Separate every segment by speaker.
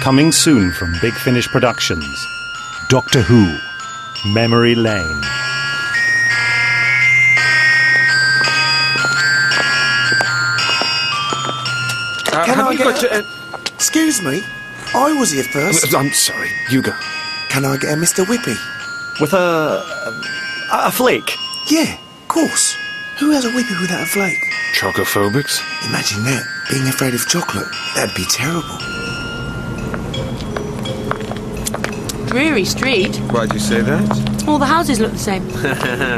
Speaker 1: Coming soon from Big Finish Productions Doctor Who Memory Lane.
Speaker 2: Uh,
Speaker 3: Can
Speaker 2: have
Speaker 3: I
Speaker 2: you
Speaker 3: get
Speaker 2: got
Speaker 3: a-
Speaker 2: your, uh,
Speaker 3: Excuse me, I was here first.
Speaker 2: I'm sorry, you go.
Speaker 3: Can I get a Mr. Whippy?
Speaker 4: With a. um, a flake.
Speaker 3: Yeah, of course. Who has a Whippy without a flake?
Speaker 2: Chocophobics?
Speaker 3: Imagine that, being afraid of chocolate. That'd be terrible.
Speaker 5: Dreary street.
Speaker 2: Why'd you say that?
Speaker 5: All the houses look the same.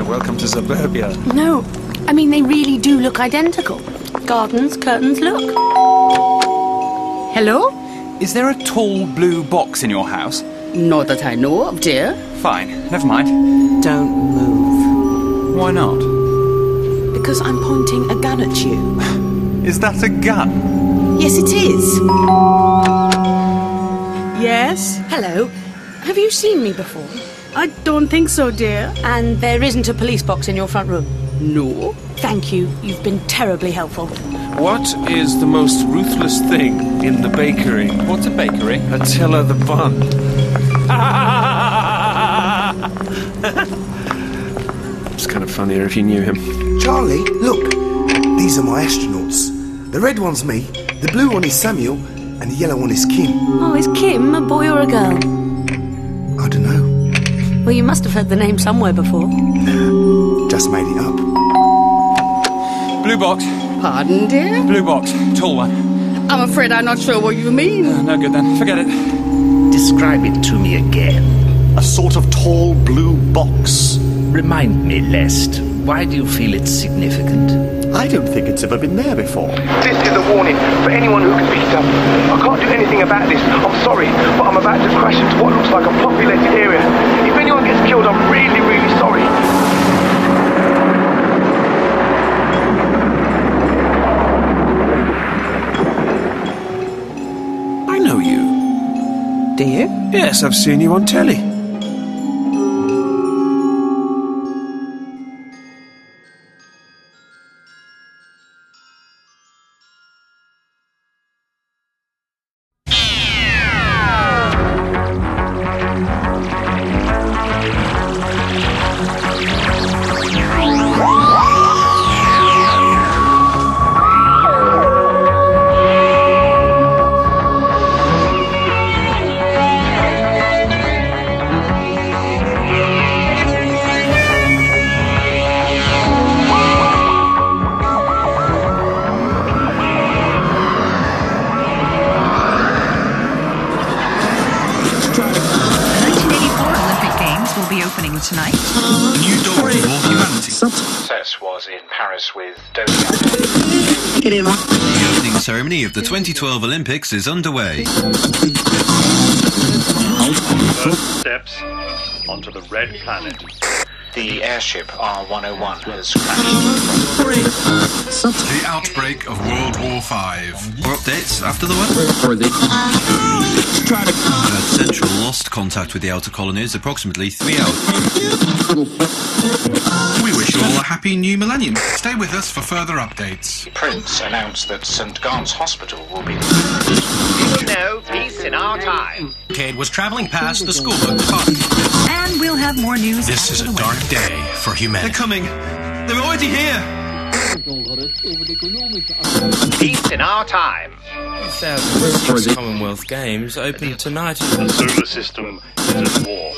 Speaker 2: Welcome to suburbia.
Speaker 5: No, I mean, they really do look identical. Gardens, curtains, look. Hello?
Speaker 6: Is there a tall blue box in your house?
Speaker 7: Not that I know of, dear.
Speaker 6: Fine, never mind.
Speaker 8: Don't move.
Speaker 6: Why not?
Speaker 8: Because I'm pointing a gun at you.
Speaker 6: Is that a gun?
Speaker 8: Yes, it is.
Speaker 9: Uh,
Speaker 8: Yes?
Speaker 5: Hello. Have you seen me before?
Speaker 10: I don't think so, dear.
Speaker 5: And there isn't a police box in your front room.
Speaker 7: No.
Speaker 5: Thank you. You've been terribly helpful.
Speaker 2: What is the most ruthless thing in the bakery?
Speaker 6: What's a bakery?
Speaker 2: A teller the bun. it's kind of funnier if you knew him.
Speaker 3: Charlie, look. These are my astronauts. The red one's me, the blue one is Samuel, and the yellow one is Kim.
Speaker 5: Oh, is Kim a boy or a girl?
Speaker 3: I don't know.
Speaker 5: Well, you must have heard the name somewhere before.
Speaker 3: Just made it up.
Speaker 6: Blue box,
Speaker 7: Pardon, dear?
Speaker 6: blue box, tall one.
Speaker 7: I'm afraid I'm not sure what you mean.
Speaker 6: No good then, forget it.
Speaker 11: Describe it to me again. A sort of tall blue box. Remind me, Lest, why do you feel it's significant?
Speaker 4: I don't think it's ever been there before.
Speaker 12: This is a warning for anyone who can pick it up. I can't do anything about this. I'm sorry, but I'm about to crash into what looks like a populated area. If anyone gets killed, I'm really, really sorry.
Speaker 2: I know you.
Speaker 8: Do you?
Speaker 2: Yes, I've seen you on telly.
Speaker 12: Sess was in Paris with Doja.
Speaker 11: The opening ceremony of the 2012 Olympics is underway.
Speaker 1: First steps onto the red planet.
Speaker 12: The airship R101 has crashed.
Speaker 11: The outbreak of World War V. More updates after the war. Earth Central lost contact with the outer colonies approximately three hours. We wish you all a happy new millennium. Stay with us for further updates.
Speaker 12: Prince announced that St. Gans Hospital will be.
Speaker 11: No peace in our time. Cade was traveling past the school of
Speaker 8: And we'll have more news.
Speaker 11: This is a dark day for humanity. They're coming. They're already here. Peace in our time.
Speaker 12: Commonwealth Games open tonight.
Speaker 1: The solar system is at war.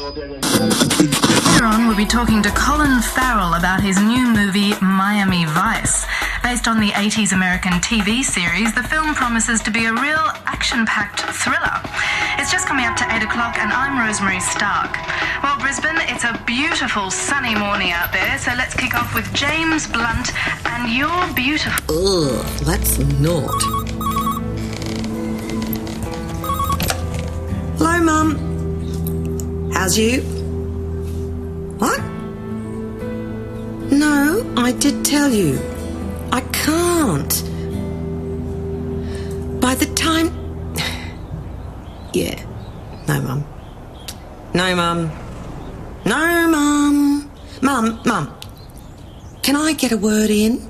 Speaker 10: Later on, we'll be talking to Colin Farrell about his new movie, Miami Vice. Based on the 80s American TV series, the film promises to be a real action packed thriller. It's just coming up to 8 o'clock, and I'm Rosemary Stark. Well, Brisbane, it's a beautiful sunny morning out there, so let's kick off with James Blunt and You're Beautiful.
Speaker 8: Ugh, let's not. Hello, Mum. How's you? What? No, I did tell you. I can't. By the time. Yeah. No, Mum. No, Mum. No, Mum. Mum, Mum. Can I get a word in?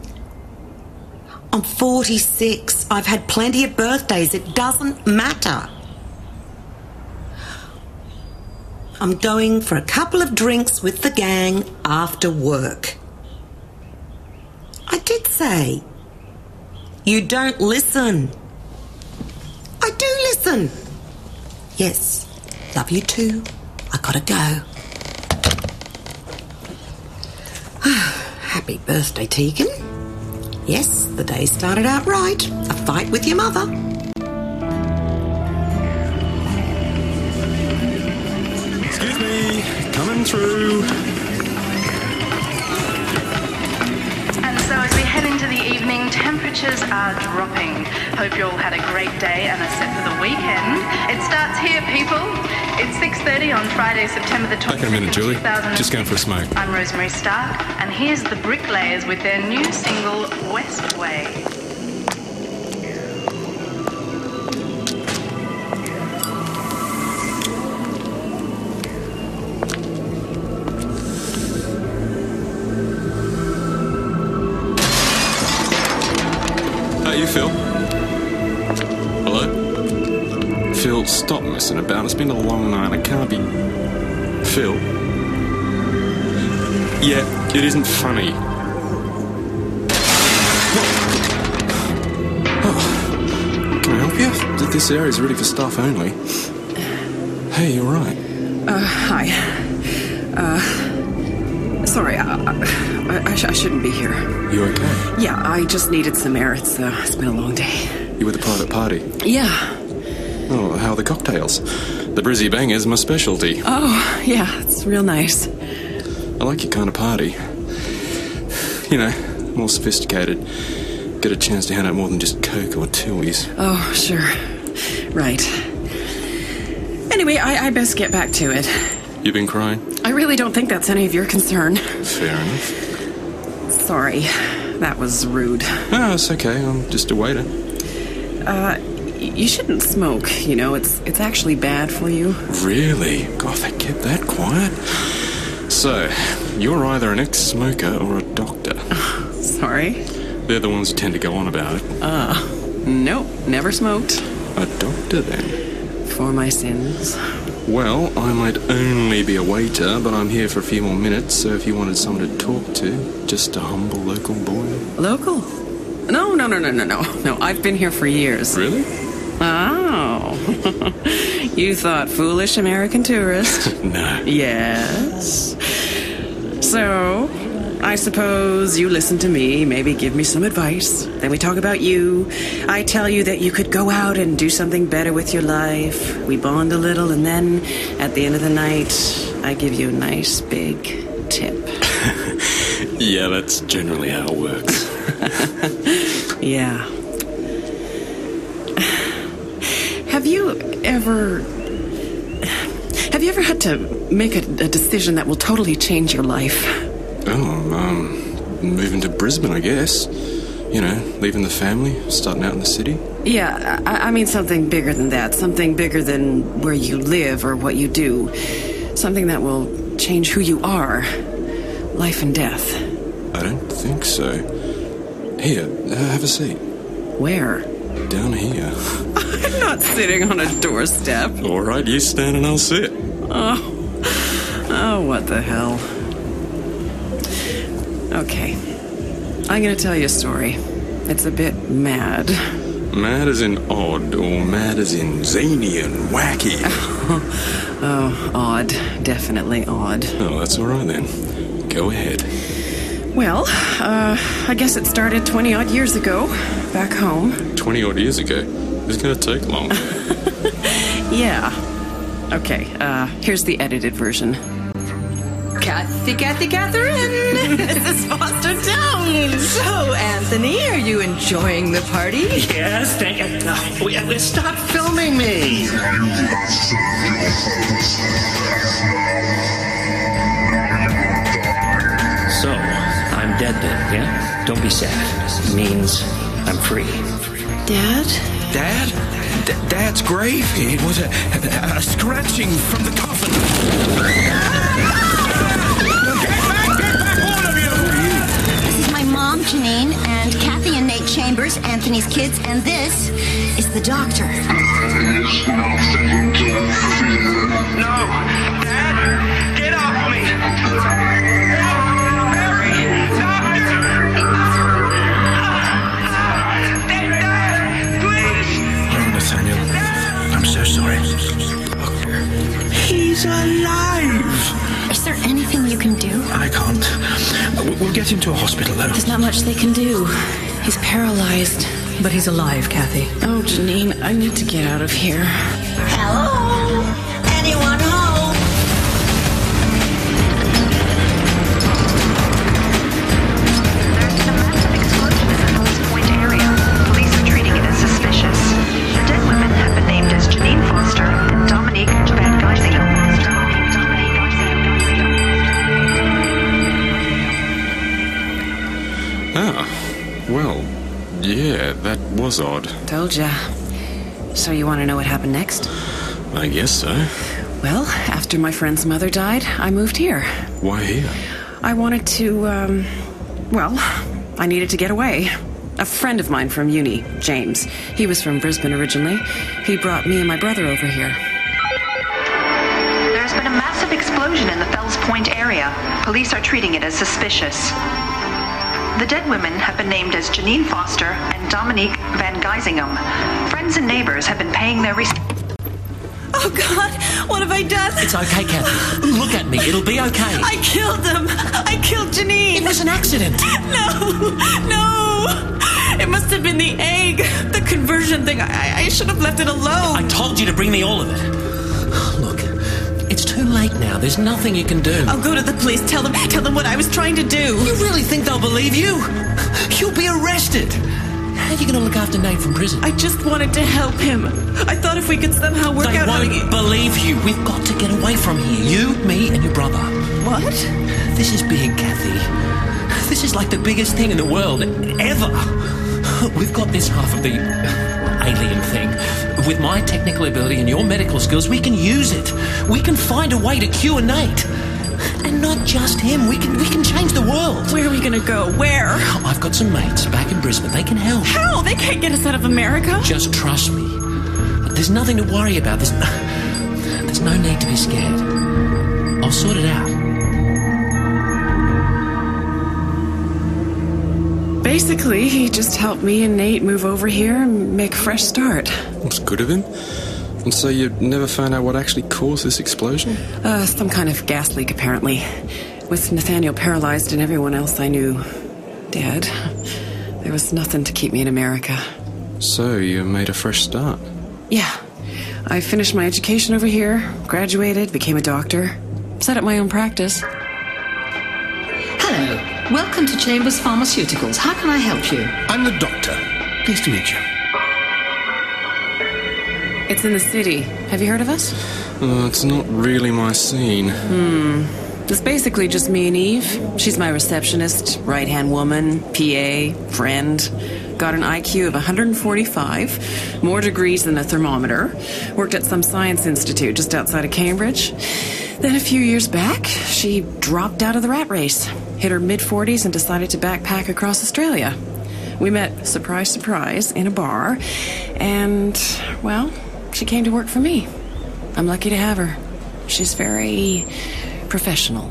Speaker 8: I'm 46. I've had plenty of birthdays. It doesn't matter. I'm going for a couple of drinks with the gang after work. I did say. You don't listen. I do listen. Yes, love you too. I gotta go. Happy birthday, Tegan. Yes, the day started out right. A fight with your mother.
Speaker 13: Excuse me, coming through.
Speaker 10: And so as we head into the evening, temperatures are dropping. Hope you all had a great day and are set for the weekend. It starts here, people. It's 6.30 on Friday, September the 22nd.
Speaker 2: Back in a minute, Julie. Just going for a smoke.
Speaker 10: I'm Rosemary Stark, and here's the Bricklayers with their new single, Westway.
Speaker 14: How you feel? Hello?
Speaker 2: Phil, stop messing about. It's been a long night. I can't be. Phil? Yeah, it isn't funny. Oh, can I help you? Th- This area's really for staff only. Hey, you're right.
Speaker 9: Uh, hi. Uh, sorry, I, I, I, sh- I shouldn't be here.
Speaker 2: You okay?
Speaker 9: Yeah, I just needed some air. It's, uh, it's been a long day.
Speaker 2: You with a private party?
Speaker 9: Yeah.
Speaker 2: Oh, how are the cocktails? The Brizzy Banger's my specialty.
Speaker 9: Oh, yeah, it's real nice.
Speaker 2: I like your kind of party. You know, more sophisticated. Get a chance to hand out more than just Coke or Tilly's.
Speaker 9: Oh, sure. Right. Anyway, I, I best get back to it.
Speaker 2: You've been crying?
Speaker 9: I really don't think that's any of your concern.
Speaker 2: Fair enough.
Speaker 9: Sorry, that was rude.
Speaker 2: No, it's okay. I'm just a waiter.
Speaker 9: Uh, y- you shouldn't smoke. You know, it's it's actually bad for you.
Speaker 2: Really? God, they kept that quiet. So, you're either an ex smoker or a doctor.
Speaker 9: Sorry.
Speaker 2: They're the ones who tend to go on about it.
Speaker 9: Uh, nope, never smoked.
Speaker 2: A doctor, then?
Speaker 9: For my sins.
Speaker 2: Well, I might only be a waiter, but I'm here for a few more minutes, so if you wanted someone to talk to, just a humble local boy.
Speaker 9: Local? No, no, no, no, no, no. No, I've been here for years.
Speaker 2: Really?
Speaker 9: Oh. you thought foolish American tourist.
Speaker 2: no.
Speaker 9: Yes. So, I suppose you listen to me, maybe give me some advice. Then we talk about you. I tell you that you could go out and do something better with your life. We bond a little, and then at the end of the night, I give you a nice big tip.
Speaker 2: Yeah, that's generally how it works.
Speaker 9: Yeah. Have you ever. Have you ever had to make a, a decision that will totally change your life?
Speaker 2: Oh, um, moving to Brisbane, I guess. You know, leaving the family, starting out in the city.
Speaker 9: Yeah, I, I mean something bigger than that. Something bigger than where you live or what you do. Something that will change who you are. Life and death.
Speaker 2: I don't think so. Here, uh, have a seat.
Speaker 9: Where?
Speaker 2: Down here.
Speaker 9: I'm not sitting on a doorstep.
Speaker 2: All right, you stand and I'll sit.
Speaker 9: Oh. Oh, what the hell. Okay. I'm going to tell you a story. It's a bit mad.
Speaker 2: Mad as in odd, or mad as in zany and wacky.
Speaker 9: oh, odd. Definitely odd.
Speaker 2: Oh, that's all right then. Go ahead.
Speaker 9: Well, uh, I guess it started 20 odd years ago, back home.
Speaker 2: 20 odd years ago. It's gonna take long.
Speaker 9: Yeah. Okay, uh, here's the edited version.
Speaker 15: Kathy, Kathy, Catherine! this is Foster Downs! So, Anthony, are you enjoying the party?
Speaker 16: Yes, thank you. Oh, we, we stop filming me.
Speaker 11: So, I'm dead then, yeah? Don't be sad. It means I'm free.
Speaker 3: Dad?
Speaker 11: Dad?
Speaker 17: Dad's grave. It was a, a, a scratching from the coffin.
Speaker 3: This is my mom, Janine, and Kathy and Nate Shane
Speaker 18: Chambers, Anthony's kids, and this is the doctor.
Speaker 19: Oh, Nathaniel, I'm so sorry. He's alive!
Speaker 18: Is there anything you can do?
Speaker 19: I can't. W- We'll get him to a hospital, though.
Speaker 20: There's not much they can do. He's paralyzed. But he's alive, Kathy. Oh, Janine, I need to get out of here.
Speaker 18: Hello? Anyone home?
Speaker 15: Named as Janine Foster and Dominique Van Geisel.
Speaker 2: Ah, well, yeah, that was odd.
Speaker 9: Told ya. So you want to know what happened next?
Speaker 2: I guess so.
Speaker 9: Well, after my friend's mother died, I moved here.
Speaker 2: Why here?
Speaker 9: I wanted to, um, well, I needed to get away. A friend of mine from uni, James, he was from Brisbane originally. He brought me and my brother over here.
Speaker 15: There's been a massive explosion in the Fells Point area. Police are treating it as suspicious. The dead women have been named as Janine Foster and Dominique Van Geisingham. Friends and neighbors have been paying their respects.
Speaker 21: Oh God! What have I done?
Speaker 11: It's okay, Kathy. Look at me. It'll be okay.
Speaker 21: I killed them. I killed Janine. It was an accident. No, no. It must have been the egg, the conversion thing. I, I should have left it alone.
Speaker 11: I told you to bring me all of it. Look, it's too late now. There's nothing you can do.
Speaker 21: I'll go to the police. Tell them. Tell them what I was trying to do. You
Speaker 11: really think they'll believe you? You'll be arrested. How are you going to look after Nate from prison?
Speaker 21: I just wanted to help him. I thought if we could somehow work
Speaker 11: they
Speaker 21: out how
Speaker 11: won't
Speaker 21: to get.
Speaker 11: believe you. We've got to get away from here. You, me, and your brother.
Speaker 21: What?
Speaker 11: This is big, Kathy. This is like the biggest thing in the world ever. We've got this half of the alien thing. With my technical ability and your medical skills, we can use it. We can find a way to cure Nate. And not just him. We can we can change the world.
Speaker 21: Where are we gonna go? Where?
Speaker 11: I've got some mates back in Brisbane. They can help.
Speaker 21: How? They can't get us out of America.
Speaker 11: Just trust me. There's nothing to worry about. There's, there's no need to be scared. I'll sort it out.
Speaker 9: Basically, he just helped me and Nate move over here and make a fresh start.
Speaker 2: What's good of him? And so you never found out what actually caused this explosion?
Speaker 9: Uh, some kind of gas leak, apparently. With Nathaniel paralyzed and everyone else I knew dead, there was nothing to keep me in America.
Speaker 2: So you made a fresh start.
Speaker 9: Yeah. I finished my education over here, graduated, became a doctor, set up my own practice.
Speaker 5: Hello. Welcome to Chambers Pharmaceuticals. How can I help you?
Speaker 19: I'm the doctor. Pleased to meet you.
Speaker 9: It's in the city. Have you heard of us?
Speaker 2: Uh, it's not really my scene.
Speaker 9: Hmm. It's basically just me and Eve. She's my receptionist, right hand woman, PA, friend. Got an IQ of 145, more degrees than a thermometer. Worked at some science institute just outside of Cambridge. Then a few years back, she dropped out of the rat race, hit her mid 40s, and decided to backpack across Australia. We met, surprise, surprise, in a bar, and, well, she came to work for me. I'm lucky to have her. She's very professional.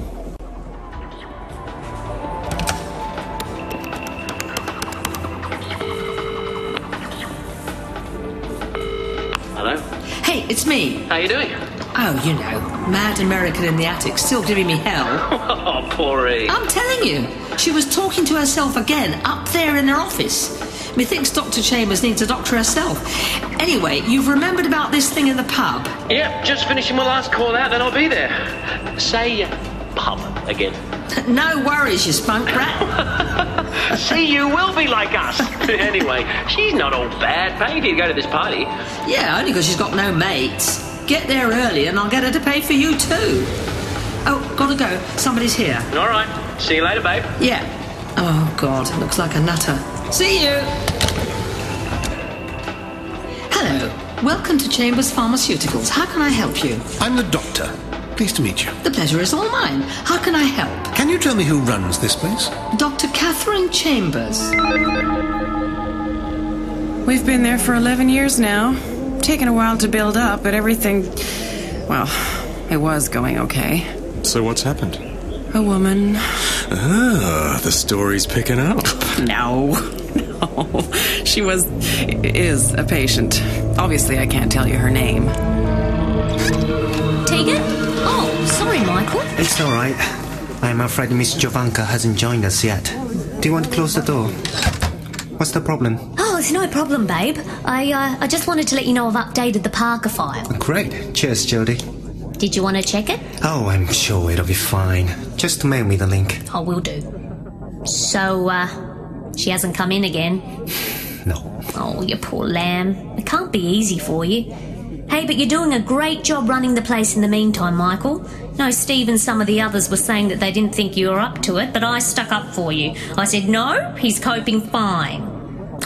Speaker 11: Hello?
Speaker 5: Hey, it's me.
Speaker 11: How you doing?
Speaker 5: Oh, you know, mad American in the attic, still giving me hell.
Speaker 11: Oh, poor Eve.
Speaker 5: I'm telling you, she was talking to herself again up there in her office. Methinks Dr. Chambers needs a doctor herself. Anyway, you've remembered about this thing in the pub.
Speaker 11: Yep, just finishing my last call out, then I'll be there. Say uh, pub again.
Speaker 5: no worries, you spunk rat.
Speaker 11: See, you will be like us. anyway, she's not all bad. Paying for you to go to this party.
Speaker 5: yeah, only because she's got no mates. Get there early and I'll get her to pay for you too. Oh, gotta go. Somebody's here.
Speaker 11: All right. See you later, babe.
Speaker 5: Yeah. Oh, God, looks like a nutter. See you. Hello. Welcome to Chambers Pharmaceuticals. How can I help you?
Speaker 19: I'm the doctor. Pleased to meet you.
Speaker 5: The pleasure is all mine. How can I help?
Speaker 19: Can you tell me who runs this place?
Speaker 5: Dr. Catherine Chambers.
Speaker 9: We've been there for 11 years now. Taken a while to build up, but everything. Well, it was going okay.
Speaker 2: So what's happened?
Speaker 9: A woman.
Speaker 2: Ah, the story's picking up.
Speaker 9: No. No. She was. is a patient. Obviously, I can't tell you her name.
Speaker 18: Take it? Oh, sorry, Michael.
Speaker 3: It's all right. I'm afraid Miss Jovanka hasn't joined us yet. Do you want to close the door? What's the problem?
Speaker 18: Oh, it's no problem, babe. I uh, I just wanted to let you know I've updated the Parker file.
Speaker 3: Great. Cheers, Jody.
Speaker 18: Did you want to check it?
Speaker 3: Oh, I'm sure it'll be fine. Just mail me the link.
Speaker 18: I will do. So, uh, she hasn't come in again.
Speaker 3: No.
Speaker 18: Oh, you poor lamb. It can't be easy for you. Hey, but you're doing a great job running the place in the meantime, Michael. No, Steve and some of the others were saying that they didn't think you were up to it, but I stuck up for you. I said, no, he's coping fine.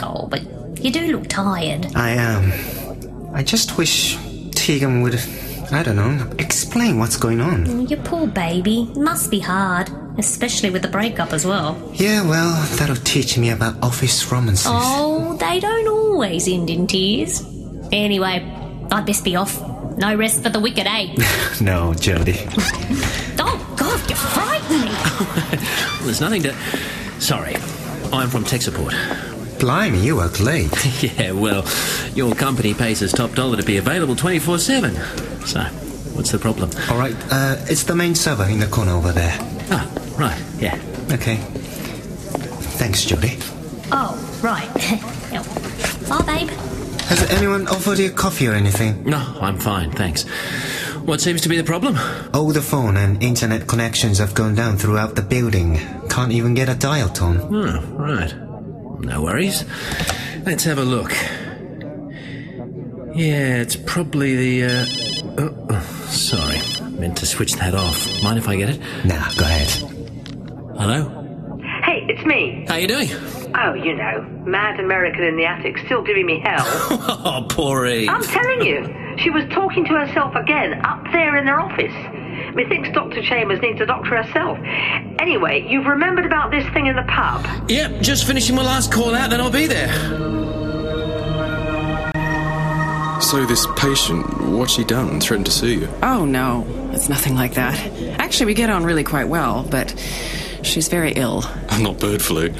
Speaker 18: Oh, but you do look tired.
Speaker 3: I am. I just wish Tegan would, I don't know, explain what's going on.
Speaker 18: Oh,
Speaker 11: Mm.
Speaker 18: You poor baby. It must be hard, especially with the breakup as well.
Speaker 3: Yeah, well, that'll teach me about office romances.
Speaker 18: Oh, they don't always end in tears. Anyway, I'd best be off. No rest for the wicked, eh?
Speaker 3: No, Jody.
Speaker 18: oh, God, you frighten me.
Speaker 11: There's nothing to. Sorry, I'm from tech support.
Speaker 3: Blimey, you work late.
Speaker 11: yeah, well, your company pays us top dollar to be available 24 7. So, what's the problem?
Speaker 3: All right, uh, it's the main server in the corner over there.
Speaker 11: Ah, right, yeah.
Speaker 3: Okay. Thanks, Jody.
Speaker 18: Oh, right. Yeah. Bye, babe.
Speaker 3: Has anyone offered you coffee or anything?
Speaker 11: No, I'm fine, thanks. What seems to be the problem?
Speaker 3: All the phone and internet connections have gone down throughout the building. Can't even get a dial tone.
Speaker 11: Oh, right. No worries. Let's have a look. Yeah, it's probably the. Uh... Oh, oh, sorry. Meant to switch that off. Mind if I get it?
Speaker 3: Nah, go ahead.
Speaker 11: Hello?
Speaker 22: Hey, it's me.
Speaker 11: How you doing?
Speaker 22: Oh, you know, mad American in the attic, still giving me hell.
Speaker 11: Oh, poor Eve.
Speaker 22: I'm telling you, she was talking to herself again up there in their office. Methinks Dr. Chambers needs a doctor herself. Anyway, you've remembered about this thing in the pub.
Speaker 11: Yep, just finishing my last call out, then I'll be there.
Speaker 2: So this patient, what she done, threatened to sue you.
Speaker 9: Oh, no. It's nothing like that. Actually, we get on really quite well, but she's very ill.
Speaker 2: Not bird flu.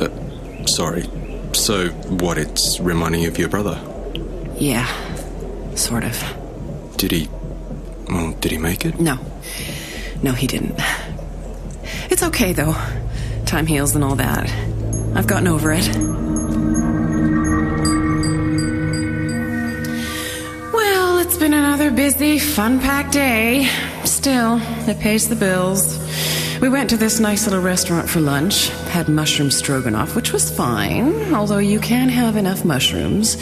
Speaker 2: Uh, sorry. So what? It's reminding you of your brother.
Speaker 9: Yeah, sort of.
Speaker 2: Did he? Well, did he make it?
Speaker 9: No. No, he didn't. It's okay, though. Time heals and all that. I've gotten over it. Well, it's been another busy, fun packed day. Still, it pays the bills. We went to this nice little restaurant for lunch, had mushroom stroganoff, which was fine, although you can have enough mushrooms.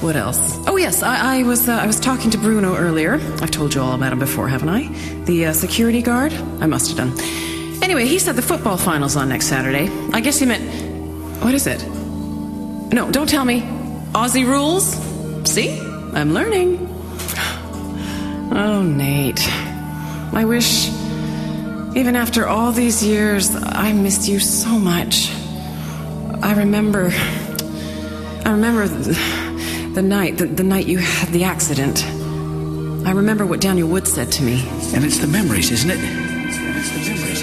Speaker 9: What else? Oh yes, I, I was uh, I was talking to Bruno earlier. I've told you all about him before, haven't I? The uh, security guard. I must have done. Anyway, he said the football finals on next Saturday. I guess he meant what is it? No, don't tell me. Aussie rules. See, I'm learning. Oh, Nate. I wish, even after all these years, I missed you so much. I remember. I remember th- the night, the, the night you had the accident. I remember what Daniel Wood said to me.
Speaker 6: And it's the memories, isn't it?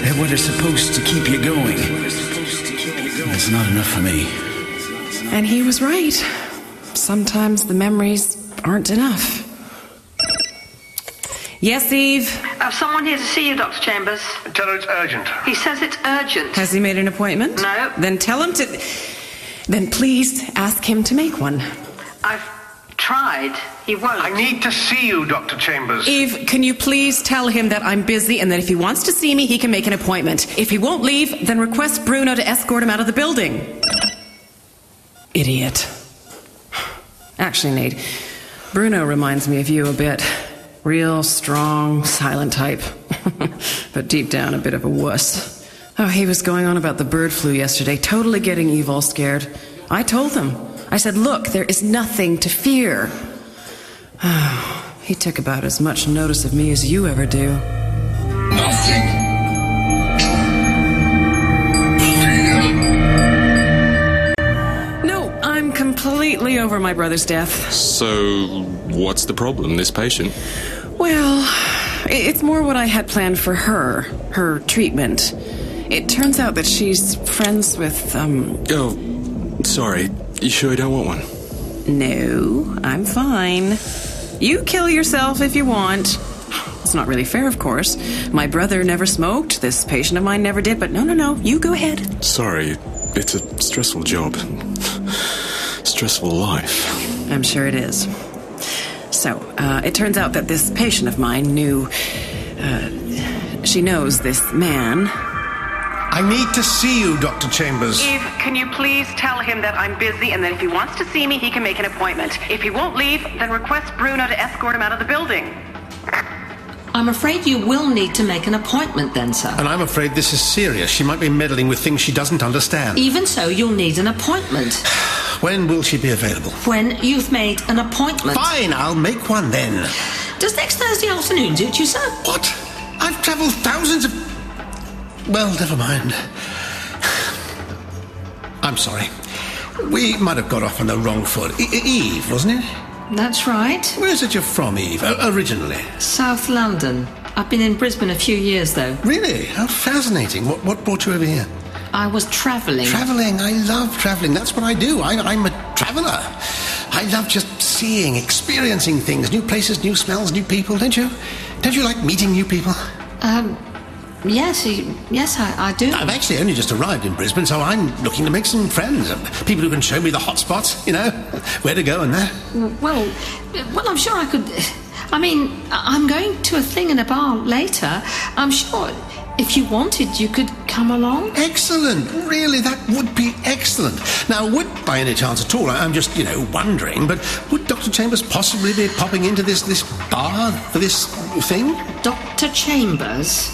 Speaker 6: They're what are supposed to keep you going. It's not enough for me.
Speaker 9: And he was right. Sometimes the memories aren't enough. Yes, Eve.
Speaker 5: I've Uh, someone here to see you, Dr. Chambers.
Speaker 23: Tell her it's urgent.
Speaker 5: He says it's urgent.
Speaker 9: Has he made an appointment? No. Then tell him to. Then please ask him to make one.
Speaker 5: I've tried. He won't.
Speaker 23: I need to see you, Dr. Chambers.
Speaker 9: Eve, can you please tell him that I'm busy and that if he wants to see me, he can make an appointment? If he won't leave, then request Bruno to escort him out of the building. Idiot. Actually, Nate, Bruno reminds me of you a bit. Real, strong, silent type. but deep down, a bit of a wuss. Oh, he was going on about the bird flu yesterday, totally getting Eve all scared. I told him. I said, look, there is nothing to fear. he took about as much notice of me as you ever do. No, I'm completely. over my brother's death.
Speaker 2: So, what's the problem, this patient?
Speaker 9: Well, i- it's more what I had planned for her, her treatment. It turns out that she's friends with, um.
Speaker 2: Oh, sorry. You sure you don't want one?
Speaker 9: No, I'm fine. You kill yourself if you want. It's not really fair, of course. My brother never smoked, this patient of mine never did, but no, no, no, you go ahead.
Speaker 2: Sorry, it's a stressful job. stressful life.
Speaker 9: I'm sure it is. So, uh, it turns out that this patient of mine knew. Uh, she knows this man.
Speaker 12: I need to see you, Dr. Chambers.
Speaker 22: Eve, can you please tell him that I'm busy and that if he wants to see me, he can make an appointment. If he won't leave, then request Bruno to escort him out of the building.
Speaker 5: I'm afraid you will need to make an appointment then, sir.
Speaker 12: And I'm afraid this is serious. She might be meddling with things she doesn't understand.
Speaker 5: Even so, you'll need an appointment.
Speaker 12: When will she be available?
Speaker 5: When you've made an appointment.
Speaker 12: Fine, I'll make one then.
Speaker 5: Does next Thursday afternoon suit you, sir?
Speaker 12: What? I've travelled thousands of. Well, never mind. I'm sorry. We might have got off on the wrong foot. E- E- Eve, wasn't it?
Speaker 5: That's right.
Speaker 12: Where's it you're from, Eve? Oh, O- originally.
Speaker 5: South London. I've been in Brisbane a few years, though.
Speaker 12: Really? How fascinating. What, what brought you over here?
Speaker 5: I was travelling.
Speaker 12: Travelling. I love travelling. That's what I do. I, I'm a traveller. I love just seeing, experiencing things, new places, new smells, new people. Don't you? Don't you like meeting new people?
Speaker 5: Um, yes, y- yes, I, I do.
Speaker 12: I've actually only just arrived in Brisbane, so I'm looking to make some friends. um, People who can show me the hot spots, you know, where to go and that.
Speaker 5: Well, well, I'm sure I could. I mean, I- I'm going to a thing in a bar later. I'm sure if you wanted, you could come along.
Speaker 12: Excellent. Really, that would be excellent. Now, would, by any chance at all, I- I'm just, you know, wondering, but would Dr. Chambers possibly be popping into this, this bar for this thing?
Speaker 5: Dr. Chambers?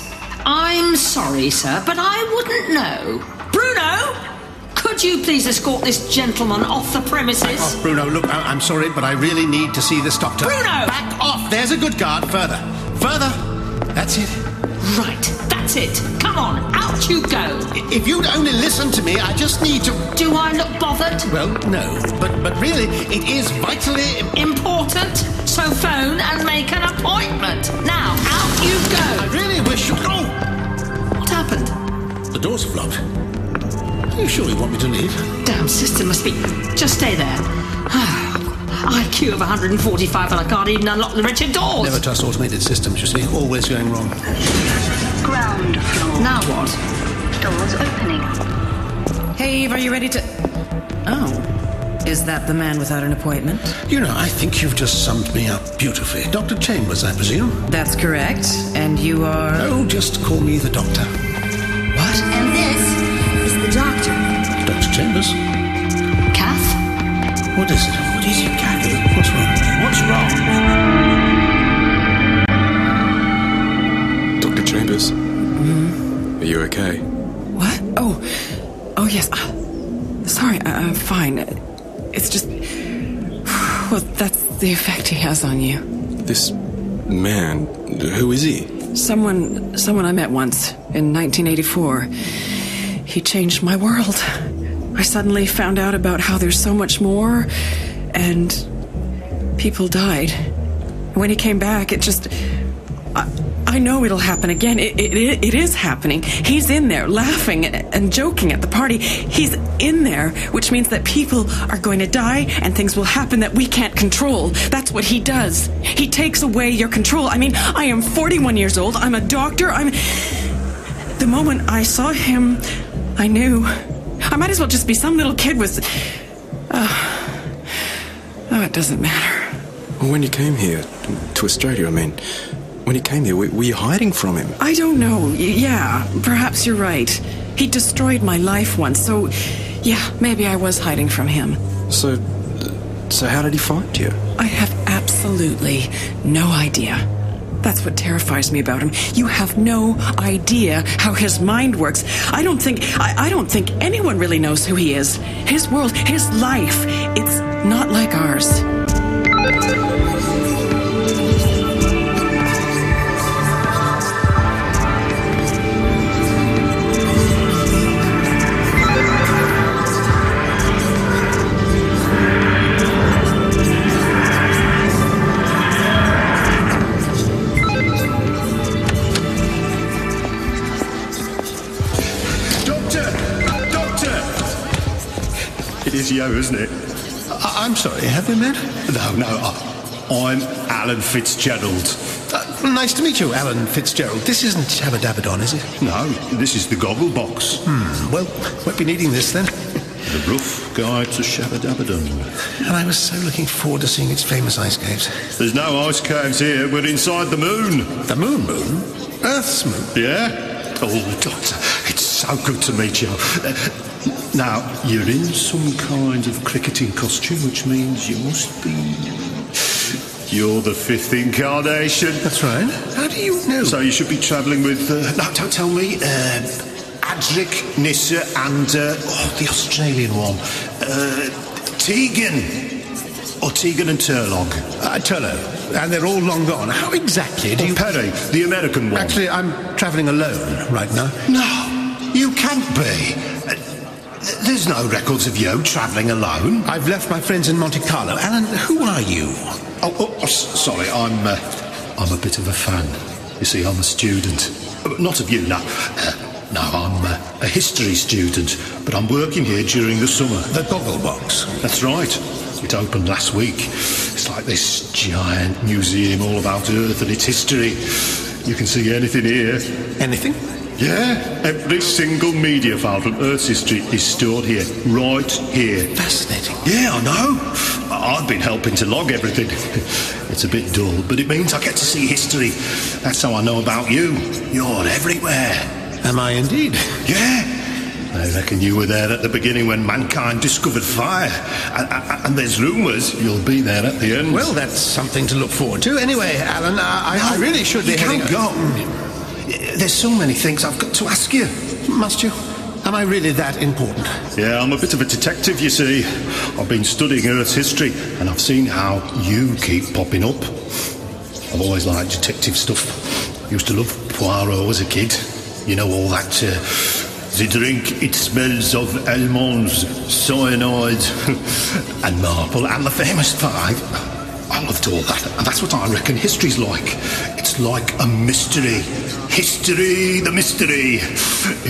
Speaker 5: I'm sorry, sir, but I wouldn't know. Bruno, could you please escort this gentleman off the premises?
Speaker 12: Oh, Bruno, look, I- I'm sorry, but I really need to see this doctor.
Speaker 5: Bruno!
Speaker 12: Back off! There's a good guard. Further. Further. That's it.
Speaker 5: Right, that's it. Come on, out you go.
Speaker 12: If you'd only listen to me, I just need to.
Speaker 5: Do I look bothered?
Speaker 12: Well, no, but but really, it is vitally
Speaker 5: important. So phone and make an appointment now. Out you go. I
Speaker 12: really wish you. Oh,
Speaker 5: what happened?
Speaker 12: the doors have locked. Are you sure you want me to leave?
Speaker 5: Damn system must be. Just stay there. IQ of 145, and I can't even unlock the wretched doors.
Speaker 12: Never trust automated systems. You see, always going wrong.
Speaker 15: Ground floor.
Speaker 5: Now what?
Speaker 15: Doors opening.
Speaker 9: Hey, Eve, are you ready to. Oh. Is that the man without an appointment?
Speaker 12: You know, I think you've just summed me up beautifully, Doctor Chambers, I presume.
Speaker 9: That's correct. And you are.
Speaker 12: Oh, just call me the doctor.
Speaker 4: And this is the doctor.
Speaker 12: Doctor Chambers.
Speaker 5: Kath?
Speaker 12: What is it? What is it, Kathy? What's wrong? What's wrong?
Speaker 2: Dr. Chambers,
Speaker 9: Mm-hmm.
Speaker 2: are you okay?
Speaker 9: What? Oh. Oh, yes. Ah, sorry, I- I'm fine. It's just. Well, that's the effect he has on you.
Speaker 2: This man, who is he?
Speaker 9: Someone. Someone I met once in 1984. He changed my world. I suddenly found out about how there's so much more, and people died. When he came back, it just. I, I know it'll happen again. It, it, it is happening. He's in there laughing and joking at the party. He's in there, which means that people are going to die and things will happen that we can't control. That's what he does. He takes away your control. I mean, I am 41 years old. I'm a doctor. I'm. The moment I saw him, I knew. I might as well just be some little kid with. Oh, oh it doesn't matter.
Speaker 2: Well, when you came here, to Australia, I mean, when you came here, were, were you hiding from him?
Speaker 9: I don't know. Y- Yeah, perhaps you're right. He destroyed my life once, so yeah, maybe I was hiding from him.
Speaker 2: So, so how did he find you?
Speaker 9: I have absolutely no idea. That's what terrifies me about him. You have no idea how his mind works. I don't think I, I don't think anyone really knows who he is. His world, his life, it's not like ours.
Speaker 1: physio, isn't it? I- I'm sorry, have we met? No, no, I- I'm Alan Fitzgerald.
Speaker 12: Uh, nice to meet you, Alan Fitzgerald. This isn't Shabadabadon, is it?
Speaker 1: No, this is the goggle box.
Speaker 12: Hmm, well, won't be needing this then.
Speaker 1: The rough guide to Shabadabadon.
Speaker 12: And I was so looking forward to seeing its famous ice caves.
Speaker 1: There's no ice caves here. We're inside the moon.
Speaker 12: The moon, moon? Earth's moon?
Speaker 1: Yeah? Oh, Doctor, it's so good to meet you. Uh, Now, you're in some kind of cricketing costume, which means you must be. You're the fifth incarnation. That's
Speaker 12: right. How do you know?
Speaker 1: So you should be travelling with. Uh, no, don't tell me. Uh, Adric, Nissa, and. Uh, oh, the Australian one. Uh, Tegan. Or Tegan and Turlog.
Speaker 12: Uh, Turlo. And they're all long gone. How exactly do you.
Speaker 1: Oh, Perry, the American one.
Speaker 12: Actually, I'm travelling alone right now.
Speaker 1: No, you can't be. Uh, th- There's no records of you travelling alone.
Speaker 12: I've left my friends in Monte Carlo. Alan, who are you?
Speaker 1: Oh, oh, oh, s- sorry, I'm. Uh, I'm a bit of a fan. You see, I'm a student. Uh, Not of you, no. Uh, no, I'm uh, a history student, but I'm working here during the summer.
Speaker 12: The goggle box.
Speaker 1: That's right. It opened last week. It's like this giant museum all about Earth and its history. You can see anything here.
Speaker 12: Anything?
Speaker 1: Yeah, every single media file from Earth's history is stored here, right here.
Speaker 12: Fascinating.
Speaker 1: Yeah, I know. I- I've been helping to log everything. It's a bit dull, but it means I get to see history. That's how I know about you. You're everywhere.
Speaker 12: Am I indeed?
Speaker 1: Yeah. I reckon you were there at the beginning when mankind discovered fire. And, and- and there's rumours you'll be there at the end.
Speaker 12: Well, that's something to look forward to. Anyway, uh, Alan, I, I, I really should be
Speaker 1: you
Speaker 12: heading.
Speaker 1: can't go. There's so many things I've got to ask you.
Speaker 12: Must you? Am I really that important?
Speaker 1: Yeah, I'm a bit of a detective, you see. I've been studying Earth's history, and I've seen how you keep popping up. I've always liked detective stuff. Used to love Poirot as a kid. You know, all that. Uh, the drink, it smells of almonds, cyanide, and marble, and the famous five. I loved all that, and that's what I reckon history's like. It's like a mystery. History, the mystery.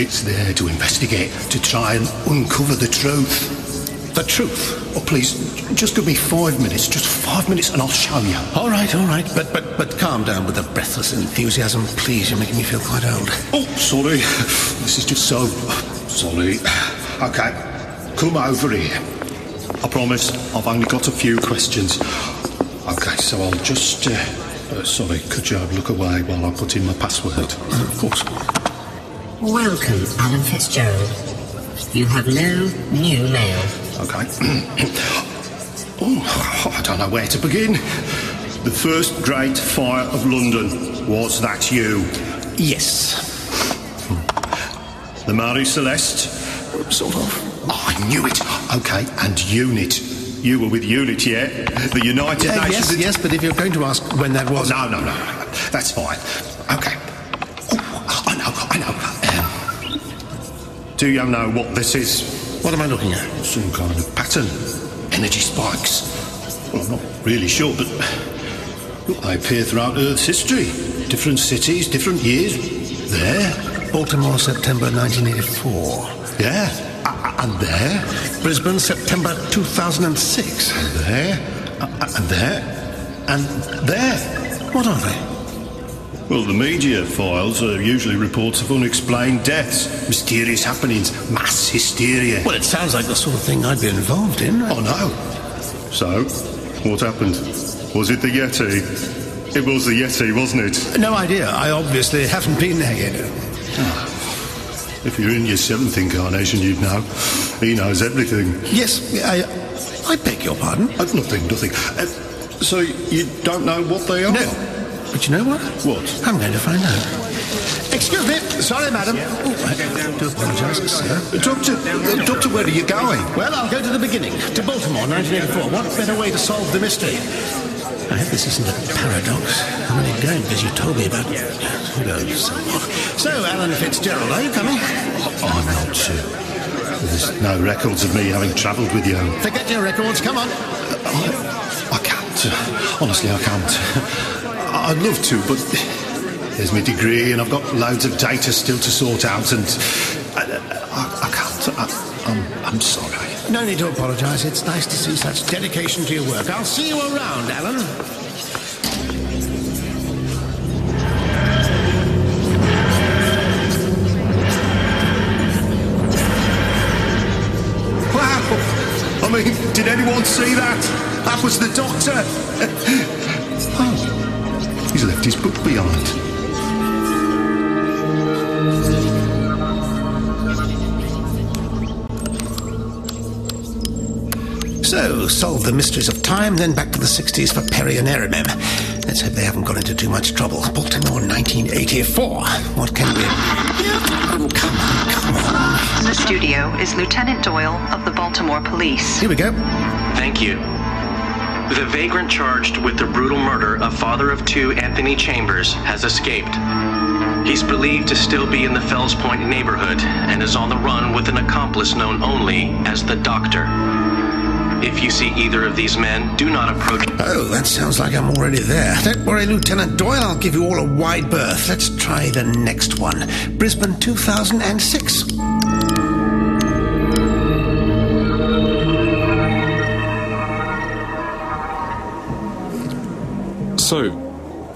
Speaker 1: It's there to investigate, to try and uncover the truth. The truth? Oh, please, just give me five minutes, just five minutes, and I'll show you.
Speaker 12: All right, all right, but but but calm down with the breathless enthusiasm, please. You're making me feel quite old.
Speaker 1: Oh, sorry. This is just so. Sorry. Okay, come over here. I promise I've only got a few questions. Okay, so I'll just. Uh, uh, sorry, could you have a look away while I put in my password? Of course.
Speaker 7: Welcome, Alan Fitzgerald. You have no new mail.
Speaker 1: Okay. oh, I don't know where to begin. The first great fire of London. Was that you?
Speaker 12: Yes.
Speaker 1: The Marie Celeste? Sort of. I knew it. Okay, and UNIT. You were with UNIT, yeah? The United
Speaker 12: Uh,
Speaker 1: Nations.
Speaker 12: yes, yes, but if you're going to ask when that was,
Speaker 1: No, no, no. no. That's fine. Okay. Oh, I know, I know. Um, do you know what this is?
Speaker 12: What am I looking at?
Speaker 1: Some kind of pattern. Energy spikes. Well, I'm not really sure, but look, they appear throughout Earth's history. Different cities, different years. There.
Speaker 12: Baltimore, September Uh, 1984.
Speaker 1: Yeah. A- a- And there.
Speaker 12: Brisbane, September 2006.
Speaker 1: And there.
Speaker 12: Uh,
Speaker 1: A- a- And there. And there.
Speaker 12: What are they?
Speaker 1: Well, the media files are usually reports of unexplained deaths, mysterious happenings, mass hysteria.
Speaker 12: Well, it sounds like the sort of thing I'd be involved in.
Speaker 1: Oh no. So, what happened? Was it the Yeti? It was the Yeti, wasn't it?
Speaker 12: No idea. I obviously haven't been there yet.
Speaker 1: If you're in your seventh incarnation, you'd know. He knows everything.
Speaker 12: Yes, I, I beg your pardon.
Speaker 1: Uh, nothing, nothing. Uh, so, you don't know what they are?
Speaker 12: No, but you know what?
Speaker 1: What?
Speaker 12: I'm going to find out. Excuse me. Sorry, madam. Oh, I do apologise, sir.
Speaker 1: Doctor, uh, Doctor, where are you going?
Speaker 12: Well, I'll go to the beginning. To Baltimore, 1984. What better way to solve the mystery? I hope this isn't a paradox. I'm only going because you told me about. Who knows? So, Alan Fitzgerald, are you coming?
Speaker 1: I'm not sure. There's no records of me having travelled with you.
Speaker 12: Forget your records. Come on.
Speaker 1: I, I can't. Honestly, I can't. I- I'd love to, but there's my degree, and I've got loads of data still to sort out, and I, I, I can't. I, I'm, I'm sorry.
Speaker 12: No need to apologise. It's nice to see such dedication to your work. I'll see you around, Alan.
Speaker 1: Wow! I mean, did anyone see that? That was the doctor. oh, he's left his book behind.
Speaker 12: So, solve the mysteries of time, then back to the 60s for Perry and Eremem. Let's hope they haven't got into too much trouble. Baltimore, 1984. What can we... Oh, come on, come on.
Speaker 15: In the studio is Lieutenant Doyle of the Baltimore Police.
Speaker 12: Here we go.
Speaker 17: Thank you. The vagrant charged with the brutal murder of father of two Anthony Chambers has escaped. He's believed to still be in the Fells Point neighborhood and is on the run with an accomplice known only as the Doctor. If you see either of these men, do not approach.
Speaker 12: Oh, that sounds like I'm already there. Don't worry, Lieutenant Doyle, I'll give you all a wide berth. Let's try the next one. Brisbane 2006.
Speaker 2: So,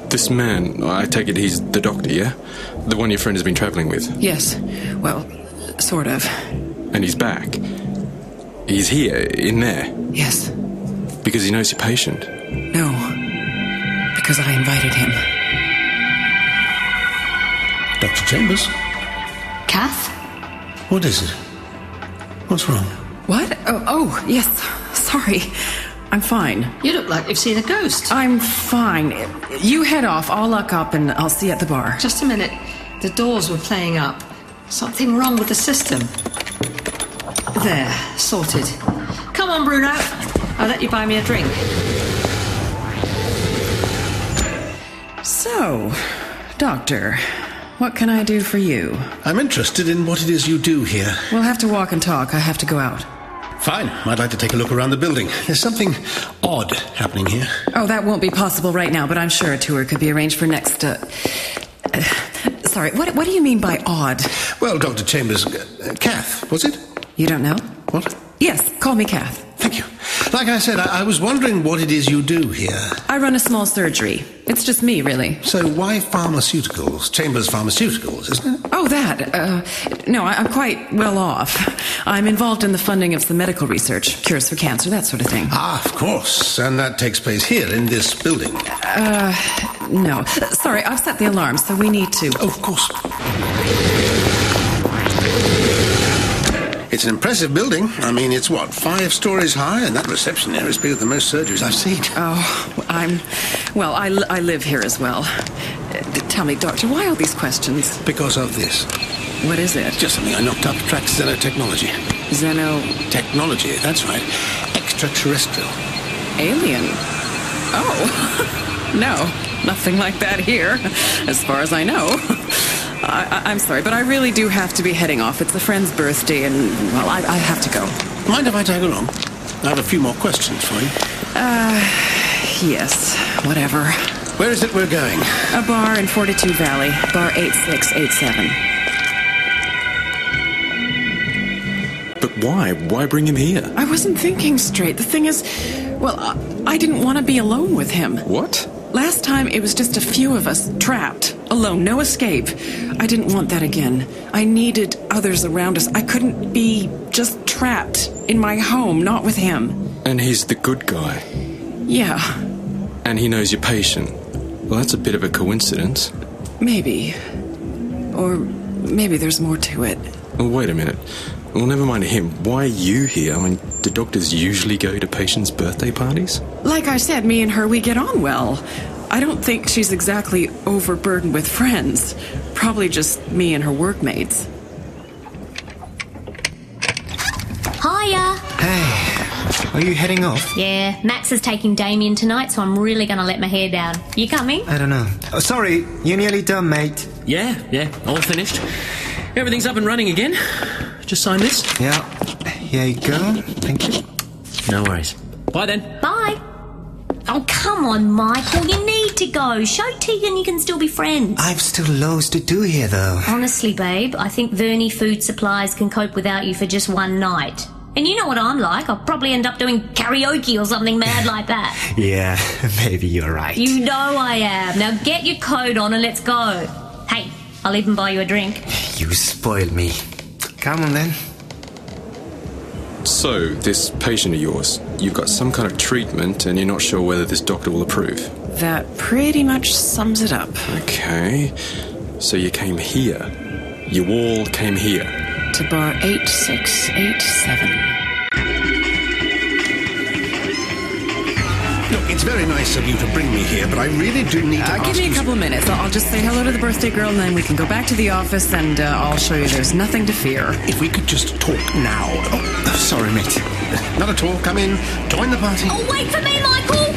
Speaker 2: this man, I take it he's the doctor, yeah? The one your friend has been travelling with.
Speaker 20: Yes. Well, sort of.
Speaker 2: And he's back. He's here, in there,
Speaker 20: Yes.
Speaker 2: because he knows your patient.
Speaker 20: No. Because I invited him.
Speaker 12: Dr. Chambers?
Speaker 20: Kath?
Speaker 12: What is it? What's wrong?
Speaker 20: What? Oh, oh, yes. Sorry. I'm fine. You look like you've seen a ghost. I'm fine. You head off. I'll lock up and I'll see you at the bar.
Speaker 5: Just a minute. The doors were playing up. Something wrong with the system. There, sorted. Come on, Bruno. I'll let you buy me a drink.
Speaker 9: So, Doctor, what can I do for you?
Speaker 12: I'm interested in what it is you do here.
Speaker 9: We'll have to walk and talk. I have to go out.
Speaker 12: Fine. I'd like to take a look around the building. There's something odd happening here.
Speaker 9: Oh, that won't be possible right now, but I'm sure a tour could be arranged for next. Uh, uh, sorry, what, what do you mean by odd?
Speaker 12: Well, Dr. Chambers, uh, Kath, was it?
Speaker 9: You don't know?
Speaker 12: What?
Speaker 9: Yes, call me Kath.
Speaker 12: Thank you. Like I said, I, I was wondering what it is you do here.
Speaker 9: I run a small surgery. It's just me, really.
Speaker 12: So why pharmaceuticals? Chambers Pharmaceuticals, isn't it?
Speaker 9: Oh, that. Uh, no, I, I'm quite well off. I'm involved in the funding of some medical research, cures for cancer, that sort of thing.
Speaker 12: Ah, of course. And that takes place here in this building.
Speaker 9: Uh, no. Sorry, I've set the alarm, so we need to.
Speaker 12: Oh, of course. It's an impressive building. I mean, it's what, five stories high? And that reception area is bigger than most surgeries I've seen.
Speaker 9: Oh, I'm. Well, I, li- I live here as well. Uh, d- tell me, Doctor, why all these questions?
Speaker 12: Because of this.
Speaker 9: What is it?
Speaker 12: Just something I knocked up. Trax xenotechnology.
Speaker 9: Xeno.
Speaker 12: Technology, that's right. Extraterrestrial.
Speaker 9: Alien. Oh, no, nothing like that here, as far as I know. I, I, I'm sorry, but I really do have to be heading off. It's a friend's birthday, and, well, I, I have to go.
Speaker 12: Mind if I tag along? I have a few more questions for you.
Speaker 9: Uh, yes, whatever.
Speaker 12: Where is it we're going?
Speaker 9: A bar in 42 Valley, bar 8687.
Speaker 2: But why? Why bring him here?
Speaker 9: I wasn't thinking straight. The thing is, well, I, I didn't want to be alone with him.
Speaker 2: What?
Speaker 9: Last time it was just a few of us trapped, alone, no escape. I didn't want that again. I needed others around us. I couldn't be just trapped in my home, not with him.
Speaker 2: And he's the good guy.
Speaker 9: Yeah,
Speaker 2: And he knows your patient. Well, that's a bit of a coincidence.
Speaker 9: maybe. Or maybe there's more to it.
Speaker 2: Well, wait a minute. Well, never mind him. Why are you here? I mean, do doctors usually go to patients' birthday parties?
Speaker 9: Like I said, me and her, we get on well. I don't think she's exactly overburdened with friends. Probably just me and her workmates.
Speaker 18: Hiya!
Speaker 3: Are you heading off?
Speaker 18: Yeah, Max is taking Damien tonight, so I'm really gonna let my hair down. You coming?
Speaker 11: Uh,
Speaker 3: I don't know. Oh, sorry, you nearly done, mate.
Speaker 11: Yeah, yeah, all finished. Everything's up and running again. Just sign this.
Speaker 3: Yeah, here you go. Thank you.
Speaker 11: No worries. Bye then.
Speaker 18: Bye! Oh, come on, Michael, you need to go. Show Tegan you can still be friends.
Speaker 3: I've still loads to do here, though.
Speaker 18: Honestly, babe, I think Verney Food Supplies can cope without you for just one night. And you know what I'm like. I'll probably end up doing karaoke or something mad like that.
Speaker 3: Yeah, maybe you're right.
Speaker 18: You know I am. Now get your coat on and let's go. Hey, I'll even buy you a drink.
Speaker 3: You spoil me. Come on then.
Speaker 2: So, this patient of yours, you've got some kind of treatment and you're not sure whether this doctor will approve.
Speaker 9: That pretty much sums it up.
Speaker 2: Okay. So you came here. You all came here.
Speaker 9: To bar 8687.
Speaker 12: Look, it's very nice of you to bring me here, but I really do need to
Speaker 20: Uh,
Speaker 12: ask
Speaker 20: give me a
Speaker 12: you
Speaker 20: couple of minutes. I'll I'll just say hello to the birthday girl, and then we can go back to the office, and uh, I'll show you there's nothing to fear.
Speaker 12: If we could just talk now. Oh, sorry, mate. Not at all. Come in. Join the party.
Speaker 18: Oh, wait for me, Michael!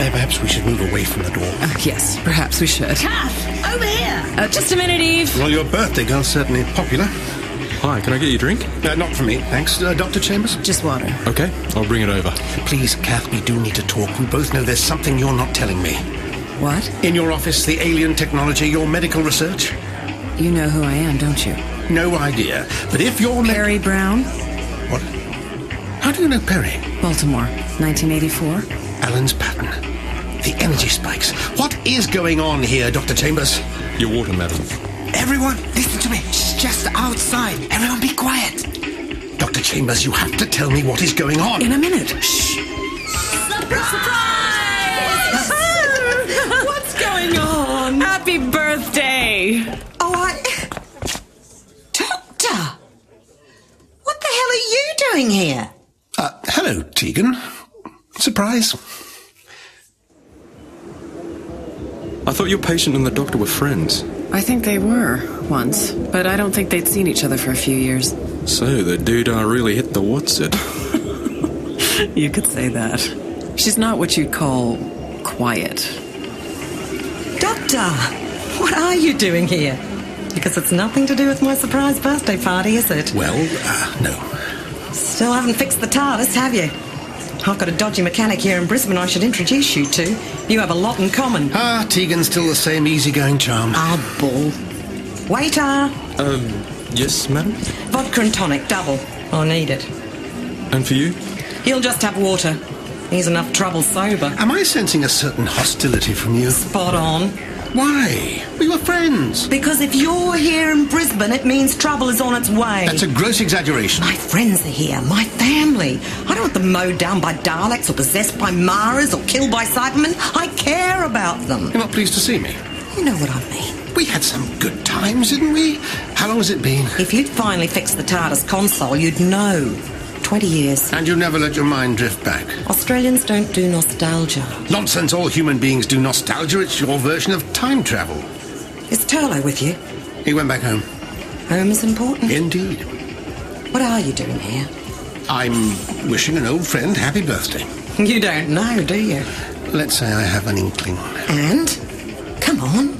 Speaker 12: Uh, perhaps we should move away from the door.
Speaker 20: Uh, yes, perhaps we should.
Speaker 5: Kath, over here.
Speaker 20: Uh, just a minute, Eve.
Speaker 12: Well, your birthday girl's certainly popular.
Speaker 2: Hi, can I get you a drink?
Speaker 12: Uh, not for me, thanks. Uh, Dr. Chambers?
Speaker 20: Just water.
Speaker 2: Okay, I'll bring it over.
Speaker 12: Please, Kath, we do need to talk. We both know there's something you're not telling me.
Speaker 20: What?
Speaker 12: In your office, the alien technology, your medical research?
Speaker 20: You know who I am, don't you?
Speaker 12: No idea. But if you're.
Speaker 20: Perry Brown?
Speaker 12: What? How do you know Perry?
Speaker 20: Baltimore, 1984.
Speaker 12: Alan's pattern. The energy spikes. What is going on here, Dr. Chambers?
Speaker 2: Your water, madam.
Speaker 8: Everyone, listen to me. She's just outside. Everyone be quiet.
Speaker 12: Dr. Chambers, you have to tell me what is going on.
Speaker 20: In a minute. Shh.
Speaker 21: What's going on?
Speaker 9: Happy birthday!
Speaker 8: Oh, I. Doctor! What the hell are you doing here?
Speaker 12: Uh, hello, Tegan. Surprise.
Speaker 2: I thought your patient and the doctor were friends.
Speaker 20: I think they were once, but I don't think they'd seen each other for a few years.
Speaker 2: So, the dude I really hit the what's it?
Speaker 20: You could say that. She's not what you'd call quiet.
Speaker 8: Doctor! What are you doing here? Because it's nothing to do with my surprise birthday party, is it?
Speaker 12: Well, uh, no.
Speaker 8: Still haven't fixed the TARDIS, have you? I've got a dodgy mechanic here in Brisbane I should introduce you to. You have a lot in common.
Speaker 12: Ah, Tegan's still the same easygoing charm.
Speaker 8: Ah, bull. Waiter!
Speaker 2: Um, yes, madam?
Speaker 8: Vodka and tonic, double. I need it.
Speaker 2: And for you?
Speaker 8: He'll just have water. He's enough trouble sober.
Speaker 12: Am I sensing a certain hostility from you?
Speaker 8: Spot on.
Speaker 12: Why? We were friends.
Speaker 8: Because if you're here in Brisbane, it means trouble is on its way.
Speaker 12: That's a gross exaggeration.
Speaker 8: My friends are here, my family. I don't want them mowed down by Daleks or possessed by Maras or killed by Cybermen. I care about them.
Speaker 12: You're not pleased to see me.
Speaker 8: You know what I mean.
Speaker 12: We had some good times, didn't we? How long has it been?
Speaker 8: If you'd finally fixed the TARDIS console, you'd know. 20 years.
Speaker 12: And you never let your mind drift back.
Speaker 8: Australians don't do nostalgia.
Speaker 12: Nonsense, all human beings do nostalgia. It's your version of time travel.
Speaker 8: Is Turlo with you?
Speaker 12: He went back home.
Speaker 8: Home is important.
Speaker 12: Indeed.
Speaker 8: What are you doing here?
Speaker 12: I'm wishing an old friend happy birthday.
Speaker 8: You don't know, do you?
Speaker 12: Let's say I have an inkling.
Speaker 8: And? Come on.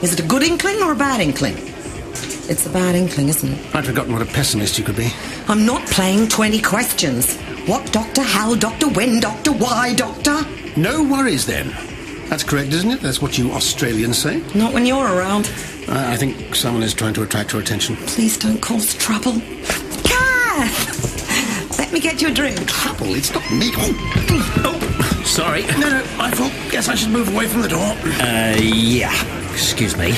Speaker 8: Is it a good inkling or a bad inkling? It's a bad inkling, isn't it?
Speaker 12: I'd forgotten what a pessimist you could be.
Speaker 8: I'm not playing 20 questions. What doctor, how doctor, when doctor, why doctor?
Speaker 12: No worries then. That's correct, isn't it? That's what you Australians say.
Speaker 8: Not when you're around.
Speaker 12: I, I think someone is trying to attract your attention.
Speaker 8: Please don't cause trouble. Kath! Let me get you a drink.
Speaker 12: Trouble? It's not me. Oh, oh,
Speaker 11: sorry.
Speaker 12: No, no, I thought. Guess I should move away from the door.
Speaker 11: Uh, yeah. Excuse me.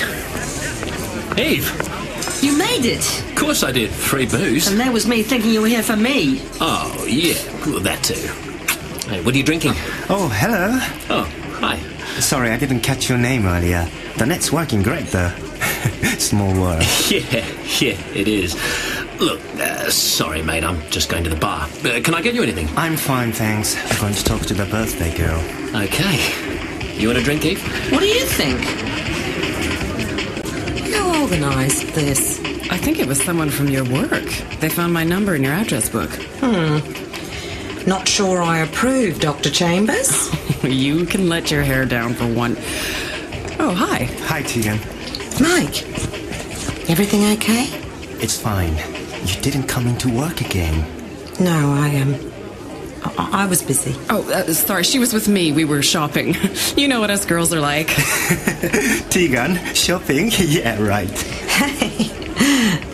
Speaker 11: Eve!
Speaker 5: You made it.
Speaker 11: Of course I did. Free booze.
Speaker 5: And there was me thinking you were here for me.
Speaker 11: Oh, yeah. Well, that too. Hey, what are you drinking?
Speaker 3: Oh, hello.
Speaker 11: Oh, hi.
Speaker 3: Sorry, I didn't catch your name earlier. The net's working great, though. Small world.
Speaker 11: Yeah, yeah, it is. Look, uh, sorry, mate. I'm just going to the bar. Uh, can I get you anything?
Speaker 3: I'm fine, thanks. I'm going to talk to the birthday girl.
Speaker 11: Okay. You want a drink, Eve?
Speaker 8: What do you think? Who organised this?
Speaker 20: I think it was someone from your work. They found my number in your address book.
Speaker 8: Hmm. Not sure I approve, Dr. Chambers.
Speaker 20: you can let your hair down for one. Oh, hi.
Speaker 3: Hi, Tegan.
Speaker 8: Mike, everything okay?
Speaker 3: It's fine. You didn't come into work again.
Speaker 8: No, I am. Um, I-, I was busy.
Speaker 20: Oh, uh, sorry. She was with me. We were shopping. you know what us girls are like.
Speaker 3: Tegan, shopping? yeah, right.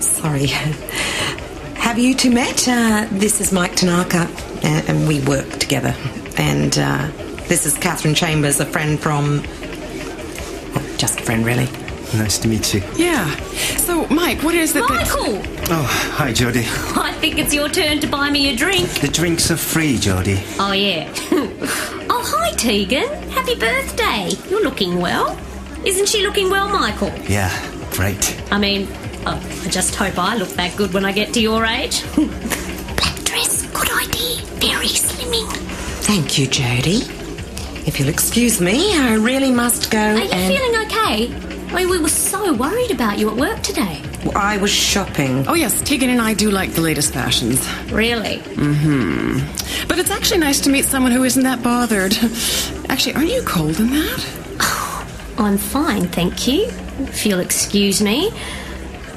Speaker 8: Sorry. Have have you two met? Uh, this is Mike Tanaka, and, and we work together. And uh, this is Catherine Chambers, a friend from. well, just a friend, really.
Speaker 3: Nice to meet you.
Speaker 8: Yeah. So, Mike, what is it?
Speaker 18: Michael!
Speaker 3: Oh, hi, Jody.
Speaker 18: I think it's your turn to buy me a drink.
Speaker 3: The drinks are free, Jody.
Speaker 18: Oh, yeah. oh, hi, Tegan. Happy birthday. You're looking well. Isn't she looking well, Michael?
Speaker 3: Yeah, great.
Speaker 18: I mean, oh, I just hope I look that good when I get to your age. Black dress, good idea. Very slimming.
Speaker 8: Thank you, Jody. If you'll excuse me, I really must go.
Speaker 18: Are you
Speaker 8: and
Speaker 18: feeling okay? I mean, we were so worried about you at work today.
Speaker 8: I was shopping.
Speaker 9: Oh, yes, Tegan and I do like the latest fashions.
Speaker 18: Really?
Speaker 9: Mm-hmm. But it's actually nice to meet someone who isn't that bothered. Actually, aren't you cold in that?
Speaker 18: I'm fine, thank you. If you'll excuse me.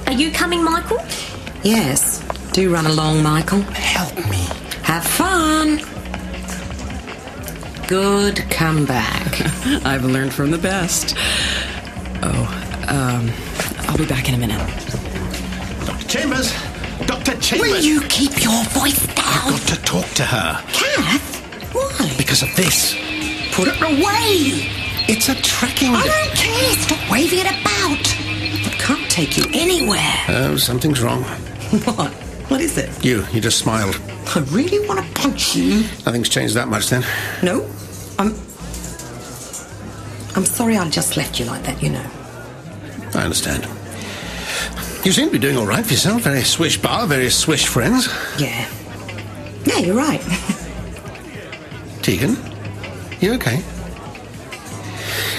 Speaker 18: Are you coming, Michael?
Speaker 8: Yes. Do run along, Michael. Help me. Have fun. Good comeback.
Speaker 9: I've learned from the best. Oh, um, I'll be back in a minute.
Speaker 12: Chambers! Dr. Chambers!
Speaker 24: Will you keep your voice down?
Speaker 12: I've got to talk to her.
Speaker 24: Kath? Why?
Speaker 12: Because of this. Put it
Speaker 24: Away!
Speaker 12: It's a tracking
Speaker 24: I don't care. Stop waving it about. It can't take you anywhere.
Speaker 12: Oh, something's wrong.
Speaker 24: What? What is it?
Speaker 12: You, you just smiled.
Speaker 24: I really want to punch you.
Speaker 12: Nothing's changed that much then.
Speaker 8: No.
Speaker 24: I'm sorry I just left you like that, you know.
Speaker 12: I understand. You seem to be doing all right for yourself. Very swish bar, very swish friends.
Speaker 24: Yeah. Yeah, you're right.
Speaker 12: Tegan, you okay?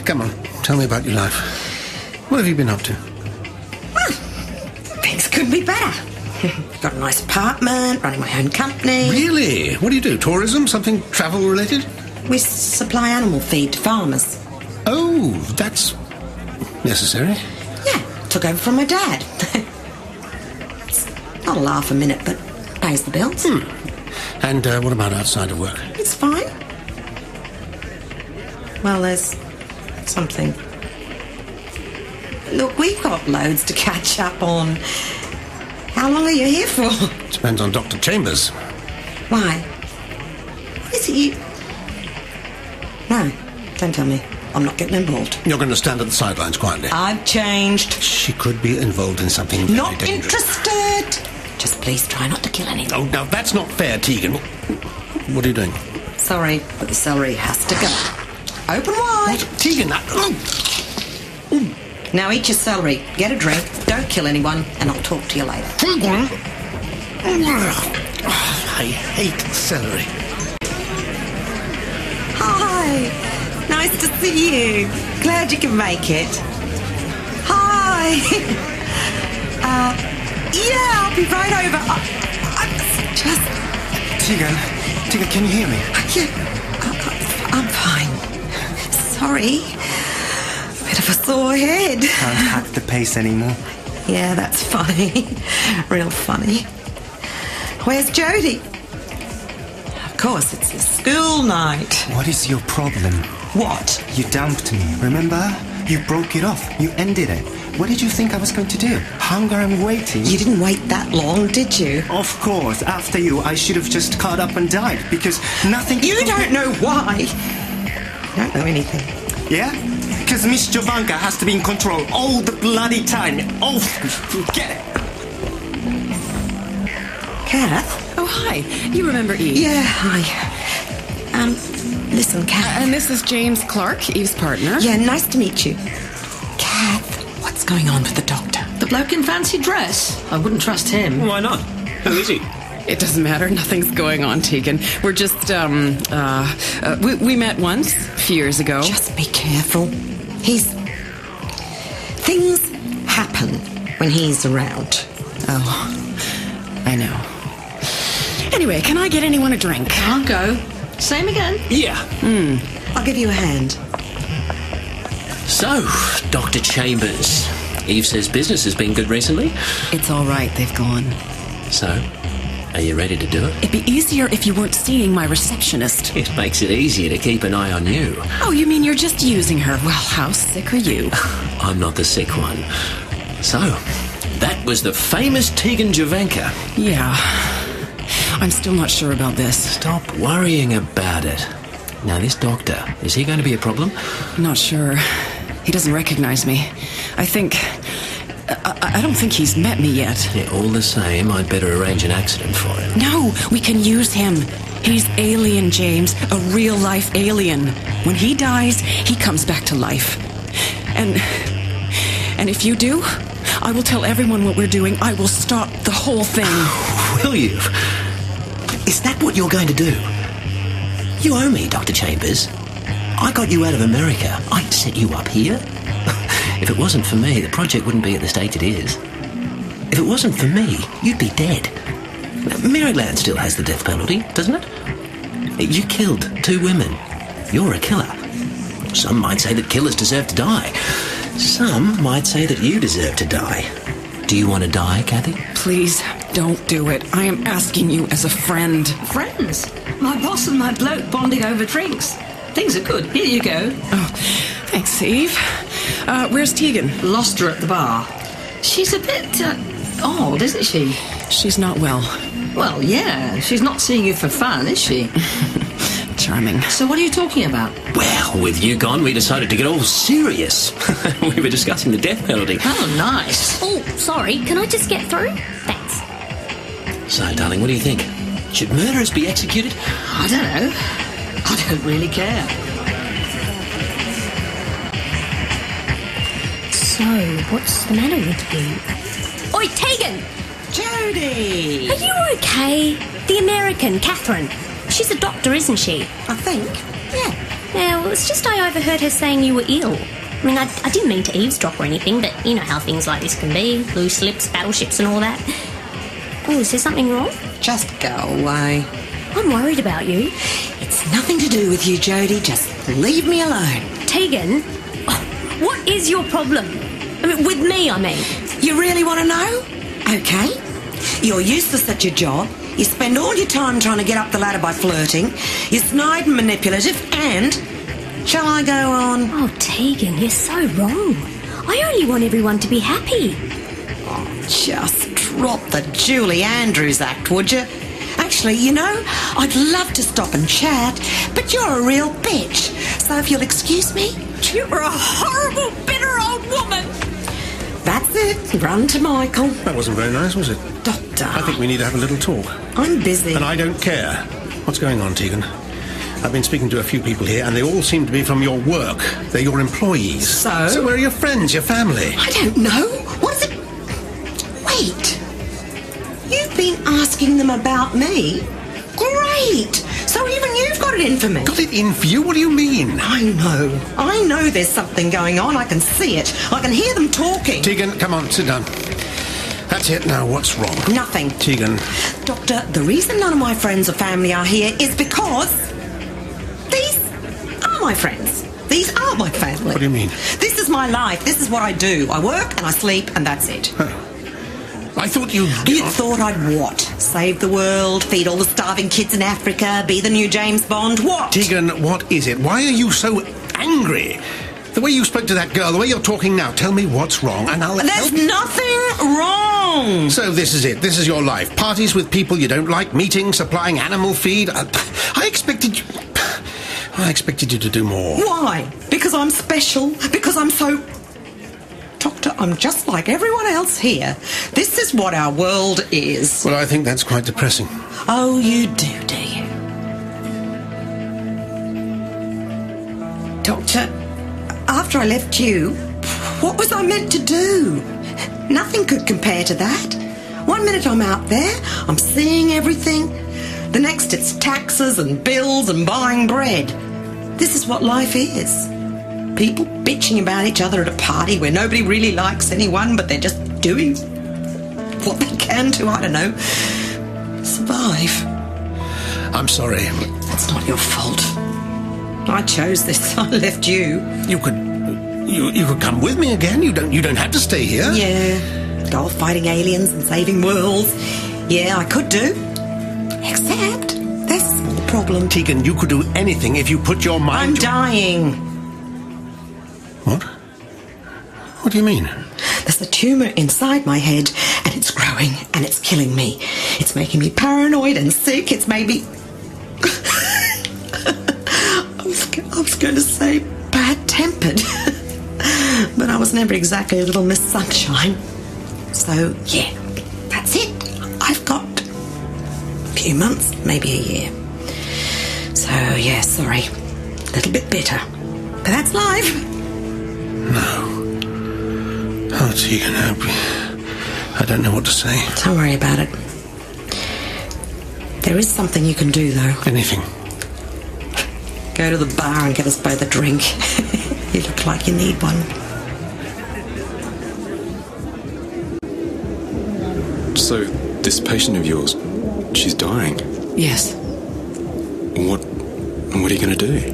Speaker 12: Come on, tell me about your life. What have you been up to?
Speaker 24: Things could be better.
Speaker 8: Got a nice apartment, running my own company.
Speaker 12: Really? What do you do? Tourism? Something travel related?
Speaker 8: We supply animal feed to farmers.
Speaker 12: Oh, that's necessary.
Speaker 8: Took over from my dad. it's not a laugh a minute, but pays the bills.
Speaker 12: Hmm. And uh, what about outside of work?
Speaker 8: It's fine. Well, there's something. Look, we've got loads to catch up on. How long are you here for?
Speaker 12: Depends on Dr. Chambers.
Speaker 8: Why? What is it you. No, don't tell me. I'm not getting involved.
Speaker 12: You're going to stand at the sidelines quietly.
Speaker 8: I've changed.
Speaker 12: She could be involved in something very
Speaker 8: Not
Speaker 12: dangerous.
Speaker 8: interested. Just please try not to kill anyone.
Speaker 12: Oh, now that's not fair, Tegan. What are you doing?
Speaker 8: Sorry, but the celery has to go. Open wide.
Speaker 12: Tegan,
Speaker 8: Now eat your celery, get a drink, don't kill anyone, and I'll talk to you later.
Speaker 12: I hate celery.
Speaker 8: Hi. Nice to see you. Glad you can make it. Hi. Uh, yeah, I'll be right over. I, I'm just.
Speaker 3: Tegan, Tegan, can you hear me?
Speaker 8: Yeah, I, am fine. Sorry. Bit of a sore head.
Speaker 3: Can't hack the pace anymore.
Speaker 8: Yeah, that's funny. Real funny. Where's Jody? Of course, it's a school night.
Speaker 3: What is your problem?
Speaker 8: What?
Speaker 3: You dumped me, remember? You broke it off. You ended it. What did you think I was going to do? Hunger and waiting.
Speaker 8: You didn't wait that long, did you?
Speaker 3: Of course. After you, I should have just caught up and died because nothing.
Speaker 8: You don't know why. I don't know anything.
Speaker 3: Yeah? Because Miss Jovanka has to be in control all the bloody time. Oh, get it.
Speaker 8: Kath?
Speaker 9: Oh, hi. You remember Eve?
Speaker 8: Yeah, hi. Um, listen, Kath.
Speaker 9: Uh, and this is James Clark, Eve's partner.
Speaker 8: Yeah, nice to meet you.
Speaker 5: What's going on with the doctor? The bloke in fancy dress? I wouldn't trust him.
Speaker 9: Why not? Who is he? It doesn't matter. Nothing's going on, Tegan. We're just, um, uh, uh we, we met once, a few years ago. Just
Speaker 8: be careful. He's. Things happen when he's around.
Speaker 9: Oh, I know. Anyway, can I get anyone a drink?
Speaker 5: I'll go. Same again.
Speaker 11: Yeah.
Speaker 8: Hmm. I'll give you a hand.
Speaker 11: So, Dr. Chambers. Eve says business has been good recently.
Speaker 9: It's all right. They've gone.
Speaker 11: So, are you ready to do it?
Speaker 9: It'd be easier if you weren't seeing my receptionist.
Speaker 11: It makes it easier to keep an eye on you.
Speaker 9: Oh, you mean you're just using her? Well, how sick are you?
Speaker 11: I'm not the sick one. So, That was the famous Tegan Javanka.
Speaker 9: Yeah. I'm still not sure about this.
Speaker 11: Stop worrying about it. Now, this doctor, is he going to be a problem?
Speaker 9: Not sure. He doesn't recognize me. I think. I, I- I don't think he's met me yet.
Speaker 11: Yeah, all the same, I'd better arrange an accident for him.
Speaker 9: No, we can use him. He's alien, James, a real life alien. When he dies, he comes back to life. And. And if you do, I will tell everyone what we're doing. I will stop the whole thing.
Speaker 11: Will you? Is that what you're going to do? You owe me, Dr. Chambers. I got you out of America. I set you up here. if it wasn't for me, the project wouldn't be at the state it is. If it wasn't for me, you'd be dead. Maryland still has the death penalty, doesn't it? You killed two women. You're a killer. Some might say that killers deserve to die. Some might say that you deserve to die. Do you want to die, Kathy?
Speaker 9: Please, don't do it. I am asking you as a friend.
Speaker 5: Friends? My boss and my bloke bonding over drinks. Things are good. Here you go.
Speaker 9: Oh, thanks, Eve. Uh, where's Tegan?
Speaker 5: Lost her at the bar. She's a bit uh, odd, isn't she?
Speaker 9: She's not well.
Speaker 5: Well, yeah. She's not seeing you for fun, is she?
Speaker 9: Charming.
Speaker 5: So, what are you talking about?
Speaker 11: Well, with you gone, we decided to get all serious. we were discussing the death penalty.
Speaker 5: Oh, nice.
Speaker 18: Oh, sorry, can I just get through? Thanks.
Speaker 11: So, darling, what do you think? Should murderers be executed?
Speaker 5: I don't know. I don't really care.
Speaker 18: So, what's the matter with you? Oi, Tegan!
Speaker 8: Jody!
Speaker 18: Are you okay? The American, Catherine. She's a doctor, isn't she?
Speaker 8: I think.
Speaker 18: Yeah, well, it's just I overheard her saying you were ill. I mean, I, I didn't mean to eavesdrop or anything, but you know how things like this can be loose lips, battleships, and all that. Oh, is there something wrong?
Speaker 8: Just go away.
Speaker 18: I'm worried about you.
Speaker 8: It's nothing to do with you, Jody. Just leave me alone.
Speaker 18: Tegan, oh, what is your problem? I mean, with me, I mean.
Speaker 8: You really want to know? Okay. You're useless at your job. You spend all your time trying to get up the ladder by flirting. You're snide and manipulative, and. Shall I go on?
Speaker 18: Oh, Tegan, you're so wrong. I only want everyone to be happy.
Speaker 8: Just drop the Julie Andrews act, would you? Actually, you know, I'd love to stop and chat, but you're a real bitch. So if you'll excuse me.
Speaker 25: You're a horrible, bitter old woman.
Speaker 8: That's it. Run to Michael.
Speaker 12: That wasn't very nice, was it?
Speaker 8: Doctor.
Speaker 12: I think we need to have a little talk.
Speaker 8: I'm busy.
Speaker 12: And I don't care. What's going on, Tegan? I've been speaking to a few people here, and they all seem to be from your work. They're your employees.
Speaker 8: So?
Speaker 12: So where are your friends, your family?
Speaker 8: I don't know. What is it? Wait. You've been asking them about me? Great. So even you've got it in for me. Got
Speaker 12: it in for you? What do you mean?
Speaker 8: I know. I know there's something going on. I can see it. I can hear them talking.
Speaker 12: Tegan, come on, sit down. That's it now. What's wrong?
Speaker 8: Nothing.
Speaker 12: Tegan,
Speaker 8: Doctor, the reason none of my friends or family are here is because these are my friends. These are my family.
Speaker 12: what do you mean?
Speaker 8: This is my life. This is what I do. I work and I sleep and that's it.
Speaker 12: I thought you.
Speaker 8: You thought I'd what? Save the world, feed all the starving kids in Africa, be the new James Bond. What?
Speaker 12: Tegan, what is it? Why are you so angry? The way you spoke to that girl, the way you're talking now, tell me what's wrong, and I'll.
Speaker 8: There's nothing wrong.
Speaker 12: So this is it. This is your life. Parties with people you don't like, meetings, supplying animal feed. I, I expected you. I expected you to do more.
Speaker 8: Why? Because I'm special? Because I'm so. Doctor, I'm just like everyone else here. This is what our world is.
Speaker 12: Well, I think that's quite depressing.
Speaker 8: Oh, you do, do you? Doctor, after I left you, what was I meant to do? Nothing could compare to that. One minute I'm out there, I'm seeing everything. The next it's taxes and bills and buying bread. This is what life is. People bitching about each other at a party where nobody really likes anyone, but they're just doing what they can to, I don't know, survive.
Speaker 12: I'm sorry.
Speaker 8: It's not your fault. I chose this. I left you.
Speaker 12: You could, you, you could come with me again. You don't, you don't have to stay here.
Speaker 8: Yeah. Go off fighting aliens and saving worlds. Yeah, I could do. Except this problem.
Speaker 12: Tegan, you could do anything if you put your mind.
Speaker 8: I'm dying.
Speaker 12: What? What do you mean?
Speaker 8: There's a tumour inside my head, and it's growing, and it's killing me. It's making me paranoid and sick. It's made me. I was, go- I was going to say bad tempered, but I was never exactly little Miss Sunshine. So, yeah, that's it. I've got a few months, maybe a year. So, yeah, sorry. A little bit bitter. But that's life.
Speaker 12: No. Oh, Tegan, I, I don't know what to say.
Speaker 8: Don't worry about it. There is something you can do, though.
Speaker 12: Anything.
Speaker 8: Go to the bar and get us both a drink. you look like you need one.
Speaker 2: So, this patient of yours, she's dying.
Speaker 26: Yes.
Speaker 2: What? What are you going to do?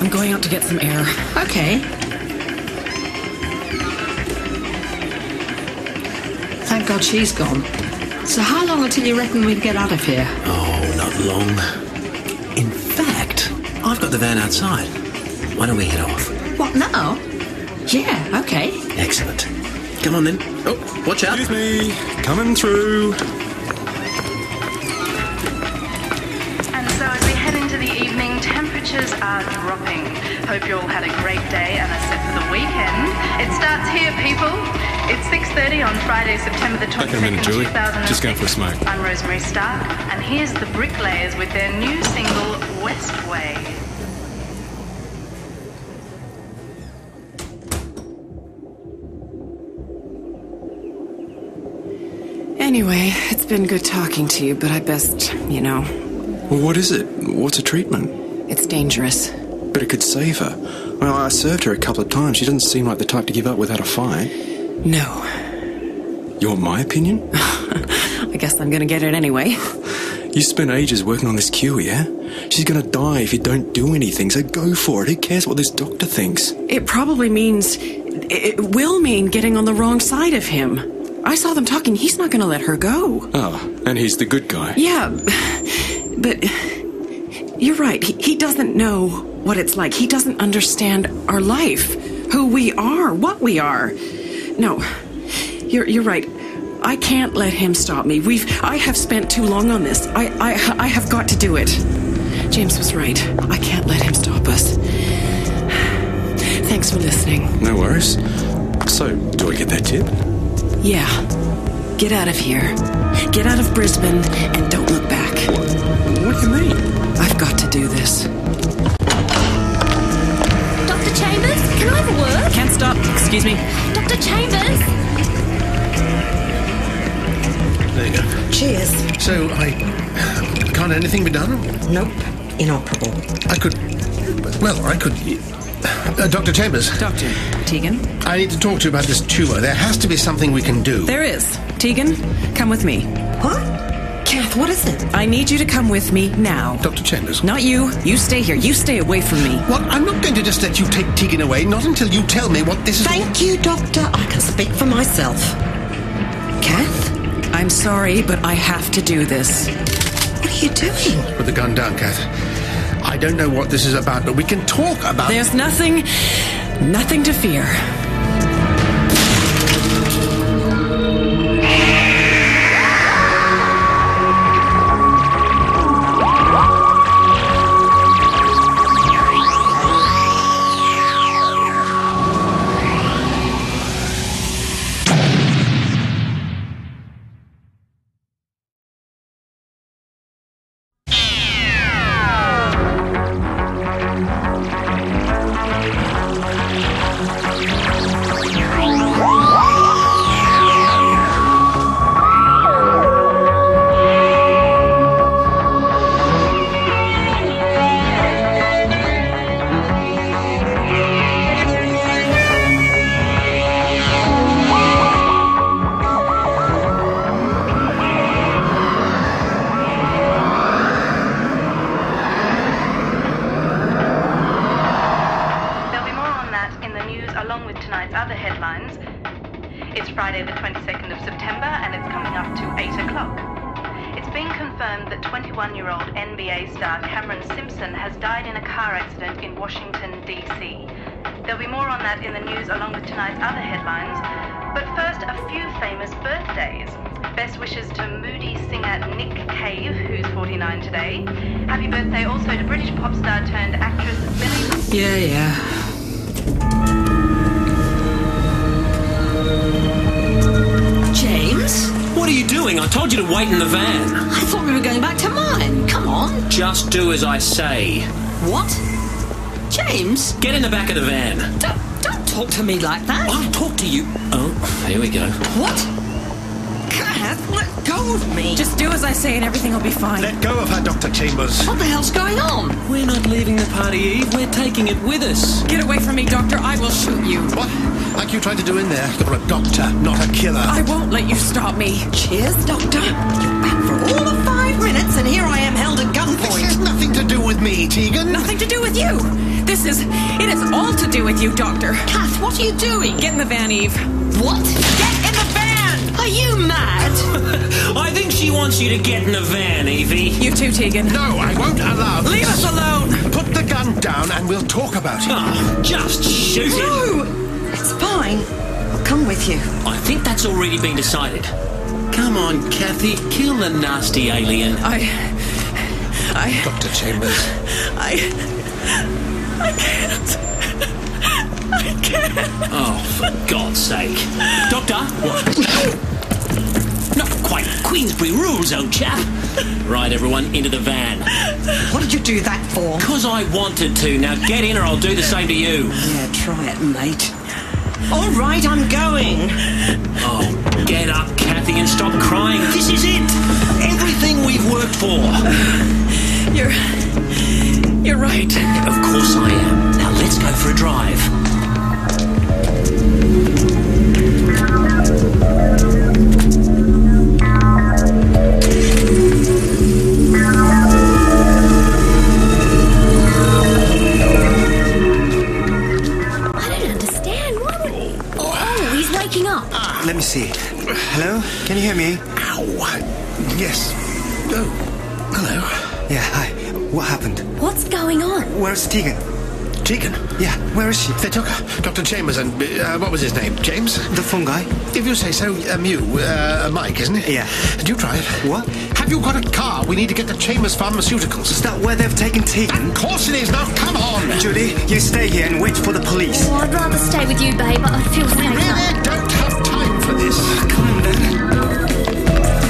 Speaker 26: I'm going out to get some air.
Speaker 5: Okay. Thank God she's gone. So, how long until you reckon we'd get out of here?
Speaker 11: Oh, not long. In fact, I've got the van outside. Why don't we head off?
Speaker 5: What now? Yeah, okay.
Speaker 11: Excellent. Come on then. Oh, watch out. Excuse me. Coming through.
Speaker 10: And so as we head into the evening, temperatures are dropping. Hope you all had a great day and are set for the weekend. It starts here, people. It's 6.30 on Friday, September the 22nd,
Speaker 2: Back in a minute, Julie.
Speaker 10: 2006.
Speaker 2: Just going for a smoke.
Speaker 10: I'm Rosemary Stark, and here's the Bricklayers with their new single, Westway.
Speaker 9: Anyway, it's been good talking to you, but I best, you know,
Speaker 2: Well, what is it? What's a treatment?
Speaker 9: it's dangerous.
Speaker 2: But it could save her. Well, I served her a couple of times. She doesn't seem like the type to give up without a fight.
Speaker 9: No,
Speaker 2: You want my opinion?
Speaker 9: I guess I'm gonna get it anyway.
Speaker 2: You spent ages working on this cure, yeah? She's gonna die if you don't do anything, so go for it. Who cares what this doctor thinks?
Speaker 9: It probably means. It will mean getting on the wrong side of him. I saw them talking. He's not gonna let her go.
Speaker 2: Oh, and he's the good guy.
Speaker 9: Yeah, but you're right. He, he doesn't know what it's like. He doesn't understand our life, who we are, what we are. No, you're you're right. I can't let him stop me. We've I have spent too long on this. I I I have got to do it. James was right. I can't let him stop us. Thanks for listening.
Speaker 2: No worries. So, do I get that tip?
Speaker 9: Yeah. Get out of here. Get out of Brisbane and don't look back.
Speaker 2: What do you mean?
Speaker 9: I've got to do this.
Speaker 18: Dr. Chambers, can I have a word?
Speaker 9: Can't stop. Excuse me.
Speaker 18: Dr. Chambers?
Speaker 12: There you go.
Speaker 8: Cheers.
Speaker 12: So, I. Can't anything be done?
Speaker 8: Nope. Inoperable.
Speaker 12: I could. Well, I could. Uh, Dr. Chambers.
Speaker 9: Doctor. Tegan?
Speaker 12: I need to talk to you about this tumour. There has to be something we can do.
Speaker 9: There is. Tegan, come with me. What? Kath, what is it? I need you to come with me now.
Speaker 12: Dr. Chambers.
Speaker 9: Not you. You stay here. You stay away from me.
Speaker 12: What? I'm not going to just let you take Tegan away, not until you tell me what this is.
Speaker 8: Thank you, Doctor. I can speak for myself.
Speaker 9: Kath? I'm sorry, but I have to do this. What are you doing?
Speaker 12: Put the gun down, Kath. I don't know what this is about, but we can talk about
Speaker 9: There's nothing, nothing to fear.
Speaker 10: There'll be more on that in the news along with tonight's other headlines. It's Friday the 22nd of September and it's coming up to 8 o'clock. It's been confirmed that 21-year-old NBA star Cameron Simpson has died in a car accident in Washington, D.C. There'll be more on that in the news along with tonight's other headlines. But first, a few famous birthdays. Best wishes to moody singer Nick Cave, who's 49 today. Happy birthday also to British pop star turned actress Billie
Speaker 5: Yeah, yeah. James?
Speaker 11: What are you doing? I told you to wait in the van.
Speaker 5: I thought we were going back to mine. Come on.
Speaker 11: Just do as I say.
Speaker 5: What? James?
Speaker 11: Get in the back of the van.
Speaker 5: Don't, don't talk to me like that.
Speaker 11: I'll talk to you. Oh, here we go.
Speaker 5: What? Kath, let go of me.
Speaker 27: Just do as I say and everything will be fine.
Speaker 12: Let go of her, Dr. Chambers.
Speaker 5: What the hell's going on?
Speaker 11: We're not leaving the party, Eve. We're taking it with us.
Speaker 27: Get away from me, Doctor. I will shoot you.
Speaker 12: What? Like you tried to do in there. You're a doctor, not a killer.
Speaker 27: I won't let you stop me.
Speaker 8: Cheers, Doctor. You're back for all of five minutes, and here I am held at gunpoint.
Speaker 12: This has nothing to do with me, Tegan.
Speaker 27: Nothing to do with you. This is. It is all to do with you, Doctor.
Speaker 5: Kath, what are you doing?
Speaker 27: Get in the van, Eve.
Speaker 5: What?
Speaker 27: Get in the van!
Speaker 5: Are you mad?
Speaker 11: I think she wants you to get in the van, Evie.
Speaker 27: You too, Tegan.
Speaker 12: No, I won't allow this.
Speaker 27: Leave us alone!
Speaker 12: Put the gun down and we'll talk about it.
Speaker 11: Ah, just shoot him.
Speaker 8: No! It's fine. I'll come with you.
Speaker 11: I think that's already been decided. Come on, Kathy, kill the nasty alien.
Speaker 27: I. I.
Speaker 12: Dr. Chambers.
Speaker 27: I. I can't. I can't.
Speaker 11: Oh, for God's sake. Doctor? What? Not quite Queensbury rules, old chap. Right, everyone, into the van.
Speaker 8: What did you do that for?
Speaker 11: Because I wanted to. Now get in or I'll do the same to you.
Speaker 8: Yeah, try it, mate. All right, I'm going.
Speaker 11: Oh, get up, Kathy, and stop crying. This is it. Everything we've worked for.
Speaker 27: You're. You're right.
Speaker 11: Of course I am. Now let's go for a drive.
Speaker 18: I don't understand. Why would... Oh, he's waking up.
Speaker 3: Let me see. Hello? Can you hear me?
Speaker 12: Ow. Yes. Oh, hello.
Speaker 3: Yeah, hi. What happened?
Speaker 18: What's going on?
Speaker 3: Where's Tegan?
Speaker 12: Tegan?
Speaker 3: Yeah, where is she?
Speaker 12: They took her. Dr. Chambers and. Uh, what was his name? James?
Speaker 3: The phone guy?
Speaker 12: If you say so, um, you, uh, Mike, isn't it?
Speaker 3: Yeah.
Speaker 12: Do you drive?
Speaker 3: What?
Speaker 12: Have you got a car? We need to get to Chambers Pharmaceuticals.
Speaker 3: Is that where they've taken Tegan?
Speaker 12: Of course it is. Now come on.
Speaker 3: Julie, you stay here and wait for the police.
Speaker 18: Oh, I'd rather stay with you, babe. I feel safer.
Speaker 12: Really don't have time for this.
Speaker 3: Come on then.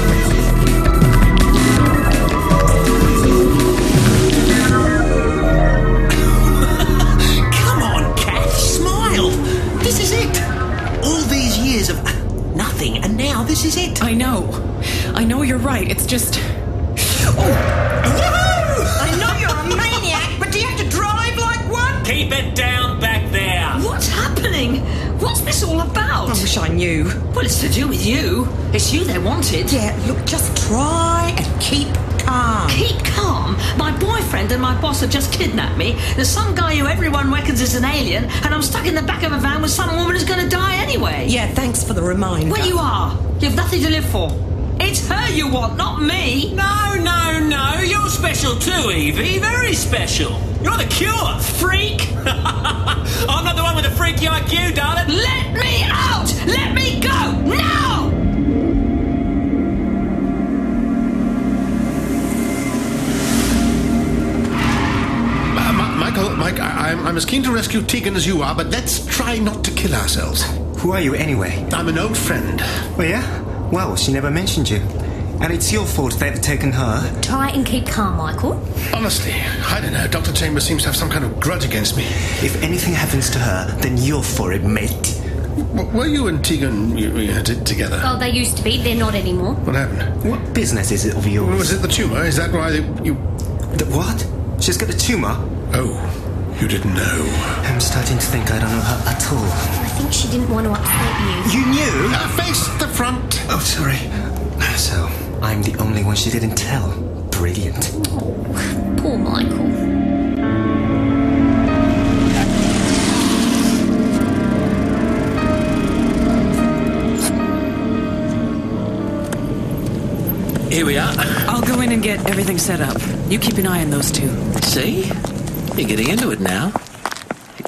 Speaker 11: Come on, Cat, smile. This is it. All these years of uh, nothing, and now this is it.
Speaker 27: I know. I know you're right. It's just.
Speaker 11: Oh,
Speaker 8: I know you're a maniac, but do you have to drive like one?
Speaker 11: Keep it down back there.
Speaker 5: What's happening? What's this all about?
Speaker 8: I wish I knew.
Speaker 5: Well, it's to do with you. It's you they wanted.
Speaker 8: Yeah, look, just try and keep calm.
Speaker 5: Keep calm. My boyfriend and my boss have just kidnapped me. There's some guy who everyone reckons is an alien, and I'm stuck in the back of a van with some woman who's going to die anyway.
Speaker 8: Yeah, thanks for the reminder.
Speaker 5: Well, you are. You've nothing to live for. It's her you want, not me.
Speaker 11: No, no, no. You're special too, Evie. Very special. You're the cure.
Speaker 5: Freak.
Speaker 11: I'm not the one with the freaky IQ, darling.
Speaker 5: Let me out! Let me go! Now!
Speaker 12: Uh, Ma- Michael, Mike, I- I'm-, I'm as keen to rescue Tegan as you are, but let's try not to kill ourselves.
Speaker 3: Who are you anyway?
Speaker 12: I'm an old friend.
Speaker 3: Oh, yeah? Wow, she never mentioned you. And it's your fault they've taken her.
Speaker 18: Try and keep calm, Michael.
Speaker 12: Honestly, I don't know. Dr. Chambers seems to have some kind of grudge against me.
Speaker 3: If anything happens to her, then you're for it, mate.
Speaker 12: W- were you and Tegan you, you know, t- together?
Speaker 18: Oh, they used to be. They're not anymore.
Speaker 12: What happened?
Speaker 3: What business is it of yours?
Speaker 12: Was it the tumour? Is that why they- you.
Speaker 3: The what? She's got a tumour?
Speaker 12: Oh, you didn't know.
Speaker 3: I'm starting to think I don't know her at all.
Speaker 18: I think she didn't want to upset you.
Speaker 3: You knew?
Speaker 12: Uh, face the front.
Speaker 3: Oh, sorry. So, I'm the only one she didn't tell. Brilliant.
Speaker 18: Oh, poor Michael.
Speaker 11: Here we are.
Speaker 27: I'll go in and get everything set up. You keep an eye on those two.
Speaker 11: See? You're getting into it now.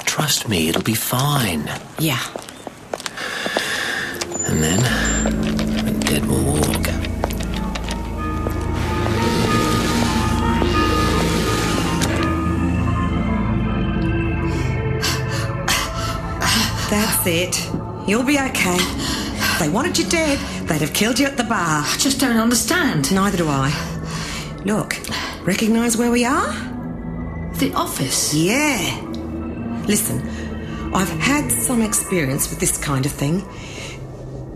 Speaker 28: Trust me, it'll be fine.
Speaker 9: Yeah.
Speaker 28: And then, the dead will walk.
Speaker 8: That's it. You'll be okay. If they wanted you dead, they'd have killed you at the bar. I
Speaker 29: just don't understand.
Speaker 8: Neither do I. Look, recognise where we are?
Speaker 29: The office?
Speaker 8: Yeah. Listen, I've had some experience with this kind of thing.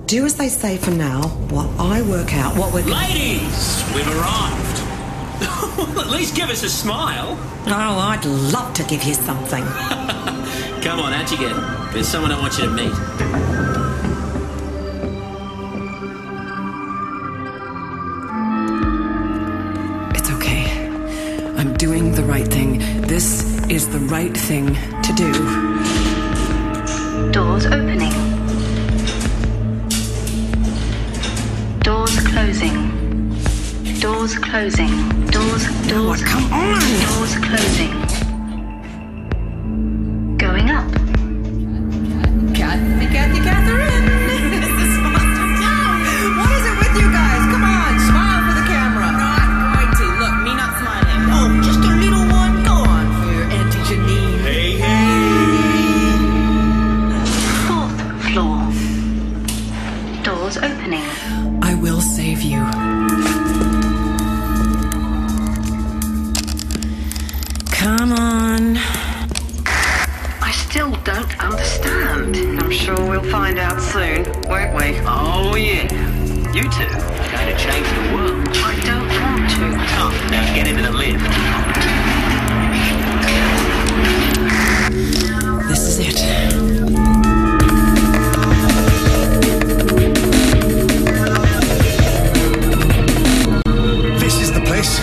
Speaker 8: Do as they say for now, while I work out what we're.
Speaker 11: Ladies, we've arrived. well, at least give us a smile.
Speaker 8: Oh, I'd love to give you something.
Speaker 11: Come on, out you get. There's someone I want you to meet.
Speaker 9: It's okay. I'm doing the right thing. This is the right thing to do.
Speaker 10: Doors opening. Doors closing. Doors closing. Doors. Doors. come on! Doors closing. Going up.
Speaker 5: Kathy, Kathy, Catherine! Mrs. Foster, no! What is it with you guys? Come on, smile for the camera. Not going to. Look, me not smiling. Oh, just a little one. Go on for your Auntie Janine. Hey, hey!
Speaker 10: Fourth floor. Doors opening.
Speaker 9: I will save you. Come on.
Speaker 30: I still don't understand. I'm sure we'll find out soon, won't we?
Speaker 28: Oh, yeah. You two are going to change the world. I don't want to. Come, now get into the lift.
Speaker 9: This is it.
Speaker 12: This is the place.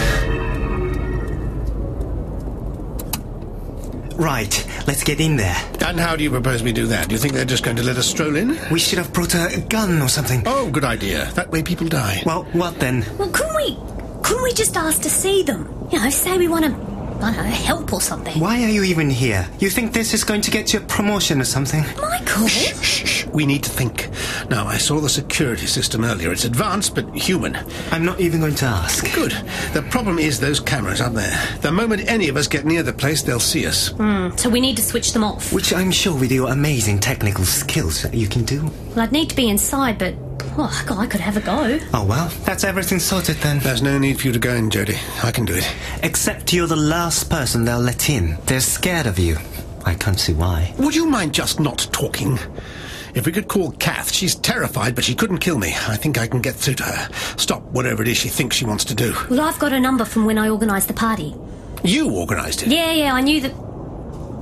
Speaker 3: Right, let's get in there.
Speaker 12: And how do you propose we do that? Do you think they're just going to let us stroll in?
Speaker 3: We should have brought a gun or something.
Speaker 12: Oh, good idea. That way people die.
Speaker 3: Well, what then?
Speaker 18: Well, couldn't we, couldn't we just ask to see them? You know, say we want to, I don't know, help or something.
Speaker 3: Why are you even here? You think this is going to get you a promotion or something?
Speaker 18: Michael?
Speaker 12: We need to think. Now, I saw the security system earlier. It's advanced, but human.
Speaker 3: I'm not even going to ask.
Speaker 12: Good. The problem is those cameras up there. The moment any of us get near the place, they'll see us.
Speaker 18: Hmm, so we need to switch them off.
Speaker 3: Which I'm sure with your amazing technical skills that you can do.
Speaker 18: Well, I'd need to be inside, but, oh, God, I could have a go.
Speaker 3: Oh, well, that's everything sorted then.
Speaker 12: There's no need for you to go in, Jody. I can do it.
Speaker 3: Except you're the last person they'll let in. They're scared of you. I can't see why.
Speaker 12: Would you mind just not talking? If we could call Kath, she's terrified, but she couldn't kill me. I think I can get through to her. Stop whatever it is she thinks she wants to do.
Speaker 18: Well, I've got a number from when I organised the party.
Speaker 12: You organised it.
Speaker 18: Yeah, yeah, I knew that.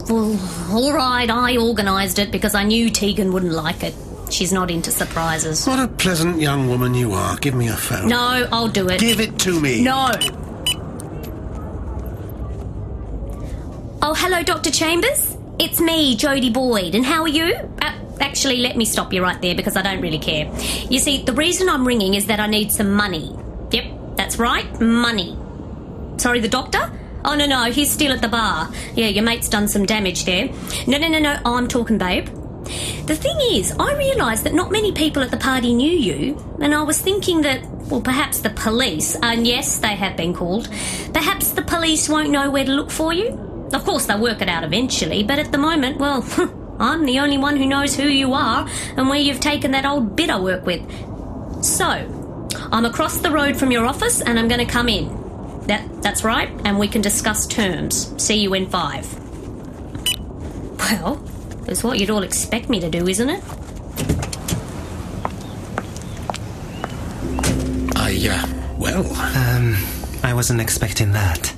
Speaker 18: Well, all right, I organised it because I knew Tegan wouldn't like it. She's not into surprises.
Speaker 12: What a pleasant young woman you are. Give me your phone.
Speaker 18: No, I'll do it.
Speaker 12: Give it to me.
Speaker 18: No. Oh, hello, Dr. Chambers. It's me, Jodie Boyd, and how are you? Uh, actually, let me stop you right there because I don't really care. You see, the reason I'm ringing is that I need some money. Yep, that's right, money. Sorry, the doctor? Oh, no, no, he's still at the bar. Yeah, your mate's done some damage there. No, no, no, no, I'm talking, babe. The thing is, I realised that not many people at the party knew you, and I was thinking that, well, perhaps the police, and yes, they have been called, perhaps the police won't know where to look for you. Of course, they'll work it out eventually, but at the moment, well, I'm the only one who knows who you are and where you've taken that old bit I work with. So, I'm across the road from your office and I'm going to come in. That, that's right, and we can discuss terms. See you in five. Well, it's what you'd all expect me to do, isn't it?
Speaker 12: I, uh, well.
Speaker 3: Um, I wasn't expecting that.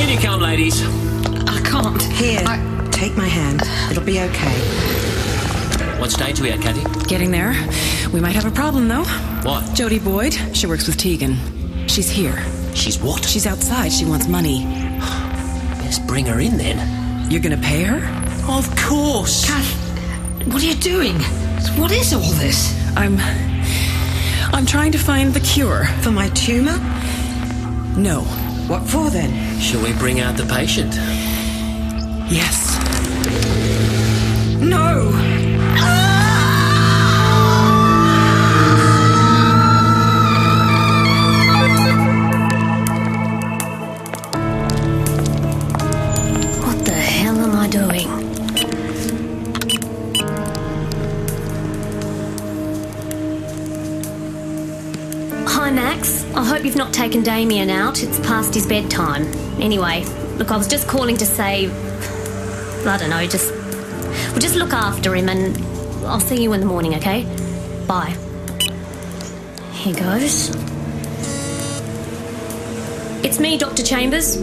Speaker 11: In you come, ladies.
Speaker 29: I can't.
Speaker 8: Here, take my hand. It'll be okay.
Speaker 11: What stage are we at, Kathy?
Speaker 9: Getting there. We might have a problem, though.
Speaker 11: What?
Speaker 9: Jodie Boyd, she works with Tegan. She's here.
Speaker 11: She's what?
Speaker 9: She's outside. She wants money.
Speaker 11: Let's bring her in then.
Speaker 9: You're gonna pay her?
Speaker 11: Of course.
Speaker 29: What are you doing? What is all this?
Speaker 9: I'm. I'm trying to find the cure.
Speaker 8: For my tumor?
Speaker 9: No.
Speaker 31: What for then?
Speaker 11: Shall we bring out the patient?
Speaker 9: Yes.
Speaker 31: No!
Speaker 18: What the hell am I doing? Hi, Max. I hope you've not taken Damien out. It's past his bedtime. Anyway, look, I was just calling to say. I don't know, just. Well, just look after him and I'll see you in the morning, okay? Bye. Here goes. It's me, Dr. Chambers.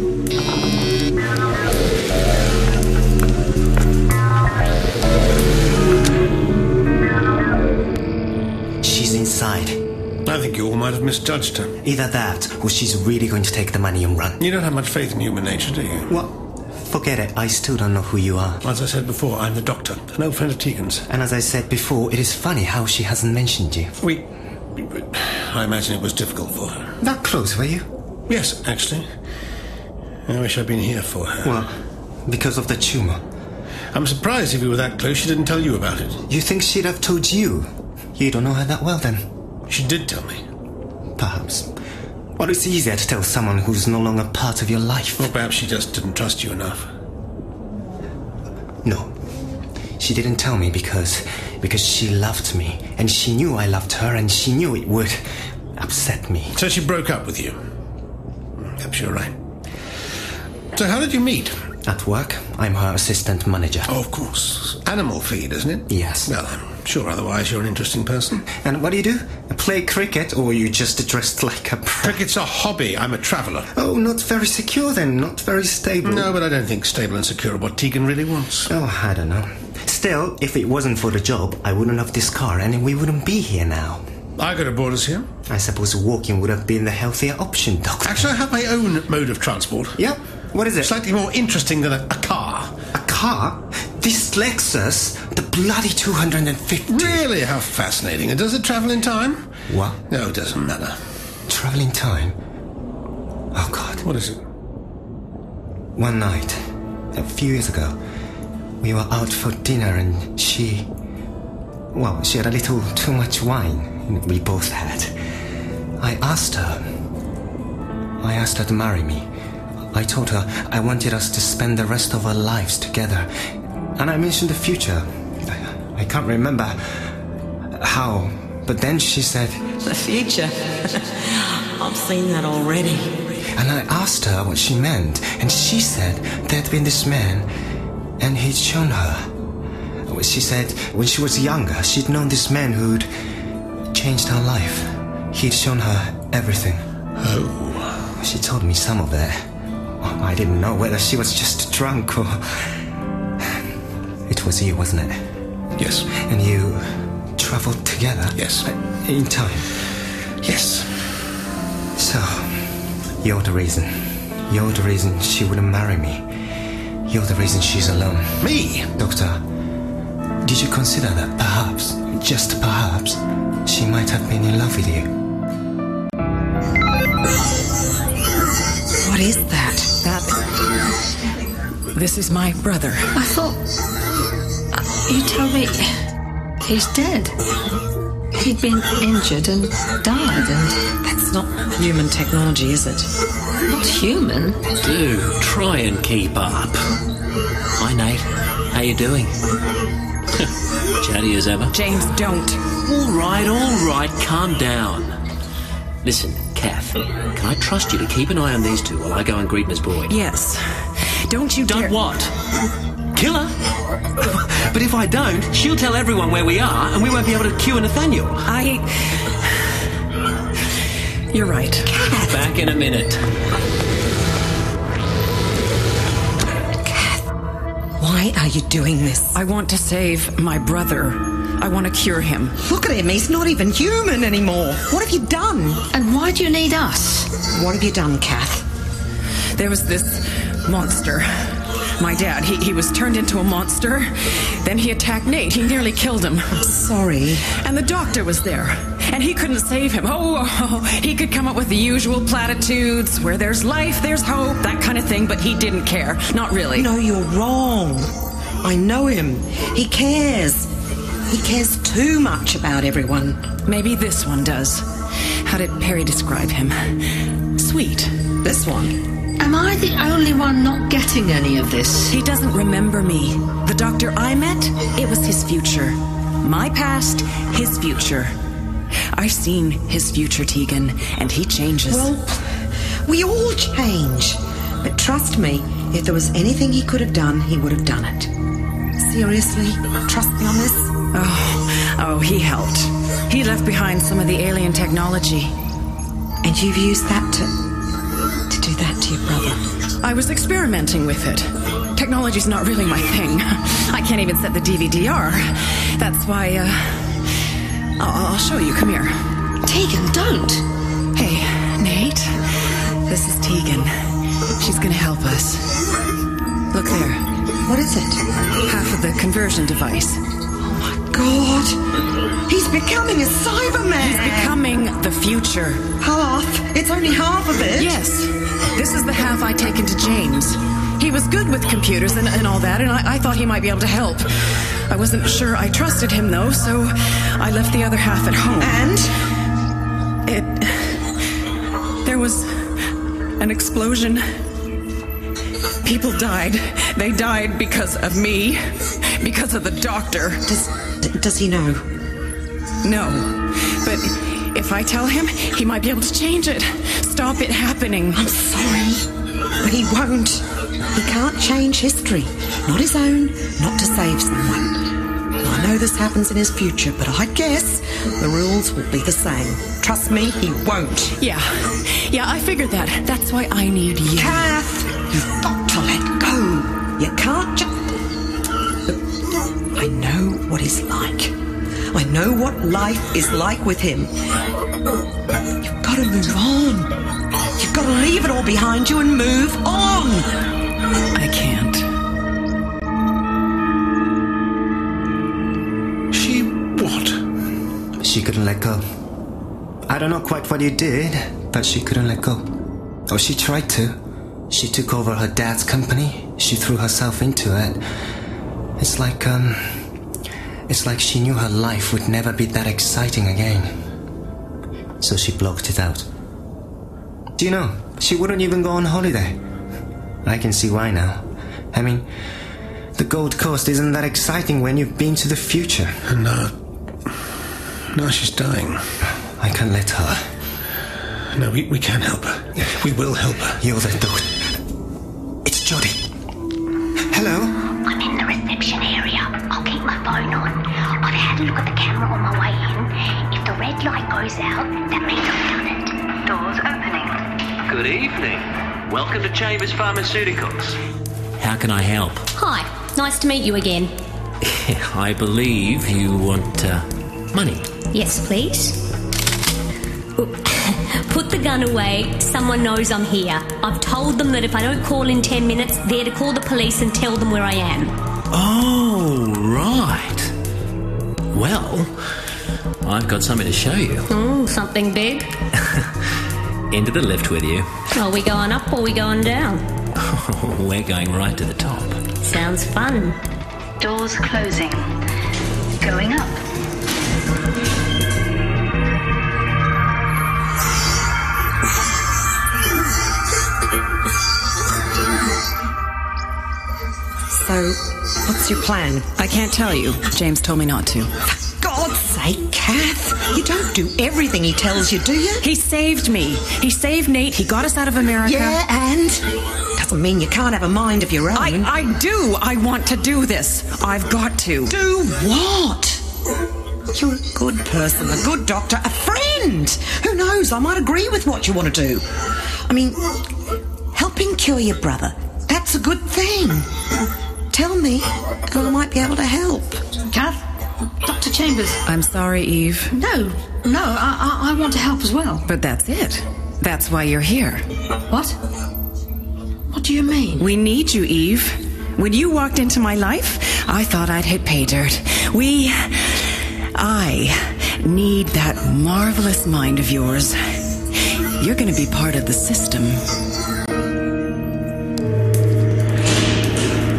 Speaker 3: She's inside.
Speaker 12: I think you all might have misjudged her.
Speaker 3: Either that, or she's really going to take the money and run.
Speaker 12: You don't have much faith in human nature, do you?
Speaker 3: What? Forget it, I still don't know who you are.
Speaker 12: As I said before, I'm the doctor, an old friend of Tegan's.
Speaker 3: And as I said before, it is funny how she hasn't mentioned you.
Speaker 12: We. I imagine it was difficult for her.
Speaker 3: That close, were you?
Speaker 12: Yes, actually. I wish I'd been here for her.
Speaker 3: Well, because of the tumour.
Speaker 12: I'm surprised if you were that close, she didn't tell you about it.
Speaker 3: You think she'd have told you? You don't know her that well then?
Speaker 12: She did tell me.
Speaker 3: Perhaps. Or it's easier to tell someone who's no longer part of your life.
Speaker 12: Or perhaps she just didn't trust you enough.
Speaker 3: No. She didn't tell me because because she loved me and she knew I loved her and she knew it would upset me.
Speaker 12: So she broke up with you. Mm, Perhaps you're right. So how did you meet?
Speaker 3: At work, I'm her assistant manager.
Speaker 12: Oh, of course. Animal feed, isn't it?
Speaker 3: Yes.
Speaker 12: Well, I'm sure otherwise you're an interesting person.
Speaker 3: And what do you do? Play cricket or you just dressed like a pr-
Speaker 12: Cricket's a hobby. I'm a traveller.
Speaker 3: Oh, not very secure then, not very stable.
Speaker 12: No, but I don't think stable and secure are what Tegan really wants.
Speaker 3: Oh, I don't know. Still, if it wasn't for the job, I wouldn't have this car and we wouldn't be here now.
Speaker 12: I could have brought us here.
Speaker 3: I suppose walking would have been the healthier option, Doctor.
Speaker 12: Actually, I have my own mode of transport.
Speaker 3: Yep. What is it?
Speaker 12: Slightly more interesting than a, a car.
Speaker 3: A car? This Lexus? The bloody 250.
Speaker 12: Really? How fascinating. And does it travel in time?
Speaker 3: What?
Speaker 12: No, it doesn't matter.
Speaker 3: Traveling time? Oh, God.
Speaker 12: What is it?
Speaker 3: One night, a few years ago, we were out for dinner and she. Well, she had a little too much wine. We both had. I asked her. I asked her to marry me. I told her I wanted us to spend the rest of our lives together. And I mentioned the future. I, I can't remember how, but then she said,
Speaker 32: The future? I've seen that already.
Speaker 3: And I asked her what she meant, and she said there'd been this man, and he'd shown her. She said when she was younger, she'd known this man who'd changed her life. He'd shown her everything.
Speaker 12: Oh.
Speaker 3: She told me some of it. I didn't know whether she was just drunk or. It was you, wasn't it?
Speaker 12: Yes.
Speaker 3: And you traveled together?
Speaker 12: Yes.
Speaker 3: In time?
Speaker 12: Yes.
Speaker 3: So, you're the reason. You're the reason she wouldn't marry me. You're the reason she's alone.
Speaker 12: Me?
Speaker 3: Doctor, did you consider that perhaps, just perhaps, she might have been in love with you?
Speaker 8: What is that?
Speaker 9: That. This is my brother.
Speaker 5: I thought. You told me he's dead. He'd been injured and died, and
Speaker 9: that's not human technology, is it?
Speaker 5: Not human.
Speaker 11: Do try and keep up. Hi, Nate. How you doing? Chatty as ever.
Speaker 9: James, don't.
Speaker 11: All right, all right. Calm down. Listen, Kath. Can I trust you to keep an eye on these two while I go and greet Miss Boyd?
Speaker 9: Yes. Don't you
Speaker 11: don't
Speaker 9: dare.
Speaker 11: what? Kill her. but if I don't, she'll tell everyone where we are, and we won't be able to cure Nathaniel.
Speaker 9: I. You're right.
Speaker 11: Back in a minute.
Speaker 8: Why are you doing this?
Speaker 9: I want to save my brother. I want to cure him.
Speaker 8: Look at him, he's not even human anymore. What have you done?
Speaker 5: And why do you need us?
Speaker 8: What have you done, Kath?
Speaker 9: There was this monster. My dad, he, he was turned into a monster. Then he attacked Nate. He nearly killed him.
Speaker 8: Sorry.
Speaker 9: And the doctor was there. And he couldn't save him. Oh, oh, he could come up with the usual platitudes where there's life, there's hope, that kind of thing, but he didn't care. Not really.
Speaker 8: No, you're wrong. I know him. He cares. He cares too much about everyone.
Speaker 9: Maybe this one does. How did Perry describe him? Sweet.
Speaker 8: This one.
Speaker 5: Am I the only one not getting any of this?
Speaker 9: He doesn't remember me. The doctor I met, it was his future. My past, his future. I've seen his future, Tegan, and he changes.
Speaker 8: Well, we all change. But trust me, if there was anything he could have done, he would have done it. Seriously, trust me on this.
Speaker 9: Oh, oh, he helped. He left behind some of the alien technology.
Speaker 8: And you've used that to to do that to your brother?
Speaker 9: I was experimenting with it. Technology's not really my thing. I can't even set the DVDR. That's why, uh. I'll, I'll show you. Come here.
Speaker 5: Tegan, don't!
Speaker 9: Hey, Nate. This is Tegan. She's gonna help us. Look there.
Speaker 8: What is it?
Speaker 9: Half of the conversion device.
Speaker 8: Oh my god! He's becoming a Cyberman!
Speaker 9: He's becoming the future.
Speaker 8: Half? It's only half of it?
Speaker 9: Yes. This is the half I taken to James. He was good with computers and, and all that, and I, I, thought he might be able to help. I wasn't sure I trusted him, though, so I left the other half at home.
Speaker 8: And?
Speaker 9: It. There was an explosion. People died. They died because of me, because of the doctor.
Speaker 8: Does, does he know?
Speaker 9: No. But if I tell him, he might be able to change it. Stop it happening.
Speaker 8: I'm sorry, but he won't. He can't change history. Not his own, not to save someone. Now, I know this happens in his future, but I guess the rules will be the same. Trust me, he won't.
Speaker 9: Yeah. Yeah, I figured that. That's why I need you.
Speaker 8: Kath, you've got to let go. You can't just. I know what he's like. I know what life is like with him. You've got to move on. You've got to leave it all behind you and move on.
Speaker 9: I can't.
Speaker 33: She what?
Speaker 3: She couldn't let go. I don't know quite what you did, but she couldn't let go. Or she tried to. She took over her dad's company. She threw herself into it. It's like, um, it's like she knew her life would never be that exciting again. So she blocked it out. Do you know, she wouldn't even go on holiday. I can see why now. I mean, the Gold Coast isn't that exciting when you've been to the future.
Speaker 33: And now. Now she's dying.
Speaker 3: I can't let her.
Speaker 33: No, we, we can help her. We will help her.
Speaker 3: You're the doctor. It's Jody. Hello?
Speaker 34: I'm in the reception area. I'll keep my phone on. I've had a look at the camera on my way in. If the red light goes out, that means I've done it.
Speaker 10: Doors opening.
Speaker 35: Good evening. Welcome to Chambers Pharmaceuticals.
Speaker 11: How can I help?
Speaker 18: Hi. Nice to meet you again.
Speaker 11: I believe you want uh, money.
Speaker 18: Yes, please. Put the gun away. Someone knows I'm here. I've told them that if I don't call in 10 minutes, they're to call the police and tell them where I am.
Speaker 11: Oh, right. Well, I've got something to show you.
Speaker 18: Mm, something big?
Speaker 11: Into the left with you.
Speaker 18: Are we going up or are we going down?
Speaker 11: Oh, we're going right to the top.
Speaker 18: Sounds fun.
Speaker 10: Doors closing. Going up.
Speaker 8: So, what's your plan?
Speaker 9: I can't tell you. James told me not to.
Speaker 8: For God's sake, Kath! You don't do everything he tells you, do you?
Speaker 9: He saved me. He saved Nate. He got us out of America.
Speaker 8: Yeah, and? Doesn't mean you can't have a mind of your own.
Speaker 9: I, I do. I want to do this. I've got to.
Speaker 8: Do what? You're a good person, a good doctor, a friend. Who knows? I might agree with what you want to do. I mean, helping cure your brother. That's a good thing tell me, and I might be able to help.
Speaker 5: Kath, Dr. Chambers.
Speaker 9: I'm sorry, Eve.
Speaker 5: No, no, I, I, I, want to help as well.
Speaker 9: But that's it. That's why you're here.
Speaker 5: What? What do you mean?
Speaker 9: We need you, Eve. When you walked into my life, I thought I'd hit pay dirt. We. I need that marvelous mind of yours. You're going to be part of the system.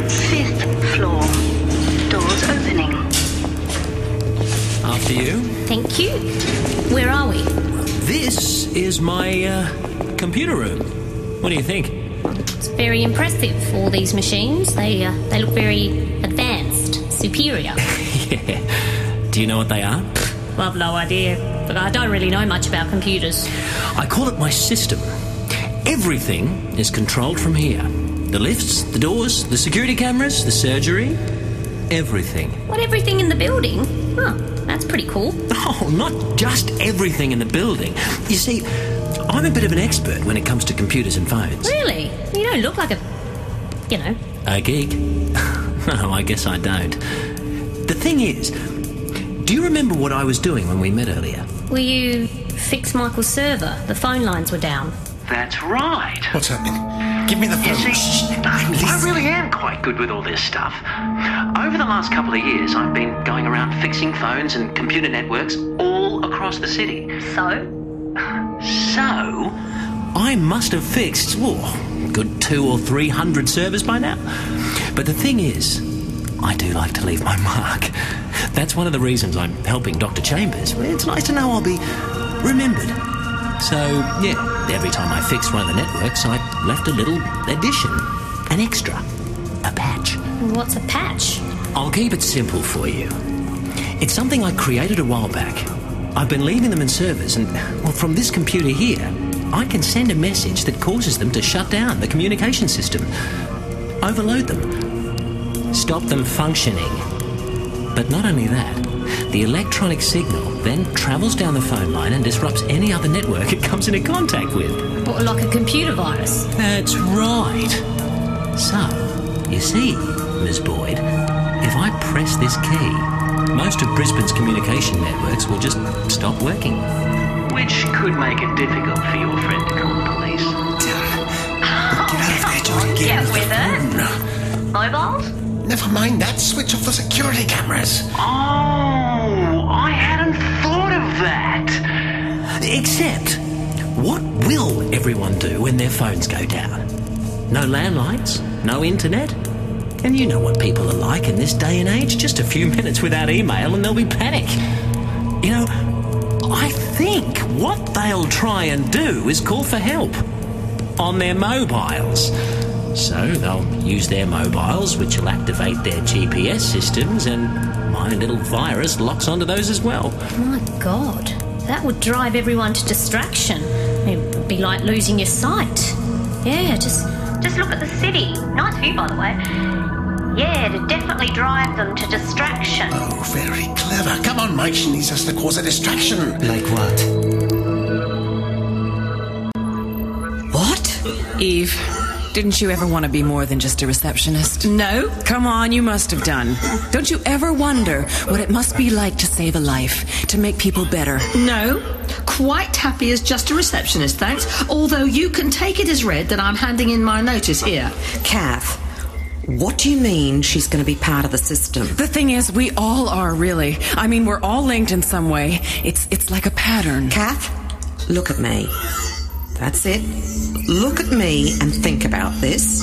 Speaker 15: Fifth floor. Doors opening.
Speaker 11: After you.
Speaker 18: Thank you. Where are we?
Speaker 11: This is my uh, computer room. What do you think?
Speaker 18: It's very impressive. All these machines, they uh, they look very advanced, superior.
Speaker 11: Do you know what they are?
Speaker 18: I've no idea, but I don't really know much about computers.
Speaker 11: I call it my system. Everything is controlled from here the lifts, the doors, the security cameras, the surgery, everything.
Speaker 18: What everything in the building? Huh, that's pretty cool.
Speaker 11: Oh, not just everything in the building. You see, I'm a bit of an expert when it comes to computers and phones.
Speaker 18: Really? You don't look like a, you know,
Speaker 11: A geek? no, I guess I don't. The thing is, do you remember what I was doing when we met earlier?
Speaker 18: Will you fix Michael's server? The phone lines were down.
Speaker 17: That's right.
Speaker 12: What's happening? Give me the phone.
Speaker 17: I really am quite good with all this stuff. Over the last couple of years, I've been going around fixing phones and computer networks all across the city. So? So,
Speaker 11: I must have fixed, whoa, good two or three hundred servers by now. But the thing is, I do like to leave my mark. That's one of the reasons I'm helping Dr. Chambers. It's nice to know I'll be remembered. So, yeah, every time I fixed one of the networks, I left a little addition, an extra, a patch.
Speaker 18: What's a patch?
Speaker 11: I'll keep it simple for you. It's something I created a while back. I've been leaving them in servers, and well, from this computer here, I can send a message that causes them to shut down the communication system, overload them, stop them functioning. But not only that, the electronic signal then travels down the phone line and disrupts any other network it comes into contact with.
Speaker 18: What, like a computer virus?
Speaker 11: That's right. So, you see, Ms. Boyd, if I press this key, most of Brisbane's communication networks will just stop working.
Speaker 17: which could make it difficult for your friend to call the police.
Speaker 4: Get out of there, Johnny. Get, with it. Mobiles?
Speaker 12: Never mind that. Switch off the security cameras.
Speaker 17: Oh, I hadn't thought of that.
Speaker 11: Except, what will everyone do when their phones go down? No landlines, no internet? And you know what people are like in this day and age. Just a few minutes without email and they'll be panic. You know, I think what they'll try and do is call for help on their mobiles. So they'll use their mobiles, which will activate their GPS systems, and my little virus locks onto those as well.
Speaker 18: My God, that would drive everyone to distraction. It would be like losing your sight. Yeah, just
Speaker 4: Just look at the city. Nice view, by the way. Yeah, it'd definitely drive them to distraction.
Speaker 12: Oh, very clever. Come on, Mike. She needs us to cause a distraction. Like what?
Speaker 9: What? Eve, didn't you ever want to be more than just a receptionist? No. Come on, you must have done. Don't you ever wonder what it must be like to save a life, to make people better?
Speaker 5: No, quite happy as just a receptionist, thanks. Although you can take it as read that I'm handing in my notice here.
Speaker 8: Kath, what do you mean she's going to be part of the system?
Speaker 9: The thing is, we all are really. I mean, we're all linked in some way. It's it's like a pattern.
Speaker 8: Kath, look at me. That's it. Look at me and think about this.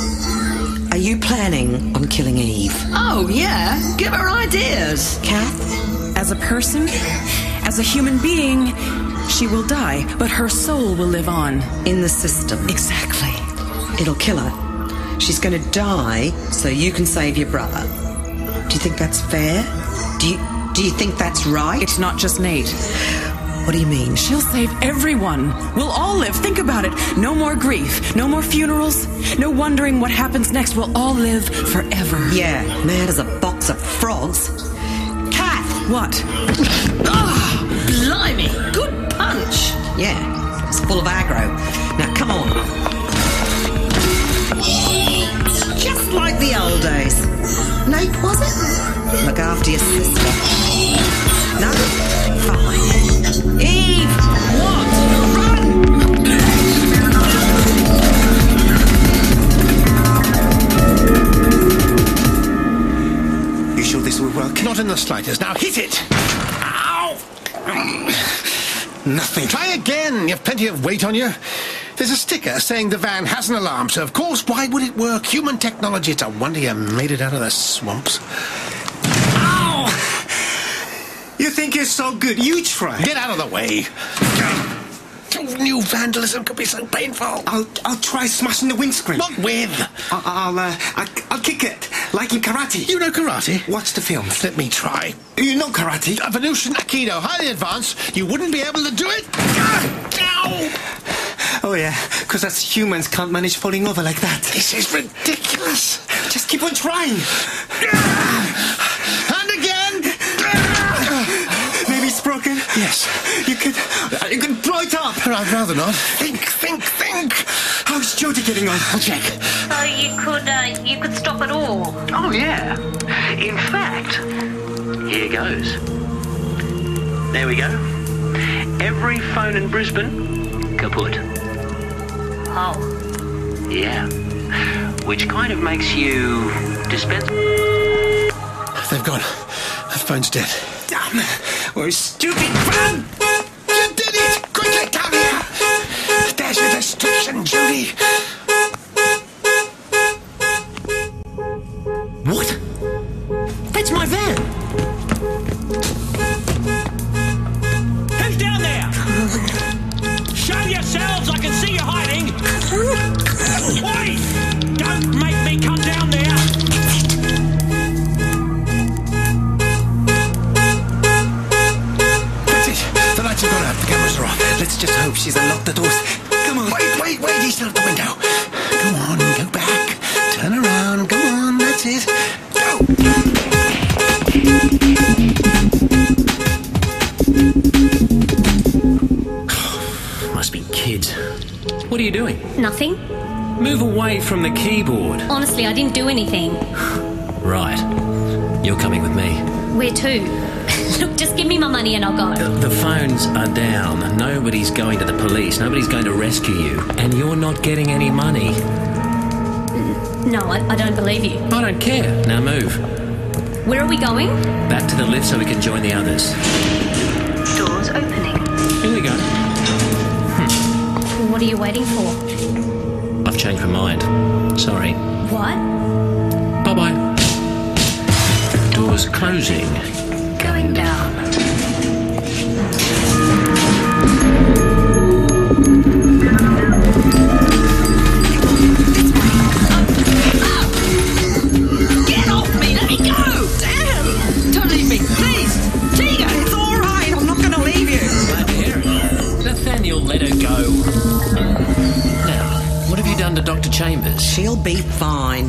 Speaker 8: Are you planning on killing Eve?
Speaker 5: Oh, yeah. Give her ideas.
Speaker 9: Kath, as a person, as a human being, she will die, but her soul will live on.
Speaker 8: In the system.
Speaker 9: Exactly.
Speaker 8: It'll kill her. She's going to die so you can save your brother. Do you think that's fair? Do you do you think that's right?
Speaker 9: It's not just Nate.
Speaker 8: What do you mean?
Speaker 9: She'll save everyone. We'll all live. Think about it. No more grief. No more funerals. No wondering what happens next. We'll all live forever.
Speaker 8: Yeah, mad as a box of frogs. Kath!
Speaker 9: What?
Speaker 5: Blimey, good punch.
Speaker 8: Yeah, it's full of aggro. Now come on. Just like the old days. Nate, was it? Look after your sister. No? Fine. Eve! What? Run!
Speaker 12: the slightest. Now hit it! Ow! Mm. Nothing. Try again. You've plenty of weight on you. There's a sticker saying the van has an alarm, so of course, why would it work? Human technology. It's a wonder you made it out of the swamps.
Speaker 3: You think you're so good? You try.
Speaker 12: Get out of the way. New vandalism could be so painful.
Speaker 3: I'll I'll try smashing the windscreen.
Speaker 12: Not with.
Speaker 3: I'll I'll, uh, I'll I'll kick it like in karate.
Speaker 12: You know karate?
Speaker 3: Watch the films.
Speaker 12: Let me try.
Speaker 3: You know karate?
Speaker 12: Evolution Aikido, highly advanced. You wouldn't be able to do it.
Speaker 3: Oh yeah, because us humans can't manage falling over like that.
Speaker 12: This is ridiculous.
Speaker 3: Just keep on trying.
Speaker 12: And again.
Speaker 3: Maybe it's broken.
Speaker 12: Yes.
Speaker 3: You could uh, you could blow it up.
Speaker 12: I'd rather not. Think, think, think.
Speaker 3: How's Jody getting on?
Speaker 12: I'll check.
Speaker 18: So you could uh, you could stop it all.
Speaker 17: Oh, yeah. In fact, here goes. There we go. Every phone in Brisbane, kaput.
Speaker 18: Oh,
Speaker 17: Yeah. Which kind of makes you dispense.
Speaker 12: They've gone. That phone's dead.
Speaker 3: Damn. We're stupid. Run!
Speaker 12: You did it! Quickly, come here! There's your destruction, Judy!
Speaker 11: What? That's my van!
Speaker 7: Who's down there? Show yourselves! I can see you hiding! Oi! Don't make me come down there!
Speaker 12: That's it. The lights have gone out. The cameras are off.
Speaker 3: Let's just hope she's unlocked the doors. Come on.
Speaker 12: Wait, wait, wait. He's still at the window. Come on, go back. Turn around. Come on. That's it. Go.
Speaker 11: Must be kids. What are you doing?
Speaker 18: nothing.
Speaker 11: Move away from the keyboard.
Speaker 18: Honestly, I didn't do anything.
Speaker 11: Right. You're coming with me.
Speaker 18: Where to? Look, just give me my money and I'll go.
Speaker 11: The phones are down. Nobody's going to the police. Nobody's going to rescue you. And you're not getting any money.
Speaker 18: No, I, I don't believe you.
Speaker 11: I don't care. Now move.
Speaker 18: Where are we going?
Speaker 11: Back to the lift so we can join the others.
Speaker 15: Doors opening.
Speaker 11: Here we go.
Speaker 18: What are you waiting for?
Speaker 11: I've changed my mind. Sorry.
Speaker 18: What?
Speaker 11: Bye bye. Doors closing.
Speaker 18: Going down.
Speaker 5: Get off me! Let me go! Damn! Don't leave me, please! Tiga, it's alright! I'm not gonna leave you!
Speaker 11: Nathaniel, let her go. Now, what have you done to Dr. Chambers? Oh,
Speaker 36: She'll be fine.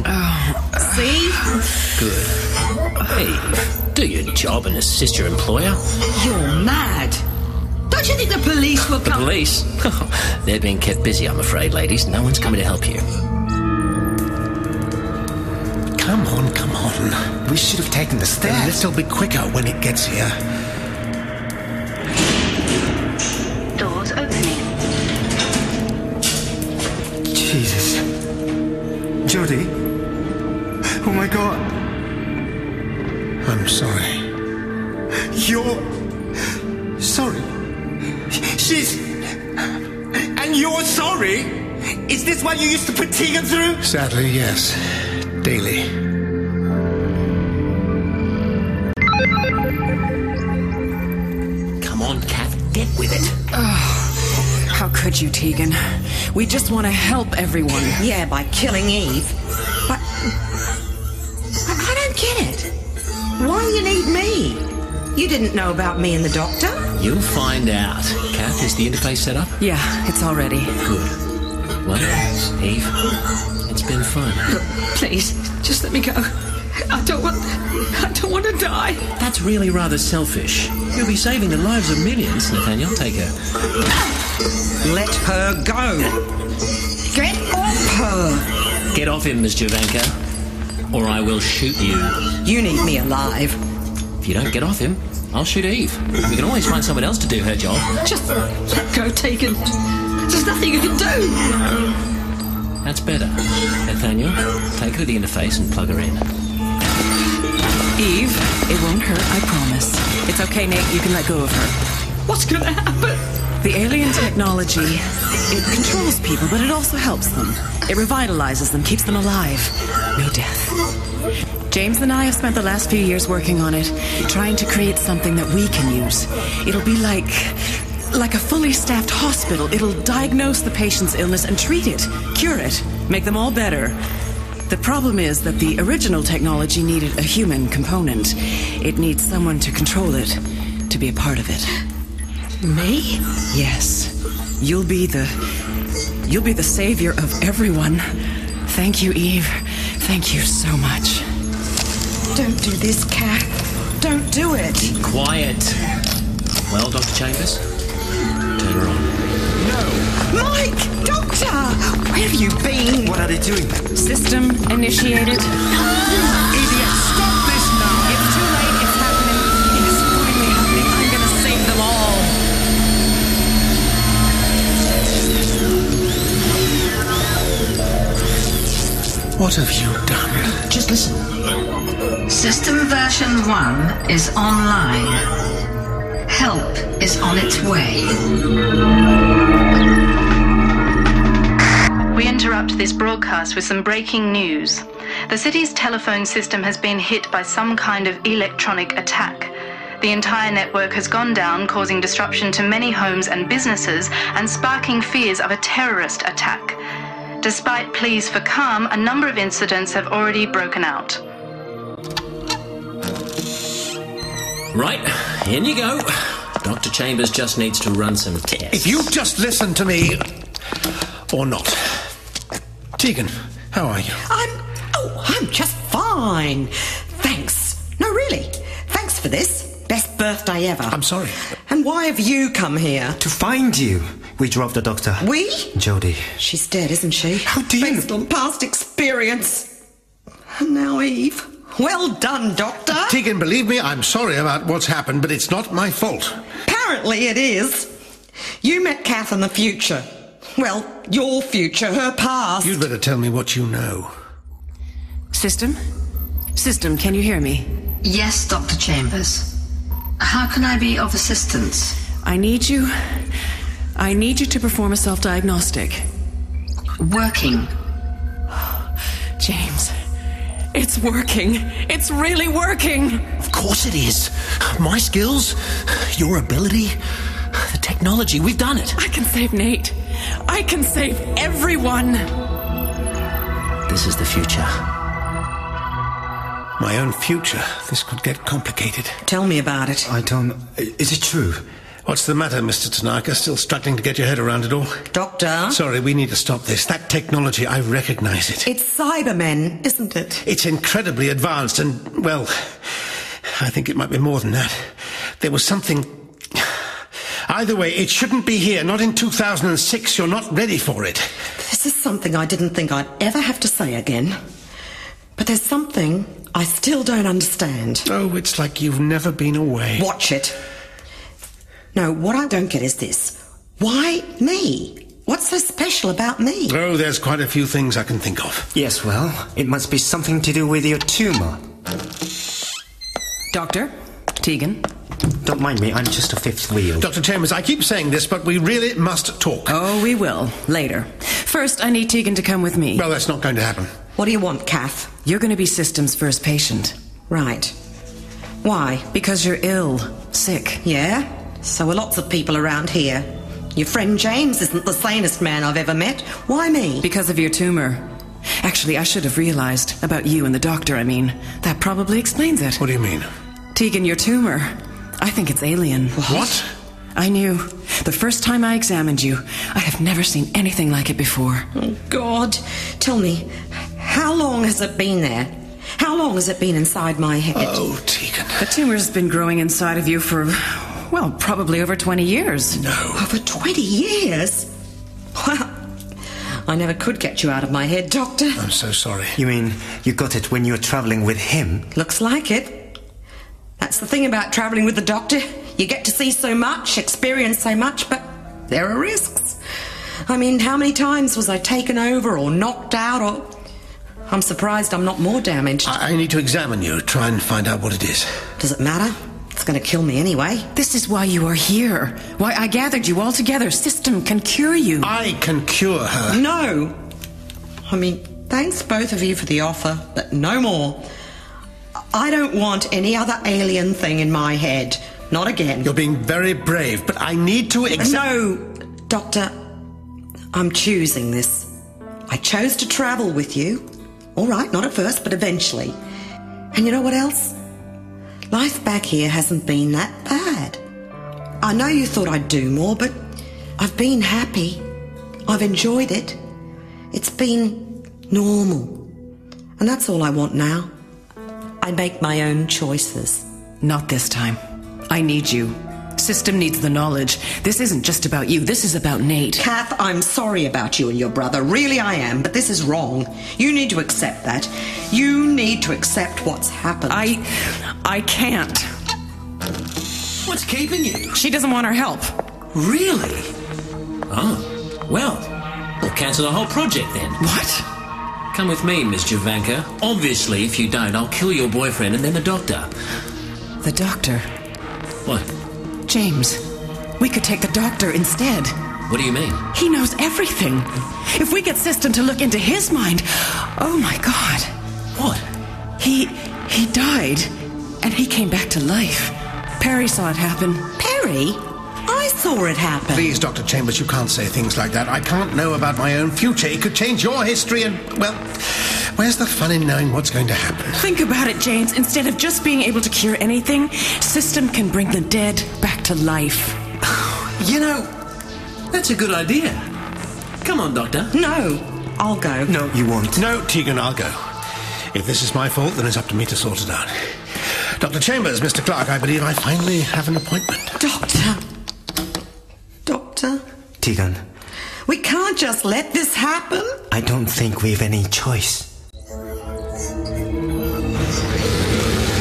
Speaker 5: See?
Speaker 11: Good. Hey, do your job and assist your employer.
Speaker 5: You're mad! Don't you think the police will
Speaker 11: The
Speaker 5: come?
Speaker 11: police? They're being kept busy, I'm afraid, ladies. No one's coming to help you.
Speaker 12: Come on, come on.
Speaker 3: We should have taken the
Speaker 12: A
Speaker 3: stairs.
Speaker 12: little bit quicker when it gets here.
Speaker 15: Doors opening.
Speaker 3: Jesus. Jody. Oh my god.
Speaker 12: I'm sorry.
Speaker 3: You're sorry. She's and you're sorry. Is this what you used to put Tegan through?
Speaker 12: Sadly, yes. Daily.
Speaker 11: Come on, Kath, get with it.
Speaker 9: Oh,
Speaker 27: How could you, Tegan? We just want to help everyone.
Speaker 36: Yeah, by killing Eve. But I I don't get it. Why you need me? You didn't know about me and the doctor.
Speaker 11: You'll find out. Kath, is the interface set up?
Speaker 27: Yeah, it's all ready.
Speaker 11: Good. Well, Eve, it's been fun.
Speaker 5: Please, just let me go. I don't want. I don't want to die.
Speaker 11: That's really rather selfish. You'll be saving the lives of millions, Nathaniel. Take her.
Speaker 36: Let her go. Get off her.
Speaker 11: Get off him, Ms. Jovanka, or I will shoot you.
Speaker 36: You need me alive.
Speaker 11: If you don't get off him, I'll shoot Eve. We can always find someone else to do her job.
Speaker 5: Just let go, Tegan. There's nothing you can do.
Speaker 11: That's better. Nathaniel, take her to the interface and plug her in.
Speaker 9: Eve, it won't hurt, I promise. It's okay, Nate, you can let go of her.
Speaker 37: What's gonna happen?
Speaker 9: The alien technology, it controls people, but it also helps them. It revitalizes them, keeps them alive. No death. James and I have spent the last few years working on it, trying to create something that we can use. It'll be like like a fully staffed hospital. It'll diagnose the patient's illness and treat it, cure it, make them all better. The problem is that the original technology needed a human component. It needs someone to control it, to be a part of it.
Speaker 37: Me?
Speaker 9: Yes. You'll be the you'll be the savior of everyone. Thank you, Eve. Thank you so much.
Speaker 8: Don't do this, Cat. Don't do it.
Speaker 38: Quiet. Well, Dr. Chambers? Turn her on.
Speaker 8: Mike! Doctor! Where have you been?
Speaker 3: What are they doing?
Speaker 9: System initiated.
Speaker 8: Idiot! Stop this now!
Speaker 9: It's too late. It's happening. It is finally happening. I'm gonna save them all.
Speaker 12: What have you done?
Speaker 38: Just listen.
Speaker 5: System version 1 is online. Help is on its way.
Speaker 10: We interrupt this broadcast with some breaking news. The city's telephone system has been hit by some kind of electronic attack. The entire network has gone down, causing disruption to many homes and businesses and sparking fears of a terrorist attack. Despite pleas for calm, a number of incidents have already broken out.
Speaker 11: Right, in you go. Dr. Chambers just needs to run some tests.
Speaker 12: If you just listen to me, or not. Tegan, how are you?
Speaker 8: I'm. Oh, I'm just fine. Thanks. No, really. Thanks for this. Best birthday ever.
Speaker 12: I'm sorry.
Speaker 8: And why have you come here?
Speaker 3: To find you. We drove the doctor.
Speaker 8: We?
Speaker 3: Jody.
Speaker 8: She's dead, isn't she?
Speaker 3: How do you?
Speaker 8: Based on past experience. And now Eve. Well done, Doctor.
Speaker 12: Tegan, believe me, I'm sorry about what's happened, but it's not my fault.
Speaker 8: Apparently it is. You met Kath in the future. Well, your future, her past.
Speaker 12: You'd better tell me what you know.
Speaker 9: System? System, can you hear me?
Speaker 5: Yes, Dr. Chambers. How can I be of assistance?
Speaker 9: I need you. I need you to perform a self diagnostic.
Speaker 5: Working.
Speaker 9: James, it's working. It's really working.
Speaker 11: Of course it is. My skills, your ability, the technology, we've done it.
Speaker 9: I can save Nate. I can save everyone.
Speaker 11: This is the future.
Speaker 12: My own future. This could get complicated.
Speaker 8: Tell me about it.
Speaker 3: I don't. Is it true?
Speaker 12: What's the matter, Mr. Tanaka? Still struggling to get your head around it all?
Speaker 8: Doctor?
Speaker 12: Sorry, we need to stop this. That technology, I recognize it.
Speaker 8: It's Cybermen, isn't it?
Speaker 12: It's incredibly advanced and, well, I think it might be more than that. There was something Either way, it shouldn't be here. Not in 2006. You're not ready for it.
Speaker 8: This is something I didn't think I'd ever have to say again. But there's something I still don't understand.
Speaker 12: Oh, it's like you've never been away.
Speaker 8: Watch it. No, what I don't get is this. Why me? What's so special about me?
Speaker 12: Oh, there's quite a few things I can think of.
Speaker 3: Yes, well, it must be something to do with your tumor.
Speaker 9: Doctor? Tegan?
Speaker 3: Don't mind me, I'm just a fifth wheel.
Speaker 12: Dr. Chambers, I keep saying this, but we really must talk.
Speaker 9: Oh, we will. Later. First, I need Tegan to come with me.
Speaker 12: Well, that's not going to happen.
Speaker 8: What do you want, Kath?
Speaker 9: You're going to be System's first patient.
Speaker 8: Right. Why?
Speaker 9: Because you're ill. Sick.
Speaker 8: Yeah? So are lots of people around here. Your friend James isn't the sanest man I've ever met. Why me?
Speaker 9: Because of your tumor. Actually, I should have realized. About you and the doctor, I mean. That probably explains it.
Speaker 12: What do you mean?
Speaker 9: Tegan, your tumor. I think it's alien.
Speaker 12: What?
Speaker 9: I knew. The first time I examined you, I have never seen anything like it before.
Speaker 8: Oh, God. Tell me, how long has it been there? How long has it been inside my head?
Speaker 12: Oh, Tegan.
Speaker 9: The tumor's been growing inside of you for, well, probably over 20 years.
Speaker 12: No.
Speaker 8: Over 20 years? Wow. I never could get you out of my head, Doctor.
Speaker 12: I'm so sorry.
Speaker 3: You mean you got it when you were traveling with him?
Speaker 8: Looks like it. That's the thing about travelling with the doctor. You get to see so much, experience so much, but there are risks. I mean, how many times was I taken over or knocked out or. I'm surprised I'm not more damaged.
Speaker 12: I, I need to examine you, try and find out what it is.
Speaker 8: Does it matter? It's going to kill me anyway.
Speaker 9: This is why you are here. Why I gathered you all together. System can cure you.
Speaker 12: I can cure her.
Speaker 8: No! I mean, thanks both of you for the offer, but no more. I don't want any other alien thing in my head. Not again.
Speaker 12: You're being very brave, but I need to
Speaker 8: No! Doctor, I'm choosing this. I chose to travel with you. All right, not at first, but eventually. And you know what else? Life back here hasn't been that bad. I know you thought I'd do more, but I've been happy. I've enjoyed it. It's been normal. And that's all I want now. I make my own choices.
Speaker 9: Not this time. I need you. System needs the knowledge. This isn't just about you, this is about Nate.
Speaker 8: Kath, I'm sorry about you and your brother. Really, I am, but this is wrong. You need to accept that. You need to accept what's happened. I.
Speaker 9: I can't.
Speaker 11: What's keeping you?
Speaker 9: She doesn't want our help.
Speaker 11: Really? Oh, well, we'll cancel the whole project then.
Speaker 9: What?
Speaker 11: Come with me, Miss Javanka. Obviously, if you don't, I'll kill your boyfriend and then the doctor.
Speaker 9: The doctor.
Speaker 11: What?
Speaker 9: James, we could take the doctor instead.
Speaker 11: What do you mean?
Speaker 9: He knows everything. If we get System to look into his mind, oh my god.
Speaker 11: What?
Speaker 9: He he died and he came back to life. Perry saw it happen.
Speaker 8: Perry? I saw it happen.
Speaker 12: Please, Dr. Chambers, you can't say things like that. I can't know about my own future. It could change your history and, well, where's the fun in knowing what's going to happen?
Speaker 9: Think about it, James. Instead of just being able to cure anything, System can bring the dead back to life.
Speaker 11: You know, that's a good idea. Come on, Doctor.
Speaker 8: No, I'll go.
Speaker 12: No, you won't. No, Tegan, I'll go. If this is my fault, then it's up to me to sort it out. Dr. Chambers, Mr. Clark, I believe I finally have an appointment.
Speaker 8: Doctor. Doctor.
Speaker 3: Tegan,
Speaker 8: We can't just let this happen.
Speaker 3: I don't think we've any choice.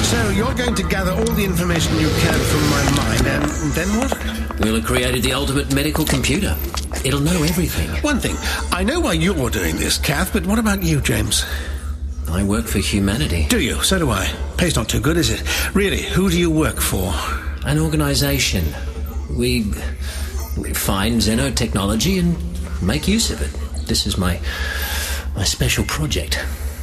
Speaker 12: So, you're going to gather all the information you can from my mind, and then what?
Speaker 11: We'll have created the ultimate medical computer. It'll know everything.
Speaker 12: One thing, I know why you're doing this, Kath, but what about you, James?
Speaker 11: I work for humanity.
Speaker 12: Do you? So do I. Pay's not too good, is it? Really, who do you work for?
Speaker 11: An organisation. We, we find xenotechnology and make use of it. This is my my special project.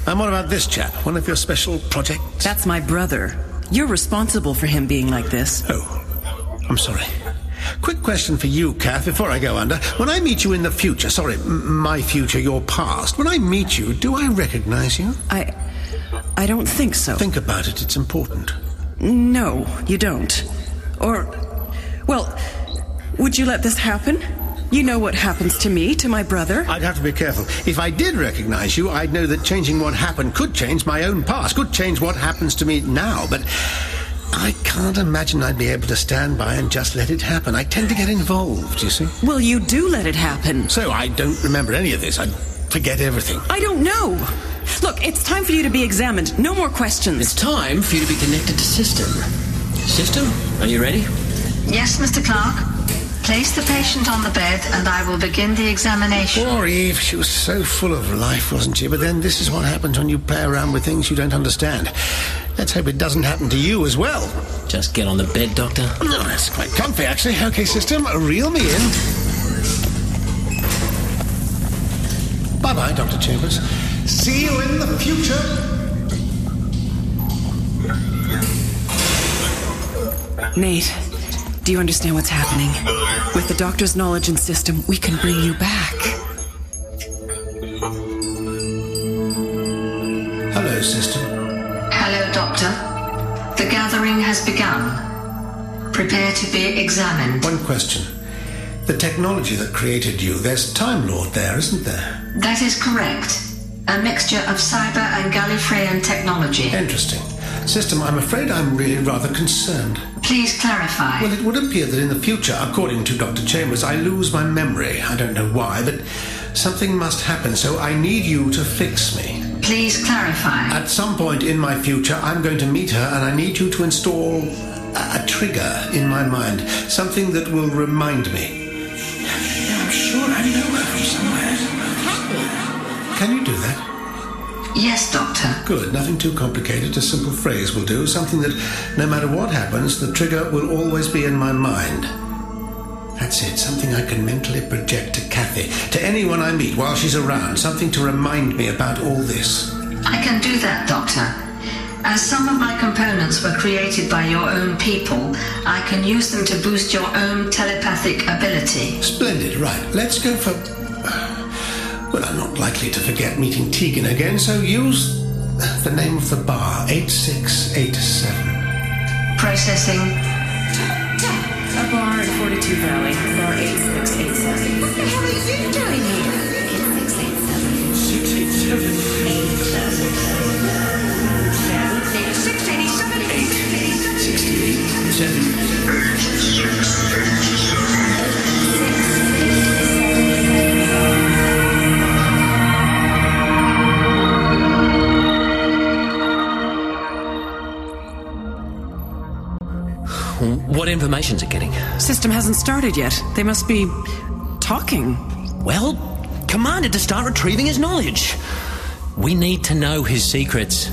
Speaker 12: And what about this chap? One of your special projects?
Speaker 9: That's my brother. You're responsible for him being like this.
Speaker 12: Oh, I'm sorry. Quick question for you, Kath, before I go under. When I meet you in the future, sorry, m- my future, your past, when I meet you, do I recognize you?
Speaker 9: I I don't think so.
Speaker 12: Think about it, it's important.
Speaker 9: No, you don't. Or well, would you let this happen? You know what happens to me, to my brother?
Speaker 12: I'd have to be careful. If I did recognize you, I'd know that changing what happened could change my own past, could change what happens to me now, but I can't imagine I'd be able to stand by and just let it happen. I tend to get involved, you see.
Speaker 9: Well, you do let it happen.
Speaker 12: So I don't remember any of this. I forget everything.
Speaker 9: I don't know. Look, it's time for you to be examined. No more questions.
Speaker 11: It's time for you to be connected to system. System, are you ready?
Speaker 5: Yes, Mr. Clark. Place the patient on the bed and I will begin the examination.
Speaker 12: Poor Eve, she was so full of life, wasn't she? But then this is what happens when you play around with things you don't understand. Let's hope it doesn't happen to you as well.
Speaker 11: Just get on the bed, Doctor.
Speaker 12: No, that's quite comfy, actually. Okay, system, reel me in. Bye bye, Dr. Chambers. See you in the future.
Speaker 9: Nate, do you understand what's happening? With the doctor's knowledge and system, we can bring you back.
Speaker 12: Hello, system.
Speaker 5: Hello, Doctor. The gathering has begun. Prepare to be examined.
Speaker 12: One question. The technology that created you, there's Time Lord there, isn't there?
Speaker 5: That is correct. A mixture of cyber and Gallifreyan technology.
Speaker 12: Interesting. System, I'm afraid I'm really rather concerned.
Speaker 5: Please clarify.
Speaker 12: Well, it would appear that in the future, according to Dr. Chambers, I lose my memory. I don't know why, but something must happen, so I need you to fix me.
Speaker 5: Please clarify.
Speaker 12: At some point in my future, I'm going to meet her, and I need you to install a, a trigger in my mind, something that will remind me. I'm sure I know her from somewhere. Can you do that?
Speaker 5: Yes, Doctor.
Speaker 12: Good. Nothing too complicated. A simple phrase will do. Something that, no matter what happens, the trigger will always be in my mind. That's it. Something I can mentally project to Kathy, to anyone I meet while she's around. Something to remind me about all this.
Speaker 5: I can do that, Doctor. As some of my components were created by your own people, I can use them to boost your own telepathic ability.
Speaker 12: Splendid. Right. Let's go for. Well, I'm not likely to forget meeting Tegan again, so use the name of the bar 8687.
Speaker 5: Processing.
Speaker 39: A bar at 42 Valley, bar 8687. What the hell are you doing here?
Speaker 40: 687.
Speaker 11: What information's it getting?
Speaker 39: System hasn't started yet. They must be talking.
Speaker 11: Well, commanded to start retrieving his knowledge. We need to know his secrets.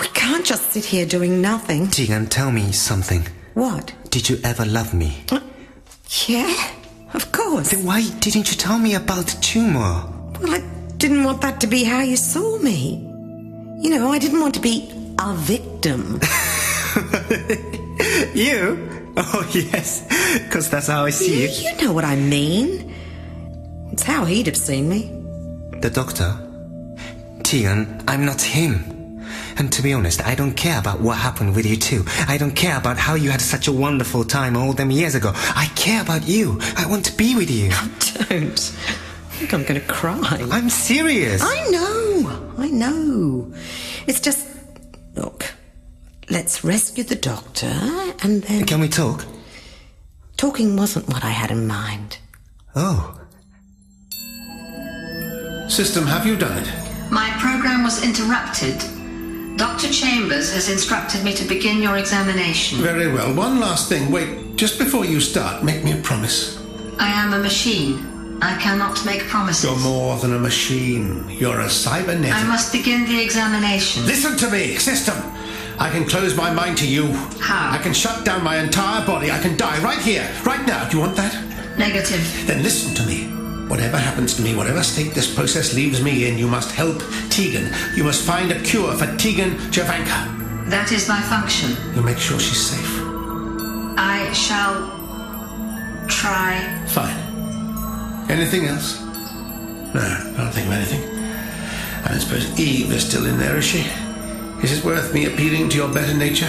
Speaker 8: We can't just sit here doing nothing.
Speaker 3: Tegan, tell me something.
Speaker 8: What?
Speaker 3: Did you ever love me?
Speaker 8: Yeah, of course.
Speaker 3: Then why didn't you tell me about the tumor?
Speaker 8: Well, I didn't want that to be how you saw me. You know, I didn't want to be a victim.
Speaker 3: you? Oh, yes, because that's how I see you.
Speaker 8: You know what I mean. It's how he'd have seen me.
Speaker 3: The doctor? Tegan, I'm not him. And to be honest, I don't care about what happened with you two. I don't care about how you had such a wonderful time all them years ago. I care about you. I want to be with you.
Speaker 8: Don't. I think I'm going to cry.
Speaker 3: I'm serious.
Speaker 8: I know, I know. It's just. Look, let's rescue the doctor and then.
Speaker 3: Can we talk?
Speaker 8: Talking wasn't what I had in mind.
Speaker 3: Oh.
Speaker 12: System, have you done it?
Speaker 5: My program was interrupted. Dr. Chambers has instructed me to begin your examination.
Speaker 12: Very well. One last thing. Wait, just before you start, make me a promise.
Speaker 5: I am a machine. I cannot make promises.
Speaker 12: You're more than a machine. You're a cybernetic.
Speaker 5: I must begin the examination.
Speaker 12: Listen to me, system. I can close my mind to you.
Speaker 5: Ah.
Speaker 12: How? I can shut down my entire body. I can die right here, right now. Do you want that?
Speaker 5: Negative.
Speaker 12: Then listen to me. Whatever happens to me, whatever state this process leaves me in, you must help Tegan. You must find a cure for Tegan Javanka.
Speaker 5: That is my function.
Speaker 12: You make sure she's safe.
Speaker 5: I shall try.
Speaker 12: Fine. Anything else? No, I can't think of anything. I don't suppose Eve is still in there, is she? Is it worth me appealing to your better nature?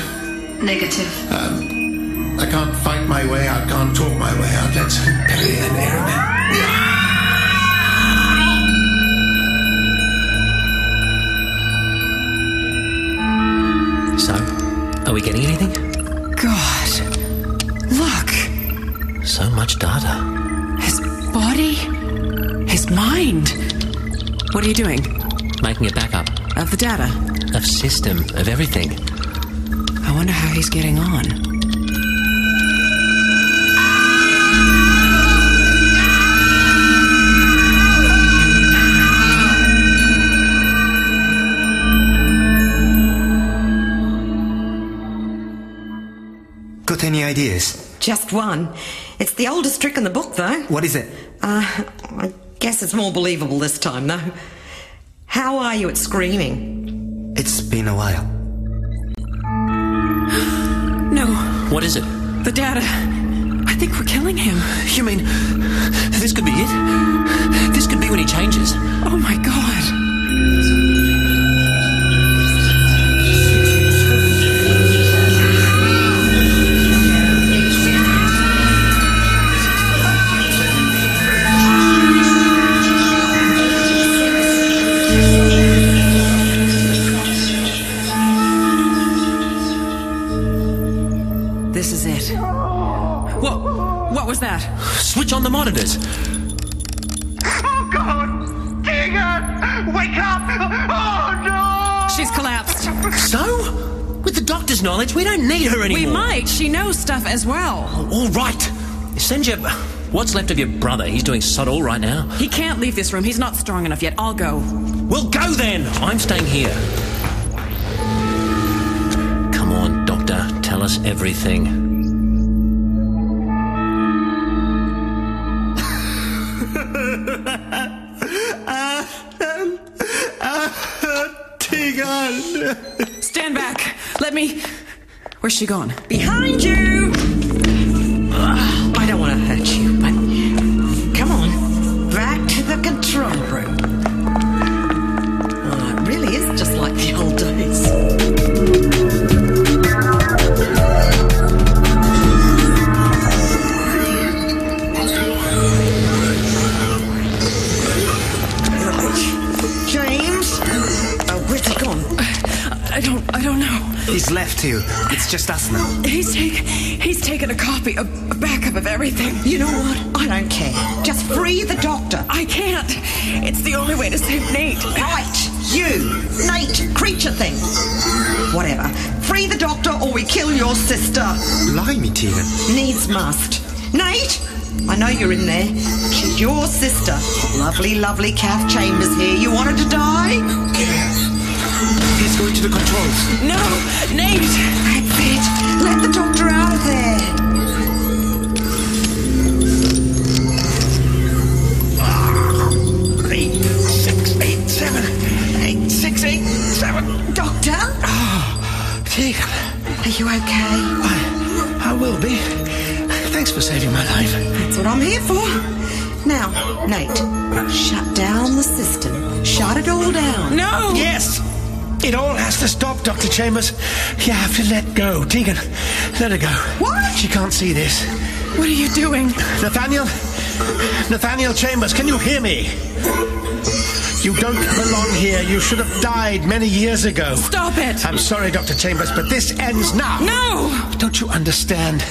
Speaker 5: Negative.
Speaker 12: Um, I can't fight my way out, can't talk my way out. Let's play an air.
Speaker 11: So, are we getting anything?
Speaker 9: God. Look,
Speaker 11: So much data.
Speaker 9: his body, his mind. What are you doing?
Speaker 11: Making a backup
Speaker 9: Of the data.
Speaker 11: of system, of everything.
Speaker 9: I wonder how he's getting on.
Speaker 3: Got any ideas?
Speaker 8: Just one. It's the oldest trick in the book, though.
Speaker 3: What is it?
Speaker 8: Uh, I guess it's more believable this time, though. How are you at screaming?
Speaker 3: It's been a while.
Speaker 9: No,
Speaker 11: What is it?
Speaker 9: the data. I think we're killing him.
Speaker 11: You mean this could be it? This could be when he changes.
Speaker 9: Oh my god. This is it. What? What was that?
Speaker 11: Switch on the monitors.
Speaker 40: Oh, God! Tegan! Wake up! Oh, no!
Speaker 9: She's collapsed.
Speaker 11: So? With the doctor's knowledge, we don't need her
Speaker 9: We
Speaker 11: anymore.
Speaker 9: might. She knows stuff as well.
Speaker 11: All right. Oh, Send your What's left of your brother? He's doing sod all right now.
Speaker 9: He can't leave this room. He's not strong enough yet. I'll go.
Speaker 11: Well, go then! I'm staying here. Come on, Doctor. Tell us everything.
Speaker 9: Stand back. Let me. Where's she gone?
Speaker 8: Behind you! Ugh, I don't want to hurt you, but come on, back to the control room. Oh, it really is just like the old days. Right. James? Oh, where's he gone?
Speaker 9: I don't. I don't know.
Speaker 3: He's left you. It's just us now.
Speaker 9: He's taken. He's taken a copy, a, a backup of everything.
Speaker 8: You know what? I don't care. Just free the doctor.
Speaker 9: I can't. It's the only way to save Nate.
Speaker 8: Right, you, Nate, creature thing. Whatever. Free the doctor or we kill your sister.
Speaker 3: Blimey, Tina.
Speaker 8: Needs must. Nate, I know you're in there. She's your sister. Lovely, lovely calf chambers here. You wanted to die?
Speaker 3: He's going to the controls.
Speaker 9: No, Nate.
Speaker 8: That's it. Let the doctor out of there.
Speaker 12: Ah, Eight, six, eight, seven. Eight, six, eight, seven.
Speaker 8: Doctor?
Speaker 12: Oh, Tegan,
Speaker 8: Are you okay?
Speaker 12: I, I will be. Thanks for saving my life.
Speaker 8: That's what I'm here for. Now, Nate, shut down the system. Shut it all down.
Speaker 9: No!
Speaker 12: Yes! It all has to stop, Dr. Chambers. You have to let go. Tegan, let her go.
Speaker 8: What?
Speaker 12: She can't see this.
Speaker 9: What are you doing?
Speaker 12: Nathaniel? Nathaniel Chambers, can you hear me? You don't belong here. You should have died many years ago.
Speaker 9: Stop it.
Speaker 12: I'm sorry, Dr. Chambers, but this ends now.
Speaker 9: No.
Speaker 12: Don't you understand?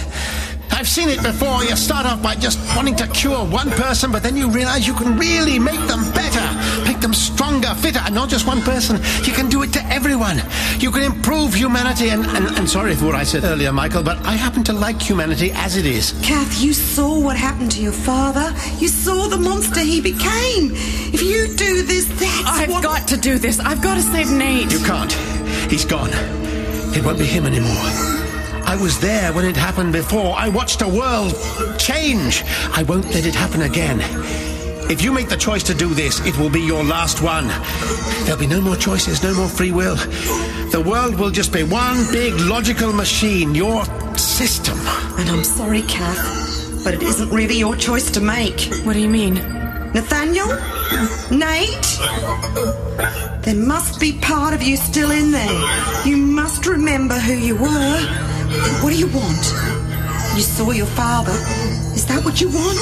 Speaker 12: I've seen it before. You start off by just wanting to cure one person, but then you realize you can really make them better, make them stronger, fitter, and not just one person. You can do it to everyone. You can improve humanity, and, and, and sorry for what I said earlier, Michael, but I happen to like humanity as it is.
Speaker 8: Kath, you saw what happened to your father. You saw the monster he became. If you do this, that's
Speaker 9: I've
Speaker 8: what...
Speaker 9: got to do this. I've got to save Nate.
Speaker 12: You can't. He's gone. It won't be him anymore. I was there when it happened before. I watched a world change. I won't let it happen again. If you make the choice to do this, it will be your last one. There'll be no more choices, no more free will. The world will just be one big logical machine, your system.
Speaker 8: And I'm sorry, Kath, but it isn't really your choice to make.
Speaker 9: What do you mean?
Speaker 8: Nathaniel? Nate? There must be part of you still in there. You must remember who you were. What do you want? You saw your father. Is that what you want?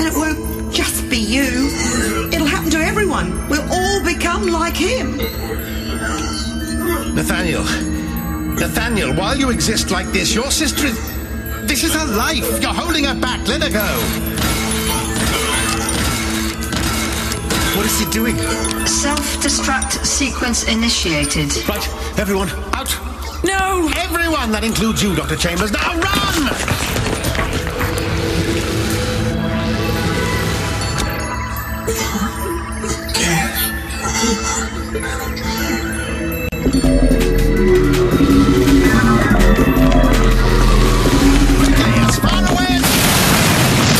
Speaker 8: And it won't just be you. It'll happen to everyone. We'll all become like him.
Speaker 12: Nathaniel, Nathaniel, while you exist like this, your sister is. This is her life. You're holding her back. Let her go.
Speaker 3: What is he doing?
Speaker 41: Self-destruct sequence initiated.
Speaker 12: Right, everyone, out.
Speaker 9: No.
Speaker 12: Everyone, that includes you, Dr. Chambers. Now run! As far away as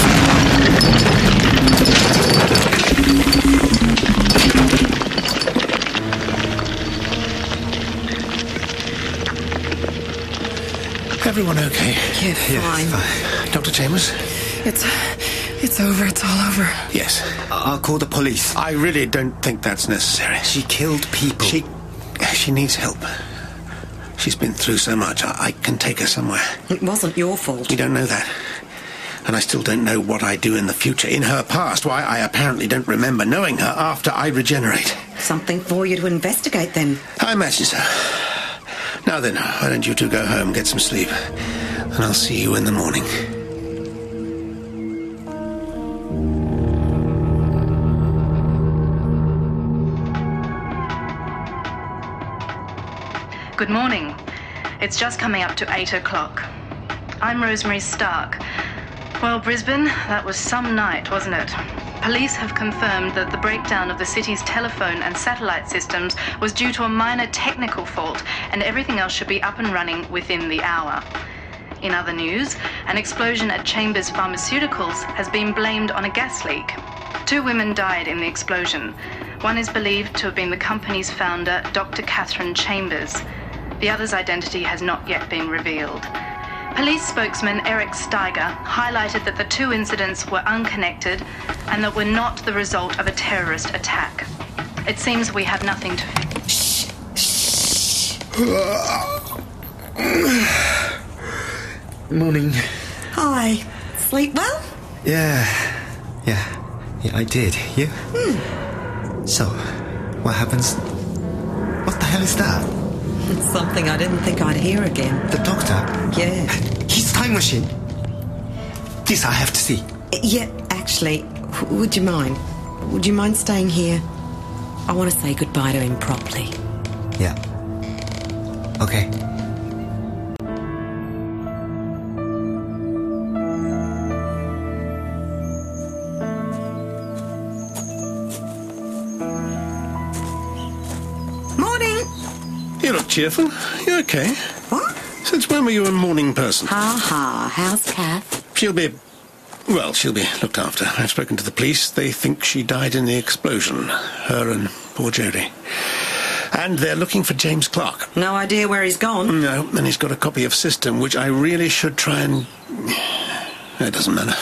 Speaker 12: Everyone okay?
Speaker 9: Kid, fine.
Speaker 12: fine. Dr. Chambers?
Speaker 9: It's. It's over. It's all over.
Speaker 12: Yes.
Speaker 3: I'll call the police.
Speaker 12: I really don't think that's necessary.
Speaker 3: She killed people.
Speaker 12: She. She needs help. She's been through so much. I, I can take her somewhere.
Speaker 8: It wasn't your fault.
Speaker 12: We don't know that. And I still don't know what I do in the future, in her past, why I apparently don't remember knowing her after I regenerate.
Speaker 8: Something for you to investigate then.
Speaker 12: I imagine so. Now then, why don't you two go home, get some sleep, and I'll see you in the morning.
Speaker 10: Good morning. It's just coming up to 8 o'clock. I'm Rosemary Stark. Well, Brisbane, that was some night, wasn't it? Police have confirmed that the breakdown of the city's telephone and satellite systems was due to a minor technical fault, and everything else should be up and running within the hour. In other news, an explosion at Chambers Pharmaceuticals has been blamed on a gas leak. Two women died in the explosion. One is believed to have been the company's founder, Dr. Catherine Chambers. The other's identity has not yet been revealed. Police spokesman Eric Steiger highlighted that the two incidents were unconnected and that were not the result of a terrorist attack. It seems we have nothing to.
Speaker 3: Morning.
Speaker 8: Hi. Sleep well?
Speaker 3: Yeah. Yeah. Yeah, I did. You? So, what happens? What the hell is that?
Speaker 8: It's something I didn't think I'd hear again.
Speaker 3: The doctor?
Speaker 8: Yeah.
Speaker 3: His time machine. This I have to see.
Speaker 8: Yeah, actually, w- would you mind? Would you mind staying here? I want to say goodbye to him properly.
Speaker 3: Yeah. Okay.
Speaker 8: Morning!
Speaker 12: You look cheerful. You okay?
Speaker 8: What?
Speaker 12: Since when were you a morning person?
Speaker 8: Ha ha, how's Kath?
Speaker 12: She'll be. Well, she'll be looked after. I've spoken to the police. They think she died in the explosion. Her and poor Jody. And they're looking for James Clark.
Speaker 8: No idea where he's gone.
Speaker 12: No, and he's got a copy of System, which I really should try and. It doesn't matter.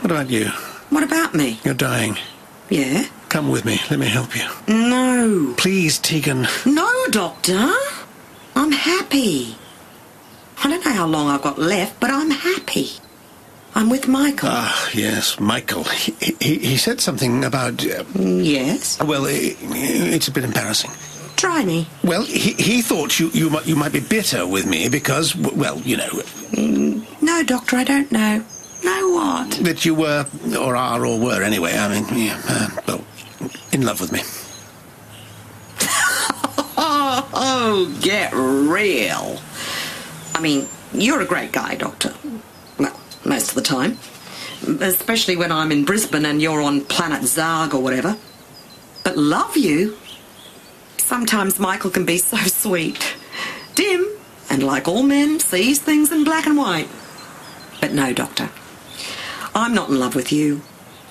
Speaker 12: What about you?
Speaker 8: What about me?
Speaker 12: You're dying.
Speaker 8: Yeah?
Speaker 12: Come with me. Let me help you.
Speaker 8: No.
Speaker 12: Please, Tegan.
Speaker 8: No, Doctor. I'm happy. I don't know how long I've got left, but I'm happy. I'm with Michael.
Speaker 12: Ah, yes, Michael. He, he, he said something about. Uh,
Speaker 8: yes?
Speaker 12: Well, i it's a bit embarrassing.
Speaker 8: Try me.
Speaker 12: Well, he, he thought you, you, might, you might be bitter with me because, w- well, you know,
Speaker 8: No, Doctor, I don't know. Know Mm, what?
Speaker 12: that you were, or are, or were anyway, I mean, yeah, uh, well, in love with me.
Speaker 8: Oh, oh, get real. I mean, you're a great guy, Doctor. Well, most of the time. Especially when I'm in Brisbane and you're on planet Zarg or whatever. But love you? Sometimes Michael can be so sweet. Dim, and like all men, sees things in black and white. But no, Doctor. I'm not in love with you.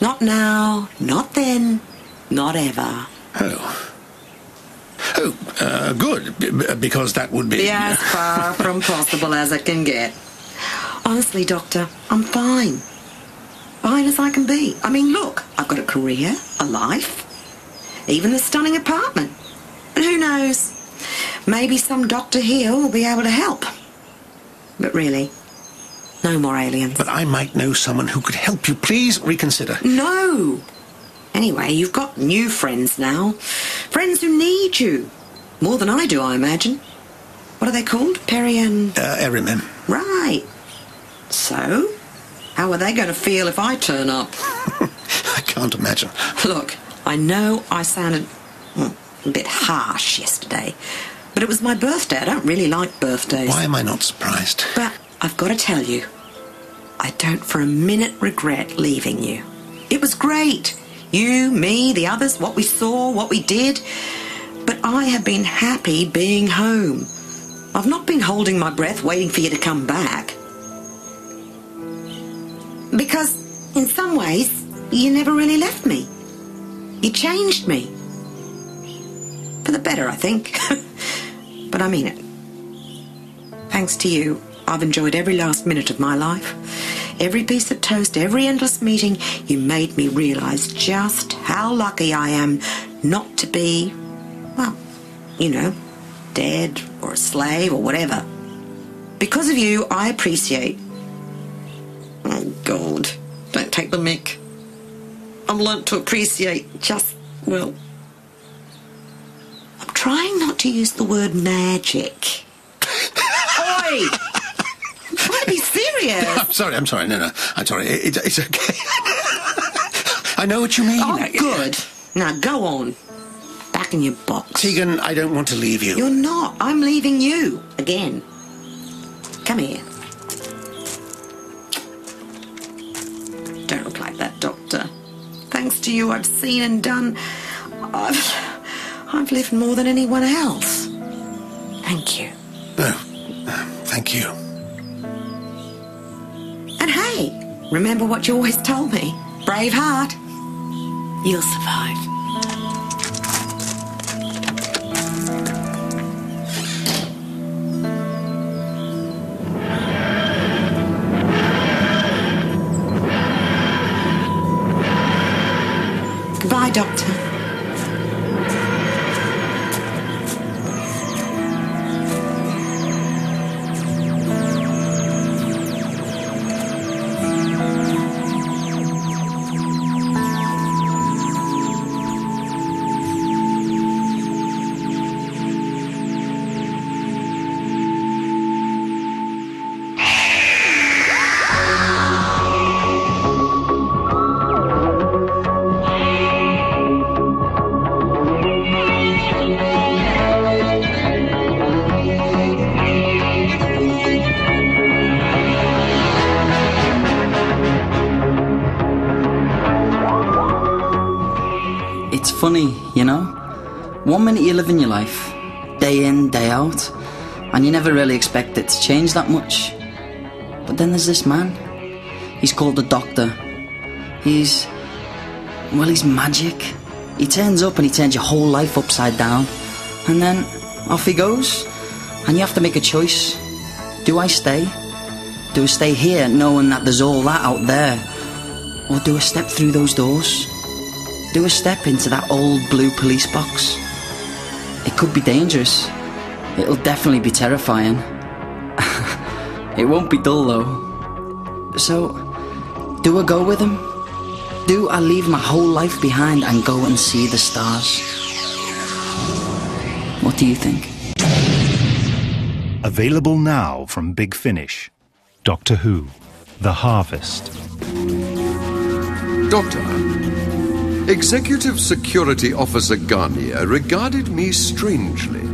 Speaker 8: Not now, not then, not ever.
Speaker 12: Oh. Oh, uh, good, b- b- because that would be.
Speaker 8: Be as far from possible as it can get. Honestly, Doctor, I'm fine. Fine as I can be. I mean, look, I've got a career, a life, even a stunning apartment. And who knows? Maybe some doctor here will be able to help. But really, no more aliens.
Speaker 12: But I might know someone who could help you. Please reconsider.
Speaker 8: No! Anyway, you've got new friends now. Friends who need you. More than I do, I imagine. What are they called? Perry and.
Speaker 12: Uh, Erimem.
Speaker 8: Right. So, how are they going to feel if I turn up?
Speaker 12: I can't imagine.
Speaker 8: Look, I know I sounded mm, a bit harsh yesterday, but it was my birthday. I don't really like birthdays.
Speaker 12: Why am I not surprised?
Speaker 8: But I've got to tell you, I don't for a minute regret leaving you. It was great. You, me, the others, what we saw, what we did. But I have been happy being home. I've not been holding my breath waiting for you to come back. Because, in some ways, you never really left me. You changed me. For the better, I think. but I mean it. Thanks to you, I've enjoyed every last minute of my life. Every piece of toast, every endless meeting, you made me realize just how lucky I am not to be, well, you know, dead or a slave or whatever. Because of you, I appreciate. Oh, God, don't take the mick. I've learnt to appreciate just, well. I'm trying not to use the word magic. Oi! I'm trying to be serious.
Speaker 12: I'm sorry, I'm sorry. No, no, I'm sorry. It, it's okay. I know what you mean.
Speaker 8: Oh, good. Now go on. Back in your box.
Speaker 12: Tegan, I don't want to leave you.
Speaker 8: You're not. I'm leaving you again. Come here. to you. I've seen and done. I've, I've lived more than anyone else. Thank you.
Speaker 12: Thank you.
Speaker 8: And hey, remember what you always told me. Brave heart. You'll survive. Goodbye, Doctor.
Speaker 21: It's funny, you know? One minute you're living your life, day in, day out, and you never really expect it to change that much. But then there's this man. He's called the Doctor. He's. well, he's magic. He turns up and he turns your whole life upside down. And then off he goes. And you have to make a choice. Do I stay? Do I stay here knowing that there's all that out there? Or do I step through those doors? Do a step into that old blue police box. It could be dangerous. It'll definitely be terrifying. it won't be dull though. So, do I go with him? Do I leave my whole life behind and go and see the stars? What do you think?
Speaker 19: Available now from Big Finish. Doctor Who The Harvest.
Speaker 6: Doctor, Executive Security Officer Garnier regarded me strangely,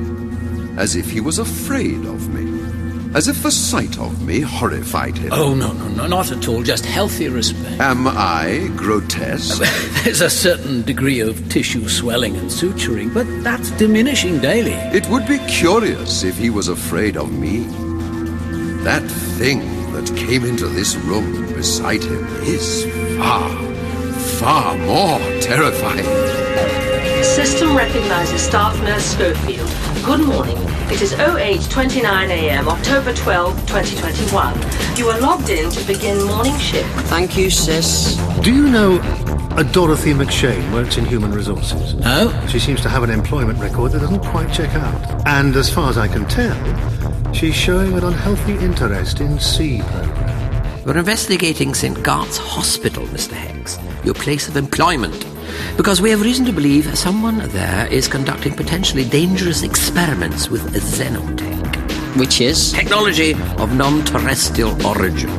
Speaker 6: as if he was afraid of me, as if the sight of me horrified him.
Speaker 11: Oh, no, no, no, not at all. Just healthy respect.
Speaker 6: Am I grotesque?
Speaker 11: There's a certain degree of tissue swelling and suturing, but that's diminishing daily.
Speaker 6: It would be curious if he was afraid of me. That thing that came into this room beside him is far, far more terrifying.
Speaker 22: System recognizes staff nurse Schofield. Good morning. It is 08.29am, October 12, 2021. You are logged in to begin morning shift.
Speaker 42: Thank you, sis.
Speaker 43: Do you know a Dorothy McShane works in human resources?
Speaker 11: Oh?
Speaker 43: She seems to have an employment record that doesn't quite check out. And as far as I can tell, she's showing an unhealthy interest in sea programs.
Speaker 42: We're investigating St. Gart's Hospital, Mr. Hicks, your place of employment, because we have reason to believe someone there is conducting potentially dangerous experiments with xenotech,
Speaker 21: which is
Speaker 42: technology of non terrestrial origin.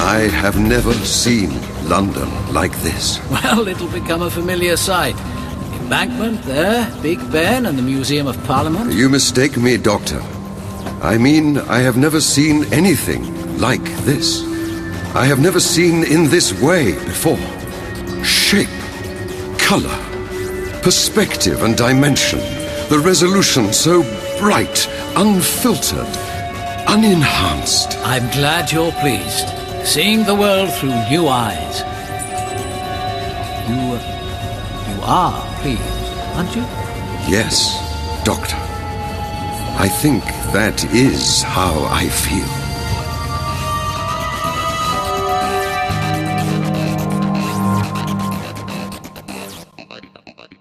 Speaker 6: I have never seen London like this.
Speaker 11: Well, it'll become a familiar sight. Embankment there, Big Ben, and the Museum of Parliament.
Speaker 6: You mistake me, Doctor. I mean, I have never seen anything like this. I have never seen in this way before. Shape, color, perspective, and dimension. The resolution so bright, unfiltered, unenhanced.
Speaker 11: I'm glad you're pleased. Seeing the world through new eyes. You, uh, you are pleased, aren't you?
Speaker 6: Yes, Doctor. I think that is how I feel.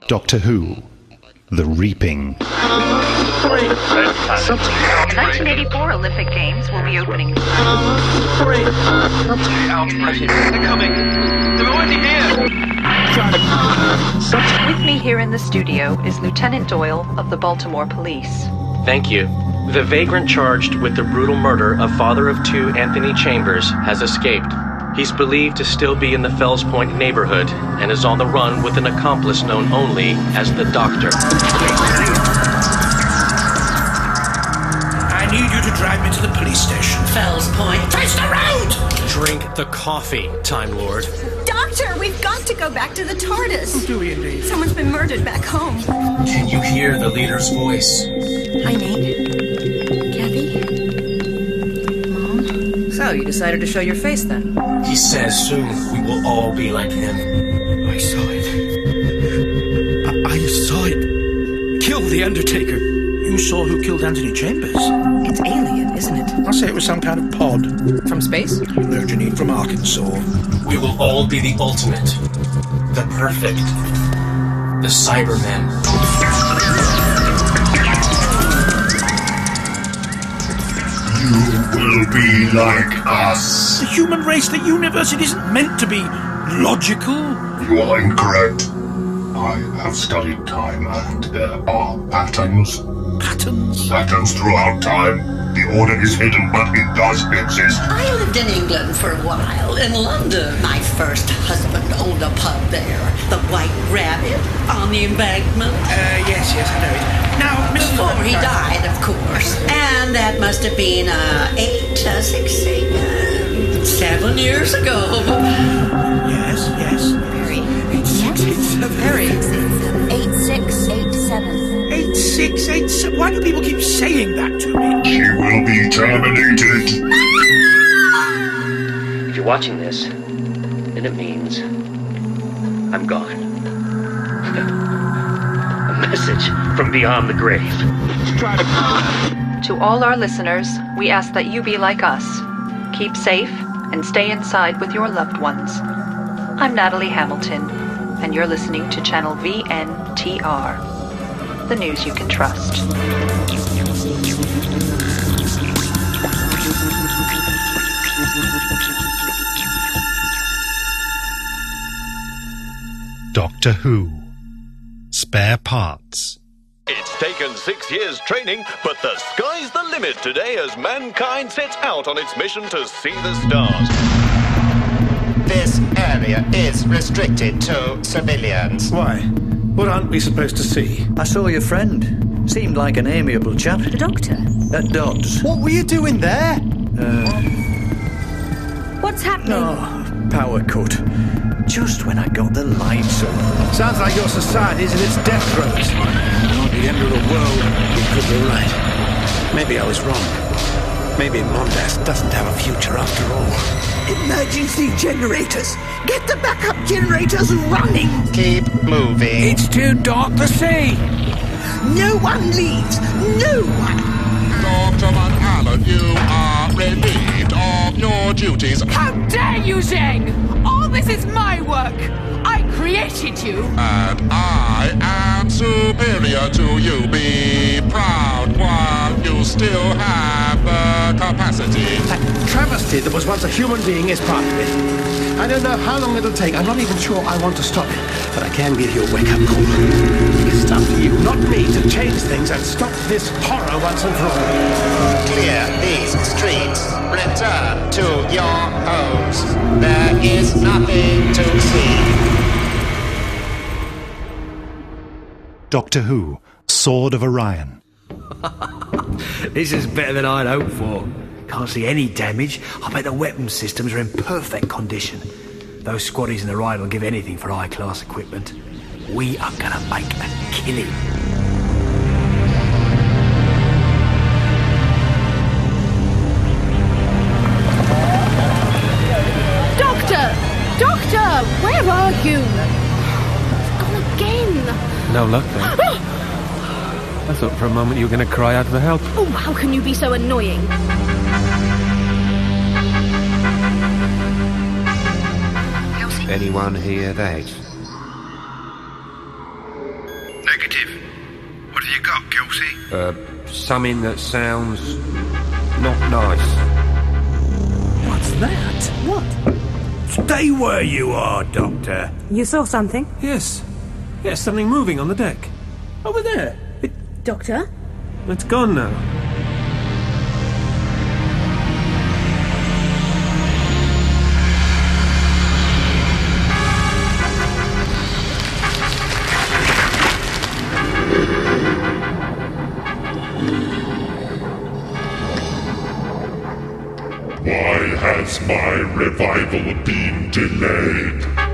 Speaker 19: Doctor Who The Reaping.
Speaker 15: 1984 Olympic Games will be opening. With me here in the studio is Lieutenant Doyle of the Baltimore Police.
Speaker 17: Thank you. The vagrant charged with the brutal murder of father of two Anthony Chambers has escaped. He's believed to still be in the Fells Point neighborhood and is on the run with an accomplice known only as the Doctor.
Speaker 44: I need you to drive me to the police station.
Speaker 7: Fells Point. Face the road!
Speaker 44: Drink
Speaker 45: the coffee, Time Lord.
Speaker 8: Doctor, we've got to go back to the TARDIS. Do we indeed? Someone's been murdered back home.
Speaker 17: Can you hear the leader's voice?
Speaker 8: Hi, Nate.
Speaker 46: So, you decided to show your face then?
Speaker 17: He says soon we will all be like him. I saw it. I, I saw it. Kill the Undertaker. You saw who killed Anthony Chambers.
Speaker 46: It's alien, isn't it?
Speaker 17: I say it was some kind of pod.
Speaker 46: From space?
Speaker 17: No, Janine, from Arkansas. We will all be the ultimate, the perfect, the Cybermen.
Speaker 1: You will be like us.
Speaker 17: The human race, the universe, it isn't meant to be logical.
Speaker 1: You are incorrect. I have studied time and there are patterns. Patterns? Patterns throughout time. The order is hidden, but it does exist.
Speaker 5: I lived in England for a while, in London. My first husband owned a pub there, the White Rabbit, on the embankment. Uh, yes, yes, I know it. Now, Before he died, of course. And that must have been uh, eight, uh, six, eight, uh, seven years ago. Yes, yes. Very.
Speaker 46: Harry.
Speaker 47: Eight six eight seven.
Speaker 17: Eight six eight seven. Why do people keep saying that to me?
Speaker 1: She will be terminated.
Speaker 48: If you're watching this, then it means I'm gone. A message from beyond the grave.
Speaker 15: To all our listeners, we ask that you be like us. Keep safe and stay inside with your loved ones. I'm Natalie Hamilton, and you're listening to Channel VNTR, the news you can trust.
Speaker 49: Doctor Who. Spare parts.
Speaker 6: It's taken six years training, but the sky's the limit today as mankind sets out on its mission to see the stars.
Speaker 11: This area is restricted to civilians.
Speaker 50: Why? What aren't we supposed to see? I saw your friend. Seemed like an amiable chap. The doctor? At Dodds. What were you doing there? Uh,
Speaker 8: What's happening?
Speaker 50: power cut. Just when I got the lights on.
Speaker 12: Sounds like your society's in its death throes.
Speaker 17: Not the end of the world. You could be right. Maybe I was wrong. Maybe Mondas doesn't have a future after all.
Speaker 11: Emergency generators. Get the backup generators running. Keep moving.
Speaker 17: It's too dark to see.
Speaker 11: No one leaves. No one. Doctor Van Allen, you are relieved of your duties.
Speaker 9: How dare you, Zheng! All this is my work! I created you!
Speaker 11: And I am superior to you. Be proud while you still have the capacity.
Speaker 12: Travesty that was once a human being is part of it. I don't know how long it'll take. I'm not even sure I want to stop it. But I can give you a wake-up call. It's up to you, not me, to change things and stop this horror once and for all.
Speaker 11: Clear these streets. Return to your homes. There is nothing to see.
Speaker 49: Doctor Who, Sword of Orion.
Speaker 51: This is better than I'd hoped for. Can't see any damage. I bet the weapon systems are in perfect condition. Those squaddies in the ride will give anything for high class equipment. We are gonna make a killing.
Speaker 8: Doctor! Doctor! Where are you? Gone again.
Speaker 2: No luck then. I thought for a moment you were going to cry out for help.
Speaker 8: oh, how can you be so annoying?
Speaker 10: Anyone hear that?
Speaker 52: Negative. What have you got, Guilty?
Speaker 10: Uh, something that sounds not nice.
Speaker 51: What's that? What?
Speaker 2: Stay where you are, Doctor.
Speaker 46: You saw something?
Speaker 2: Yes. Yes, something moving on the deck. Over there.
Speaker 8: Doctor?
Speaker 2: It's gone now.
Speaker 1: Why has
Speaker 12: Has my revival been delayed?